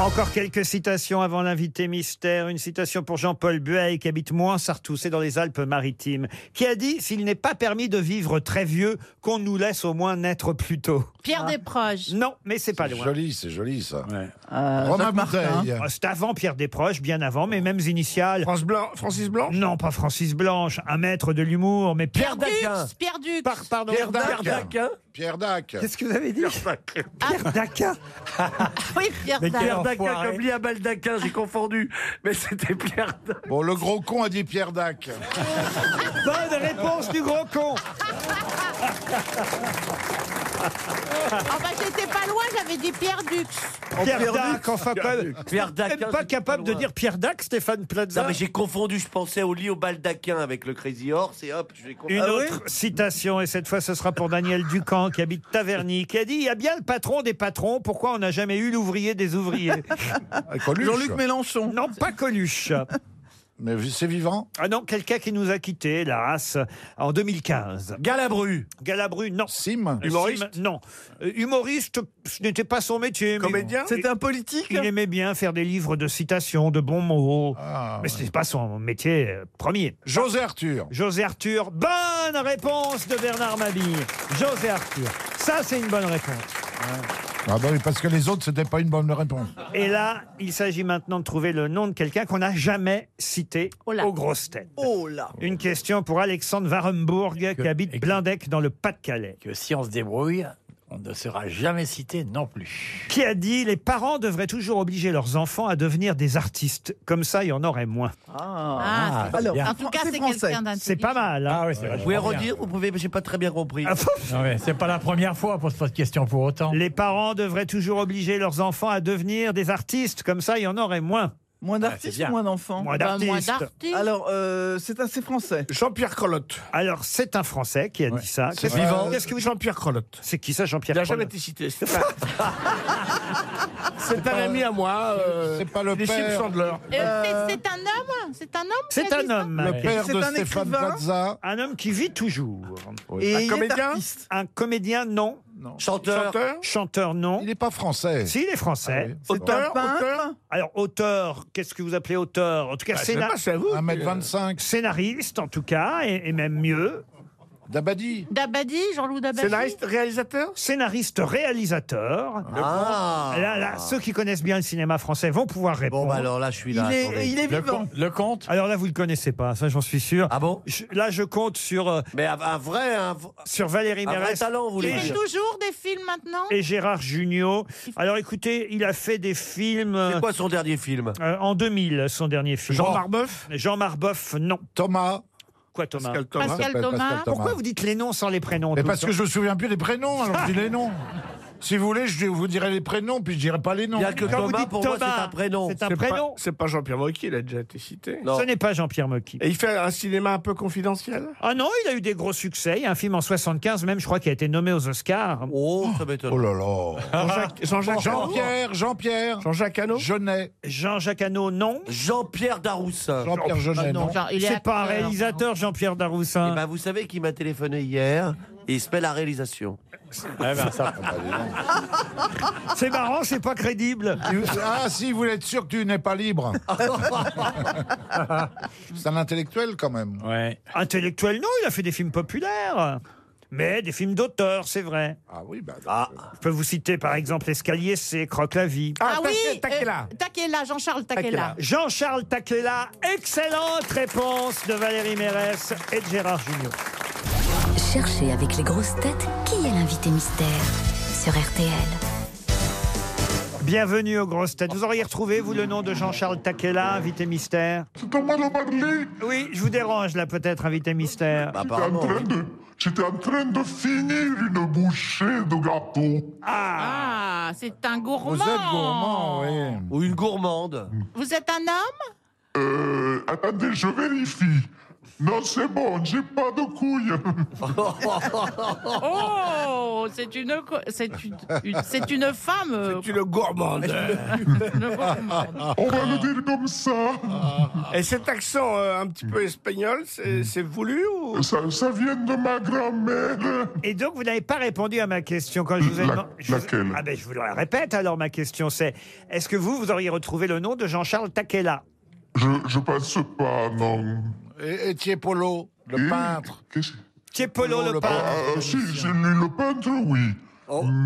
Speaker 3: Encore quelques citations avant l'invité mystère. Une citation pour Jean-Paul Bueil, qui habite Moins-Sartou, c'est dans les Alpes-Maritimes, qui a dit S'il n'est pas permis de vivre très vieux, qu'on nous laisse au moins naître plus tôt.
Speaker 9: Pierre Desproges.
Speaker 3: Non, mais c'est pas
Speaker 5: Ah. C'est
Speaker 3: loin.
Speaker 5: joli, c'est joli ça.
Speaker 3: Euh, Jacques
Speaker 5: Bouteille.
Speaker 3: Martin. Ah, C'est avant Pierre Desproges, bien avant, mais mêmes initiales. Francis Blanche Non, pas Francis Blanche, un maître de l'humour, mais Pierre Daquin.
Speaker 9: Dux, Pierre Dux.
Speaker 3: pardon.
Speaker 5: Pierre Dac. Pierre Dac.
Speaker 3: Qu'est-ce que vous avez dit Pierre Daquin.
Speaker 5: Ah
Speaker 9: Ah Oui, Pierre
Speaker 11: Mais
Speaker 9: Dac.
Speaker 11: Pierre Daquin comme Lia Baldaquin, j'ai confondu. Mais c'était Pierre Dac.
Speaker 5: Bon, le gros con a dit Pierre Dac.
Speaker 3: Bonne réponse du gros con.
Speaker 9: Ah bah j'étais pas loin, j'avais dit Pierre Dux.
Speaker 3: Pierre Dac, enfin quand même.
Speaker 6: Pierre Dac,
Speaker 3: Même pas capable de dire Pierre Dac, Stéphane Plaza.
Speaker 6: Non, mais j'ai confondu, je pensais au lit au baldaquin avec le Crazy Horse et hop, je l'ai confondu.
Speaker 3: Une
Speaker 6: Ah oui
Speaker 3: autre citation, et cette fois ce sera pour Daniel Ducamp qui habite Taverny, qui a dit Il y a bien le patron des patrons, pourquoi on n'a jamais eu l'ouvrier des ouvriers
Speaker 5: Ah, Coluche.
Speaker 8: Jean-Luc Mélenchon.
Speaker 3: Non, pas Coluche.
Speaker 5: Mais c'est vivant.
Speaker 3: Ah non, quelqu'un qui nous a quittés, hélas, en 2015.
Speaker 6: Galabru.
Speaker 3: Galabru, non.
Speaker 5: Sim.
Speaker 3: Euh, Sim, Non. Euh, Humoriste, ce n'était pas son métier. mais-
Speaker 11: Comédien
Speaker 8: C'est un politique
Speaker 3: Ah Il aimait bien faire des livres de citations, de bons mots. mais ce n'est pas son métier euh, premier.
Speaker 5: José Arthur.
Speaker 3: José Arthur, bonne réponse de Bernard Mabille. José Arthur. Ça, c'est une bonne réponse.
Speaker 5: Ah bah oui, parce que les autres, c'était pas une bonne réponse.
Speaker 3: Et là, il s'agit maintenant de trouver le nom de quelqu'un qu'on n'a jamais cité aux grosses têtes.
Speaker 8: Oh là
Speaker 3: Une question pour Alexandre Warembourg qui habite Blindec dans le Pas-de-Calais.
Speaker 7: Que si on se débrouille, on ne sera jamais cité non plus.
Speaker 3: Qui a dit les parents devraient toujours obliger leurs enfants à devenir des artistes. Comme ça, il y en aurait moins.
Speaker 9: Ah,
Speaker 8: Alors,
Speaker 9: en tout cas, c'est quelqu'un d'intelligent.
Speaker 3: C'est pas mal. hein. Ah,
Speaker 7: oui, c'est vrai.
Speaker 6: Vous pouvez redire Vous pouvez J'ai pas très bien compris.
Speaker 7: Non, mais Ah c'est pas la première fois qu'on se pose question pour autant.
Speaker 3: Les parents devraient toujours obliger leurs enfants à devenir des artistes. Comme ça, il y en aurait moins.
Speaker 8: Moins d'artistes
Speaker 7: Ah, bien.
Speaker 8: ou moins d'enfants
Speaker 3: Moins
Speaker 9: Bah, moins
Speaker 3: d'artistes.
Speaker 9: d'artistes.
Speaker 8: Alors, euh, c'est assez français.
Speaker 11: Jean-Pierre Colotte.
Speaker 3: Alors, c'est un Français qui a dit ça.
Speaker 11: C'est
Speaker 3: Qu'est-ce-
Speaker 11: vivant.
Speaker 3: Qu'est-ce que vous
Speaker 11: Jean-Pierre Colotte.
Speaker 3: C'est qui ça, Jean-Pierre
Speaker 11: Il n'a jamais
Speaker 3: Colotte
Speaker 11: été cité. C'est pas- C'est un ami à moi. euh,
Speaker 5: C'est pas le
Speaker 11: il est chez
Speaker 5: père.
Speaker 11: Chandler.
Speaker 9: Et Euh, c'est- c'est un homme C'est un homme
Speaker 3: Euh. C'est
Speaker 9: qui a
Speaker 3: un
Speaker 9: dit ça
Speaker 3: homme.
Speaker 5: Le père
Speaker 8: C'est
Speaker 5: de
Speaker 8: un
Speaker 5: Stéphane
Speaker 8: écrivain
Speaker 5: Plaza.
Speaker 3: Un homme qui vit toujours.
Speaker 8: Et
Speaker 11: Un
Speaker 8: il est
Speaker 11: comédien
Speaker 8: artiste.
Speaker 3: Un comédien, non.
Speaker 6: Chanteur.
Speaker 11: Chanteur
Speaker 3: Chanteur,
Speaker 5: Il
Speaker 3: non.
Speaker 5: n'est pas français.
Speaker 3: S'il est français. hein.
Speaker 5: Ah oui.
Speaker 8: Un
Speaker 11: Auteur Auteur Bah,
Speaker 8: peintre
Speaker 3: Alors, auteur, qu'est-ce que vous appelez auteur En tout cas,
Speaker 6: Bah,
Speaker 11: Je sais
Speaker 3: scéna-
Speaker 11: pas, c'est à vous.
Speaker 5: 1m25.
Speaker 3: scénariste, en tout cas, et, et même mieux.
Speaker 5: Dabadi.
Speaker 9: Dabadi, Jean-Loup
Speaker 6: Ah, bah,
Speaker 9: Dabadi.
Speaker 11: Scénariste, réalisateur
Speaker 3: Scénariste, réalisateur.
Speaker 6: Ah
Speaker 3: Là, là, ceux qui connaissent bien le cinéma français vont pouvoir répondre.
Speaker 6: Bon, bah alors là, je suis
Speaker 8: Il
Speaker 6: là.
Speaker 8: est,
Speaker 6: attendez.
Speaker 8: il est vivant.
Speaker 7: Le comte
Speaker 3: Alors là, vous ne le connaissez pas, ça j'en suis sûr.
Speaker 6: Ah bon
Speaker 3: Je- là, je compte sur, euh,
Speaker 6: Mais un, un vrai, un, v-
Speaker 3: sur Valérie
Speaker 6: un vrai
Speaker 3: Mérès
Speaker 6: talent, vous voulez
Speaker 9: Il fait
Speaker 6: dire.
Speaker 9: toujours des films maintenant
Speaker 3: et Gérard Jugnot. Alors écoutez, il a fait des films euh,
Speaker 6: C'est quoi son dernier film
Speaker 3: euh, en 2000, son dernier film.
Speaker 11: Jean Marbeuf
Speaker 3: Jean Marbeuf, non.
Speaker 5: Thomas.
Speaker 3: Quoi, Thomas
Speaker 11: Pascal Thomas.
Speaker 9: Pascal
Speaker 5: Il s'appelle
Speaker 9: Thomas.
Speaker 5: Pascal
Speaker 3: Pourquoi vous dites les noms sans les prénoms
Speaker 5: Mais
Speaker 3: tout
Speaker 5: parce
Speaker 3: le
Speaker 5: que
Speaker 3: temps
Speaker 5: je me souviens plus des prénoms, alors je dis les noms. Si vous voulez, je vous dirai les prénoms, puis je dirai pas les noms.
Speaker 6: Il n'y a que
Speaker 3: Quand vous
Speaker 6: Thomas,
Speaker 3: dites
Speaker 6: pour moi,
Speaker 3: Thomas,
Speaker 6: c'est un prénom.
Speaker 3: C'est un
Speaker 11: C'est pas-
Speaker 3: prénom.
Speaker 11: C'est pas Jean-Pierre Mocky, il a déjà été cité.
Speaker 6: Non.
Speaker 3: Ce n'est pas Jean-Pierre Mocky.
Speaker 11: Et il fait un cinéma un peu confidentiel
Speaker 3: Ah non, il a eu des gros succès. Il y a un film en 75, même, je crois, qui a été nommé aux Oscars.
Speaker 6: Oh, ça m'étonne.
Speaker 5: Oh là là.
Speaker 3: Ah.
Speaker 11: Jean-Jacques Jean-Jacques Hano
Speaker 5: Jean-Pierre, Jean-Pierre.
Speaker 11: Jean-Jacques Hano
Speaker 5: Jeunet.
Speaker 3: Jean-Jacques Hano, non. Ah,
Speaker 6: Jean-Pierre Daroussin.
Speaker 5: Jean-Pierre Jeunet, non.
Speaker 9: Ah, Genre, il est
Speaker 3: C'est pas un
Speaker 9: acteur.
Speaker 3: réalisateur, Jean-Pierre
Speaker 6: Eh
Speaker 3: Daroussin.
Speaker 6: ben, vous savez qui m'a téléphoné hier et il se met la réalisation.
Speaker 3: Eh ben, C'est marrant, c'est pas crédible.
Speaker 5: Ah si, vous êtes sûr que tu n'es pas libre. C'est un intellectuel quand même.
Speaker 7: Ouais.
Speaker 3: Intellectuel, non, il a fait des films populaires. mais des films d'auteur, c'est vrai. Ah oui, bah, Je peux vous citer par exemple Escalier, c'est Croque la vie.
Speaker 9: Ah, oui, euh, Takela, Jean-Charles Takela.
Speaker 3: Jean-Charles Takela, excellente réponse de Valérie Mérès et de Gérard Junior.
Speaker 2: Cherchez avec les grosses têtes qui est l'invité mystère sur RTL.
Speaker 3: Bienvenue aux grosses têtes. Vous auriez retrouvé, vous, le nom de Jean-Charles Takela, invité mystère Oui, je vous dérange là peut-être, invité mystère.
Speaker 15: J'étais en, train de, j'étais en train de finir une bouchée de gâteau.
Speaker 9: Ah, c'est un gourmand.
Speaker 15: oui. Ou une gourmande.
Speaker 9: Vous êtes un homme
Speaker 15: Euh, attendez, je vérifie. Non, c'est bon, j'ai pas de couilles.
Speaker 9: Oh, c'est une, co- c'est une, une- c'est une femme. euh,
Speaker 11: Tu le gourmande.
Speaker 15: On va le dire comme ça.
Speaker 11: Et cet accent euh, un petit peu espagnol, c'est c'est voulu ou
Speaker 15: ça, ça vient de ma grand-mère.
Speaker 3: Et donc, vous n'avez pas répondu à ma question quand je vous ai
Speaker 15: La-
Speaker 3: demandé- je vous-
Speaker 15: laquelle
Speaker 3: Ah ben, je vous la répète alors, ma question c'est est-ce que vous, vous auriez retrouvé le nom de Jean-Charles Takela
Speaker 15: Je, je pense pas, non.
Speaker 5: Et, et Tiepolo, le
Speaker 15: Et
Speaker 5: peintre.
Speaker 3: Tiepolo,
Speaker 15: Ah, ah, si, c'est lui le peintre, oui.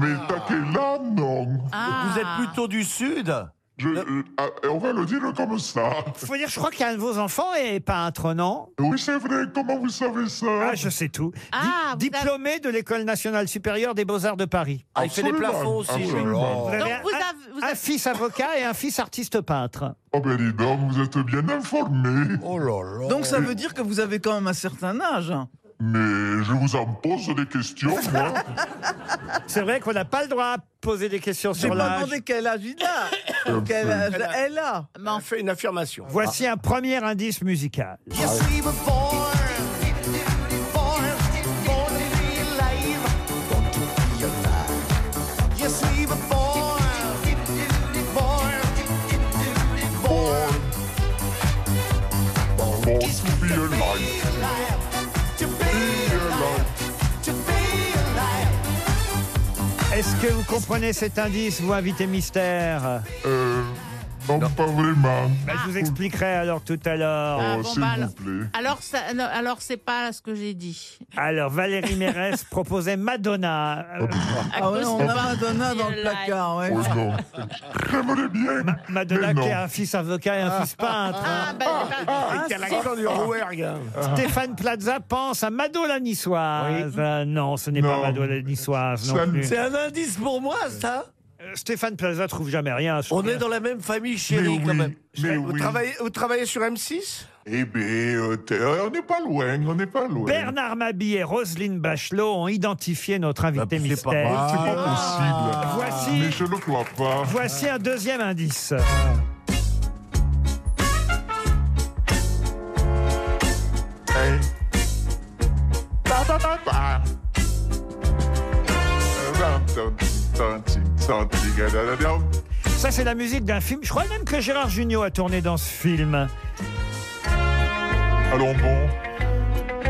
Speaker 15: Mais
Speaker 5: Ah.
Speaker 15: Takela, non.
Speaker 6: Vous êtes plutôt du Sud
Speaker 15: Je- euh, ah, on va le dire comme ça.
Speaker 3: Faut dire, je crois qu'un de vos enfants est peintre, non
Speaker 15: Oui, c'est vrai. Comment vous savez ça
Speaker 3: Ah, je sais tout.
Speaker 9: Ah,
Speaker 3: Di- diplômé de l'École nationale supérieure des beaux-arts de Paris.
Speaker 6: Ah, il fait des
Speaker 15: Absolument,
Speaker 6: plafonds aussi.
Speaker 15: absolument.
Speaker 3: Vous
Speaker 15: Donc,
Speaker 3: avez un,
Speaker 9: vous avez- vous
Speaker 3: un fils avocat et un fils artiste peintre.
Speaker 15: Oh, ben dis donc, vous êtes bien informé.
Speaker 5: Oh là là.
Speaker 8: Donc ça veut dire que vous avez quand même un certain âge. hein.
Speaker 15: Mais je vous en pose des questions, moi.
Speaker 3: C'est vrai qu'on n'a pas le droit de poser des questions
Speaker 8: J'ai
Speaker 3: sur
Speaker 8: pas
Speaker 3: l'âge.
Speaker 8: demandé quel âge il a. quel âge elle a.
Speaker 11: Elle a fait une affirmation. Ah.
Speaker 3: Voici un premier indice musical.
Speaker 15: Bon, to be alive. Be alive.
Speaker 3: Est-ce que vous comprenez cet indice, vous invité mystère
Speaker 15: Euh, non, pas vraiment.
Speaker 3: Bah, Je vous expliquerai alors tout à l'heure.
Speaker 9: Ah,
Speaker 15: Oh,
Speaker 9: bon,
Speaker 15: s'il
Speaker 9: bah,
Speaker 15: vous plaît.
Speaker 9: Alors, ça, non, alors c'est pas ce que j'ai dit.
Speaker 3: Alors, Valérie Mérès proposait Madonna. Euh,
Speaker 8: Ah ouais,
Speaker 9: cause
Speaker 8: on
Speaker 9: de
Speaker 8: a
Speaker 9: Barbie
Speaker 8: Madonna dans le
Speaker 9: Live.
Speaker 8: placard. Ouais.
Speaker 15: bah, Oh non. J'aimerais bien.
Speaker 3: Madonna
Speaker 15: Mais non.
Speaker 3: qui a un fils avocat et un fils peintre. hein.
Speaker 9: Ah, ben, ben,
Speaker 11: Et qui a l'accent du Rouergue.
Speaker 10: Ah,
Speaker 11: hein.
Speaker 3: Stéphane Plaza pense à Madola Niçoise. Euh, non, ce n'est pas
Speaker 15: Non.
Speaker 3: Madola Niçoise non
Speaker 15: Ça me-
Speaker 3: plus.
Speaker 11: C'est un indice pour moi, ça
Speaker 3: Euh, Stéphane Plaza trouve jamais rien. sur-
Speaker 11: On est dans la même famille,
Speaker 15: Mais
Speaker 11: chérie,
Speaker 15: oui,
Speaker 11: quand même.
Speaker 15: mais
Speaker 11: Vous,
Speaker 15: oui.
Speaker 11: travaillez, vous travaillez sur M6
Speaker 15: Eh bien, on n'est pas loin, on n'est pas loin.
Speaker 3: Bernard Mabie et Roselyne Bachelot ont identifié notre invité
Speaker 11: Bah, c'est pas
Speaker 3: mystère.
Speaker 15: Ah,
Speaker 3: Ah.
Speaker 15: C'est pas possible.
Speaker 3: Voici-
Speaker 15: Mais je ne crois pas.
Speaker 3: Voici un deuxième indice.
Speaker 15: Hey. Ta, ta, ta, ta. Dun, dun, dun, dun, dun, dun, dun, dun, dun.
Speaker 3: Ça, c'est la musique d'un film. Je crois même que Gérard Jugnot a tourné dans ce film.
Speaker 15: Allons bon.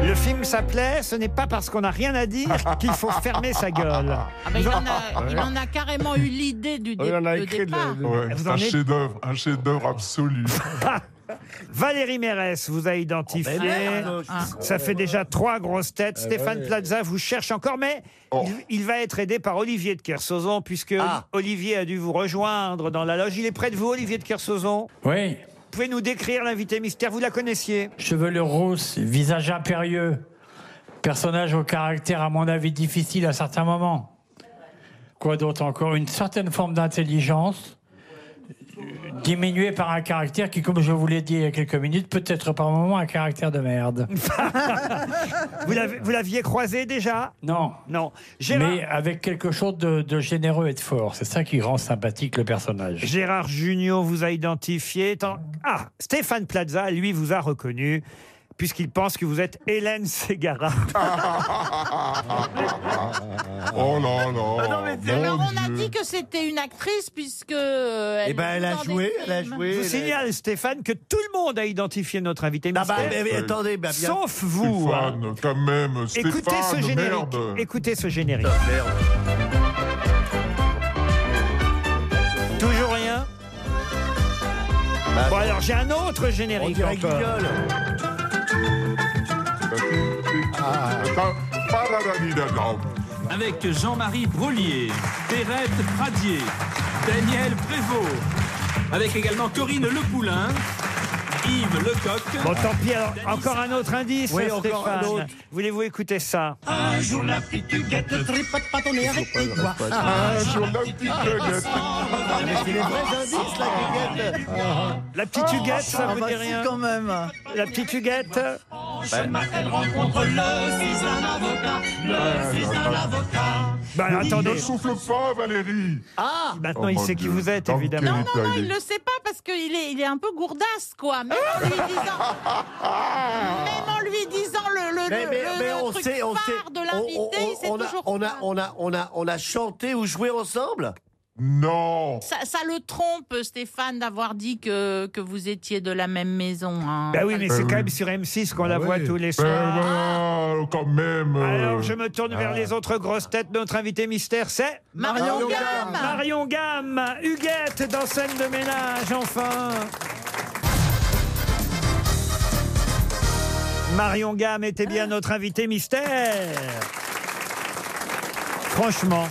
Speaker 3: Le film s'appelait Ce n'est pas parce qu'on n'a rien à dire qu'il faut fermer sa gueule.
Speaker 9: ah, ben, il, en a, il en a carrément eu l'idée du
Speaker 3: Ah
Speaker 9: dé-
Speaker 11: Oui, on Oh, a
Speaker 9: de
Speaker 11: écrit
Speaker 9: départ.
Speaker 11: le- le-
Speaker 15: Ouais,
Speaker 3: Vous en
Speaker 15: un
Speaker 3: êtes- Ah
Speaker 15: chef-d'œuvre, un chef-d'œuvre absolu.
Speaker 3: Valérie Mérès vous a identifié.
Speaker 11: merde.
Speaker 9: Ah.
Speaker 3: Ça fait déjà trois grosses têtes. Stéphane Plaza vous cherche encore, mais
Speaker 15: Oh.
Speaker 3: il, il va être aidé par Olivier de Kersauzon, puisque
Speaker 6: Ah.
Speaker 3: Olivier a dû vous rejoindre dans la loge. Il est près de vous, Olivier de Kersauzon.
Speaker 16: Oui,
Speaker 3: Pouvez nous décrire l'invité mystère Vous la connaissiez
Speaker 16: chevelure rousse, visage impérieux, personnage au caractère à mon avis difficile à certains moments. Quoi d'autre encore Une certaine forme d'intelligence euh, diminuée par un caractère qui, comme je vous l'ai dit il y a quelques minutes, peut être par moments un caractère de merde.
Speaker 3: Vous l'avez- vous l'aviez croisé déjà
Speaker 16: Non,
Speaker 3: Non. Gérard,
Speaker 16: mais avec quelque chose de, de généreux et de fort. C'est ça qui rend sympathique le personnage.
Speaker 3: Gérard Junior vous a identifié. tant- Ah, Stéphane Plaza, lui, vous a reconnu, puisqu'il pense que vous êtes Hélène Ségara.
Speaker 15: Oh là
Speaker 9: Ah
Speaker 15: là.
Speaker 9: Alors,
Speaker 15: mon
Speaker 9: on a
Speaker 15: Dieu.
Speaker 9: dit que c'était une actrice, puisque. euh,
Speaker 11: Eh ben, elle
Speaker 9: joue
Speaker 11: a
Speaker 9: dans des
Speaker 11: joué, elle a
Speaker 9: films.
Speaker 11: joué.
Speaker 3: Je vous
Speaker 11: elle a-
Speaker 3: signale, Stéphane, que tout le monde a identifié notre invité
Speaker 11: Ah bah,
Speaker 3: mystère,
Speaker 11: mais- mais attendez, bah, bien.
Speaker 3: sauf vous. hein.
Speaker 15: euh, Stéphane, quand même.
Speaker 3: Écoutez ce
Speaker 15: Stéphane,
Speaker 3: générique.
Speaker 15: merde. Ah,
Speaker 3: Écoutez ce générique. Toujours rien Bon alors j'ai un autre
Speaker 11: Bah, On
Speaker 3: générique
Speaker 11: dirait
Speaker 3: encore.
Speaker 11: Guignol.
Speaker 15: Attends, Paradadidadam.
Speaker 17: Avec Jean-Marie Brolier, Perrette Pradier, Daniel Prévost, avec également Corinne Le Poulain, Yves Lecoq.
Speaker 3: Bon, tant pis, alors, encore un autre indice, hein,
Speaker 17: Oui,
Speaker 3: Stéphane.
Speaker 17: encore un autre.
Speaker 3: Voulez-vous écouter ça
Speaker 17: Un jour, la petite
Speaker 3: guette tripote pas ton nez avec tes doigts.
Speaker 15: Ah,
Speaker 3: ah,
Speaker 17: Un jour, la
Speaker 3: petite
Speaker 17: guette.
Speaker 3: Ah, c'est les vrais indices, la guguette.
Speaker 15: Ah.
Speaker 3: La petite huguette, ça
Speaker 8: Ah,
Speaker 3: vous
Speaker 8: bah
Speaker 3: dit
Speaker 8: si,
Speaker 3: rien
Speaker 8: quand même.
Speaker 3: La petite huguette
Speaker 11: Ben.
Speaker 17: Elle rencontre le fils d'un avocat,
Speaker 15: Ah,
Speaker 17: le fils d'un avocat.
Speaker 3: Bah, alors, attendez.
Speaker 15: Ne souffle pas, Valérie. Oh
Speaker 9: Ah
Speaker 3: Maintenant, il sait qui vous êtes, évidemment.
Speaker 9: Non, non, non, il le sait pas parce qu'il est, il est un peu gourdasse, quoi. Même en lui disant, même en lui disant le, le,
Speaker 6: Mais,
Speaker 9: le-
Speaker 6: mais-
Speaker 9: le-
Speaker 6: mais
Speaker 9: le
Speaker 6: on
Speaker 9: truc
Speaker 6: sait, on
Speaker 9: phare
Speaker 6: sait.
Speaker 9: de
Speaker 6: on-
Speaker 9: l'invité,
Speaker 6: on-
Speaker 9: il sait
Speaker 6: on a-
Speaker 9: toujours.
Speaker 6: on a, on a, on a, on a chanté ou joué ensemble
Speaker 15: Non.
Speaker 9: Ça, ça le trompe, Stéphane, d'avoir dit que, que vous étiez de la même maison. hein.
Speaker 11: Ben
Speaker 3: Bah oui, mais
Speaker 15: Bah
Speaker 3: c'est
Speaker 15: oui.
Speaker 3: quand même sur M6 qu'on la voit tous les soirs.
Speaker 15: Ben, quand même. euh,
Speaker 3: Alors, je me tourne vers les autres grosses têtes. Notre invité mystère, c'est
Speaker 8: Marion Marion Gamme. Gamme.
Speaker 3: Marion Gamme, Huguette dans scène de ménage, enfin. Marion Gamme était bien notre invité mystère. Franchement.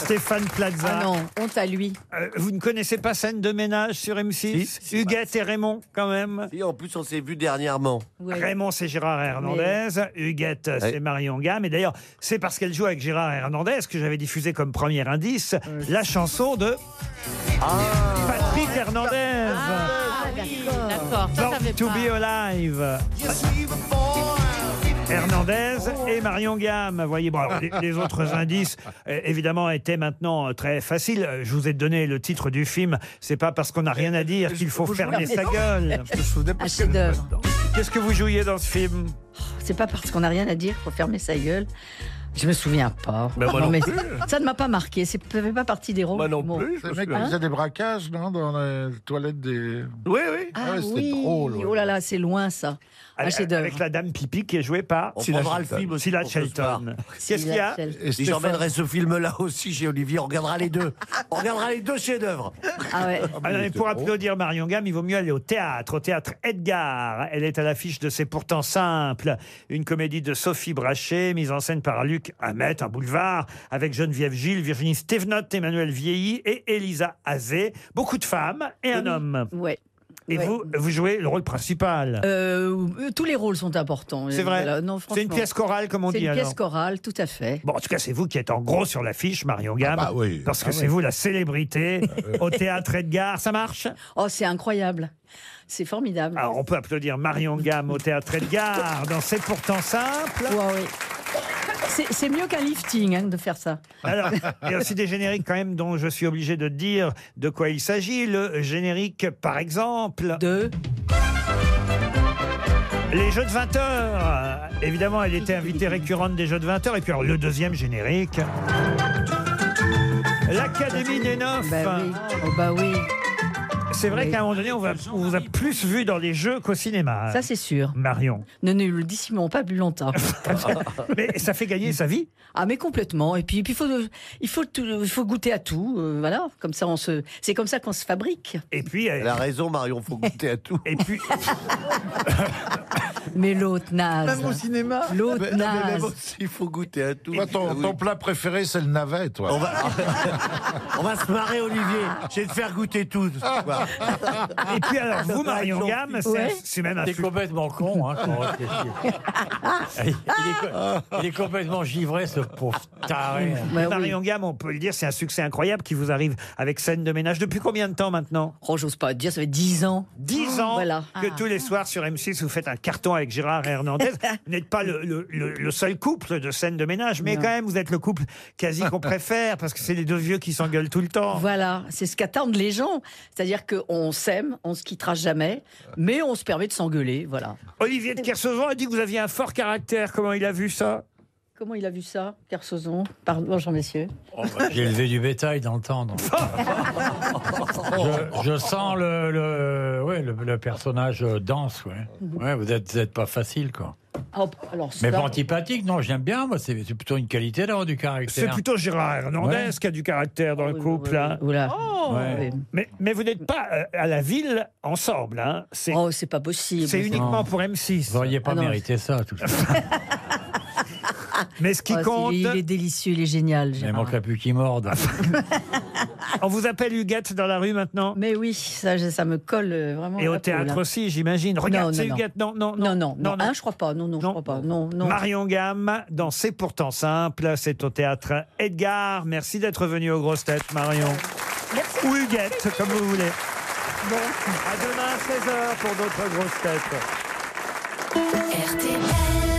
Speaker 3: Stéphane Plaza.
Speaker 18: Ah non, honte à lui.
Speaker 3: Euh, vous ne connaissez pas scène de ménage sur M6 Huguette et Raymond, quand même.
Speaker 6: bah. Si, en plus, on s'est vu dernièrement.
Speaker 3: Raymond, c'est Gérard Hernandez. Huguette, c'est Marion Gamme. Et d'ailleurs, c'est parce qu'elle joue avec Gérard Hernandez que j'avais diffusé comme premier indice la chanson de Patrick Hernandez.
Speaker 9: Ah oui, d'accord. Ça,
Speaker 3: Born
Speaker 9: t'avais
Speaker 3: to
Speaker 9: pas.
Speaker 3: be alive. Hernandez et Marion Gamme. Voyez, bon, alors, les, les autres indices, euh, évidemment, étaient maintenant euh, très faciles. Euh, Je vous ai donné le titre du film. C'est pas parce qu'on n'a rien à dire qu'il faut fermer sa gueule.
Speaker 9: Ah,
Speaker 18: Un chef-d'œuvre.
Speaker 3: Qu'est-ce que vous jouiez dans ce film
Speaker 18: C'est pas parce qu'on n'a rien à dire qu'il faut fermer sa gueule. Je me souviens pas. Ah
Speaker 5: Ben, moi non
Speaker 18: mais
Speaker 5: plus.
Speaker 18: ça ne m'a pas marqué. C'est ça fait pas partie des rôles.
Speaker 5: Moi non
Speaker 18: du mot.
Speaker 5: plus. C'est le mec qui
Speaker 18: Hein
Speaker 5: faisait des braquages, non Dans les toilettes des.
Speaker 18: Oui, oui. Ah,
Speaker 5: Ah ouais, c'était
Speaker 18: oui.
Speaker 5: drôle, ouais.
Speaker 18: Oh là là, c'est loin ça. Ah, Un
Speaker 3: Avec,
Speaker 18: chef-d'œuvre.
Speaker 3: avec la dame pipi qui est jouée par
Speaker 6: On prendra le film aussi
Speaker 3: Sylla
Speaker 6: pour ce soir.
Speaker 3: Shelton. Qu'est-ce qu'il y a
Speaker 6: Et j'emmènerai ce film-là aussi chez Olivier. On regardera les deux. On regardera les deux chefs-d'œuvre.
Speaker 18: Ah ouais.
Speaker 3: Ah non, mais pour applaudir Marion Gamme, il vaut mieux aller au théâtre, au théâtre Edgar. Elle est à l'affiche de C'est pourtant simple, une comédie de Sophie Brachet, mise en scène par Luc Hamet, un boulevard, avec Geneviève Gilles, Virginie Stevenot, Emmanuel Vieilly et Elisa Azé. Beaucoup de femmes et un homme.
Speaker 18: Ouais.
Speaker 3: Et
Speaker 18: Ouais.
Speaker 3: vous, vous jouez le rôle principal.
Speaker 18: Euh, euh, tous les rôles sont importants.
Speaker 3: C'est vrai.
Speaker 18: Voilà. Non,
Speaker 3: C'est
Speaker 18: franchement.
Speaker 3: une pièce chorale, comme on
Speaker 18: C'est
Speaker 3: dit,
Speaker 18: une pièce
Speaker 3: alors.
Speaker 18: chorale, tout à fait.
Speaker 3: Bon, en tout cas, c'est vous qui êtes en gros sur l'affiche, Marion Gamme, parce que
Speaker 18: Ah
Speaker 3: c'est
Speaker 18: oui. Ah
Speaker 3: vous la célébrité au théâtre Edgar. Ça marche
Speaker 18: Oh, c'est incroyable. C'est formidable.
Speaker 3: Alors, on peut applaudir Marion Gamme au théâtre Edgar dans C'est pourtant simple.
Speaker 18: Ouais, ouais. C'est c'est mieux qu'un lifting hein, de faire ça.
Speaker 3: Alors, il y a aussi des génériques quand même dont je suis obligé de dire de quoi il s'agit. Le générique, par exemple... De... Les Jeux de 20 heures. Euh, Évidemment, elle était invitée récurrente des Jeux de 20 heures. Et puis, alors, le deuxième générique. L'Académie des Neufs.
Speaker 18: Bah oui. Oh, bah oui.
Speaker 3: C'est vrai
Speaker 18: Oui.
Speaker 3: qu'à un moment donné, on, va- on vous a plus vu dans les jeux qu'au cinéma.
Speaker 18: Ça, c'est sûr.
Speaker 3: Marion.
Speaker 18: Ne nous le dissimulons pas plus longtemps.
Speaker 3: Mais ça fait gagner sa vie.
Speaker 18: Ah, mais complètement. Et puis, puis faut, il, faut tout- il faut goûter à tout. euh, voilà. Comme ça, on se. C'est comme ça qu'on se fabrique.
Speaker 3: Et puis.
Speaker 6: Elle a raison, Marion. Faut goûter à tout.
Speaker 3: Et puis.
Speaker 18: Mais l'autre naze.
Speaker 8: Même au cinéma.
Speaker 5: Ah,
Speaker 18: L'autre naze.
Speaker 6: il faut goûter à tout.
Speaker 5: Toi, ton, ton plat préféré, c'est le navet, toi.
Speaker 6: On va, on va se marrer, Olivier. Je vais te faire goûter tout. ce soir.
Speaker 3: Et puis alors, vous, Marion Gamme, c'est
Speaker 16: Ouais.
Speaker 3: c'est même un
Speaker 16: T'es complètement con, hein, quand on réfléchit.
Speaker 15: Ah,
Speaker 16: il, est, co- il est complètement givré, ce pauvre taré.
Speaker 18: Bah
Speaker 3: Marion Gamme, on peut le dire, c'est un succès incroyable qui vous arrive avec scène de ménage. Depuis combien de temps maintenant
Speaker 18: Oh, j'ose pas dire, ça fait 10 ans.
Speaker 3: 10 ans
Speaker 18: Voilà.
Speaker 3: que tous les soirs sur M6, vous faites un carton avec Gérard Hernandez. vous n'êtes pas le, le- le- le seul couple de scène de ménage, mais
Speaker 18: Non.
Speaker 3: quand même, vous êtes le couple quasi qu'on préfère parce que c'est les deux vieux qui s'engueulent tout le temps.
Speaker 18: Voilà, c'est ce qu'attendent les gens. C'est-à-dire qu'on s'aime, on se quittera jamais, mais on se permet de s'engueuler. Voilà.
Speaker 3: Olivier de Kersauzon a dit que vous aviez un fort caractère. Comment il a vu ça
Speaker 18: Comment il a vu ça, Kersozon Pardon, Jean-Messieurs.
Speaker 16: J'ai élevé du bétail dans le temps. donc. je, je sens le, le- ouais, le, le personnage euh, dense. Ouais. Ouais, vous n'êtes pas facile, quoi.
Speaker 18: Hop, alors
Speaker 16: Mais
Speaker 18: Mhm. ça-
Speaker 16: pas antipathique, non, j'aime bien. Moi, c'est c'est plutôt une qualité d'avoir du caractère.
Speaker 3: C'est plutôt Gérard Hernandez
Speaker 16: Ouais.
Speaker 3: qui a du caractère dans le couple. hein.
Speaker 16: Oh Ouais.
Speaker 3: Mais, mais vous n'êtes pas euh, à la ville ensemble. Hein. C'est,
Speaker 18: oh, c'est pas possible. Ah
Speaker 3: C'est uniquement pour M6.
Speaker 16: Vous n'auriez pas
Speaker 3: Ah non.
Speaker 16: mérité ça, tout ça.
Speaker 3: Mais ce qui
Speaker 18: Oh, c'est-
Speaker 3: compte-
Speaker 18: Il est délicieux, il est génial.
Speaker 7: Il ne
Speaker 18: Gérard.
Speaker 7: manquerait plus qu'il morde.
Speaker 3: On vous appelle Huguette dans la rue maintenant
Speaker 18: Mais oui, ça, je- ça me colle euh, vraiment.
Speaker 3: Et
Speaker 18: à
Speaker 3: au
Speaker 18: la peau,
Speaker 3: théâtre
Speaker 18: là.
Speaker 3: aussi, j'imagine.
Speaker 18: Non,
Speaker 3: Regarde,
Speaker 18: non,
Speaker 3: c'est
Speaker 18: non.
Speaker 3: Huguette. Non, non,
Speaker 18: non. Non, non,
Speaker 3: non, non.
Speaker 18: hein, je crois pas. Non, non, je crois pas. Non, non.
Speaker 3: Marion Gamme, dans C'est pourtant simple, c'est au théâtre Edgar. Merci d'être venu aux grosses têtes, Marion. Ou Huguette, comme vous voulez. Bon, à demain 16h pour d'autres grosses têtes.
Speaker 17: RTL.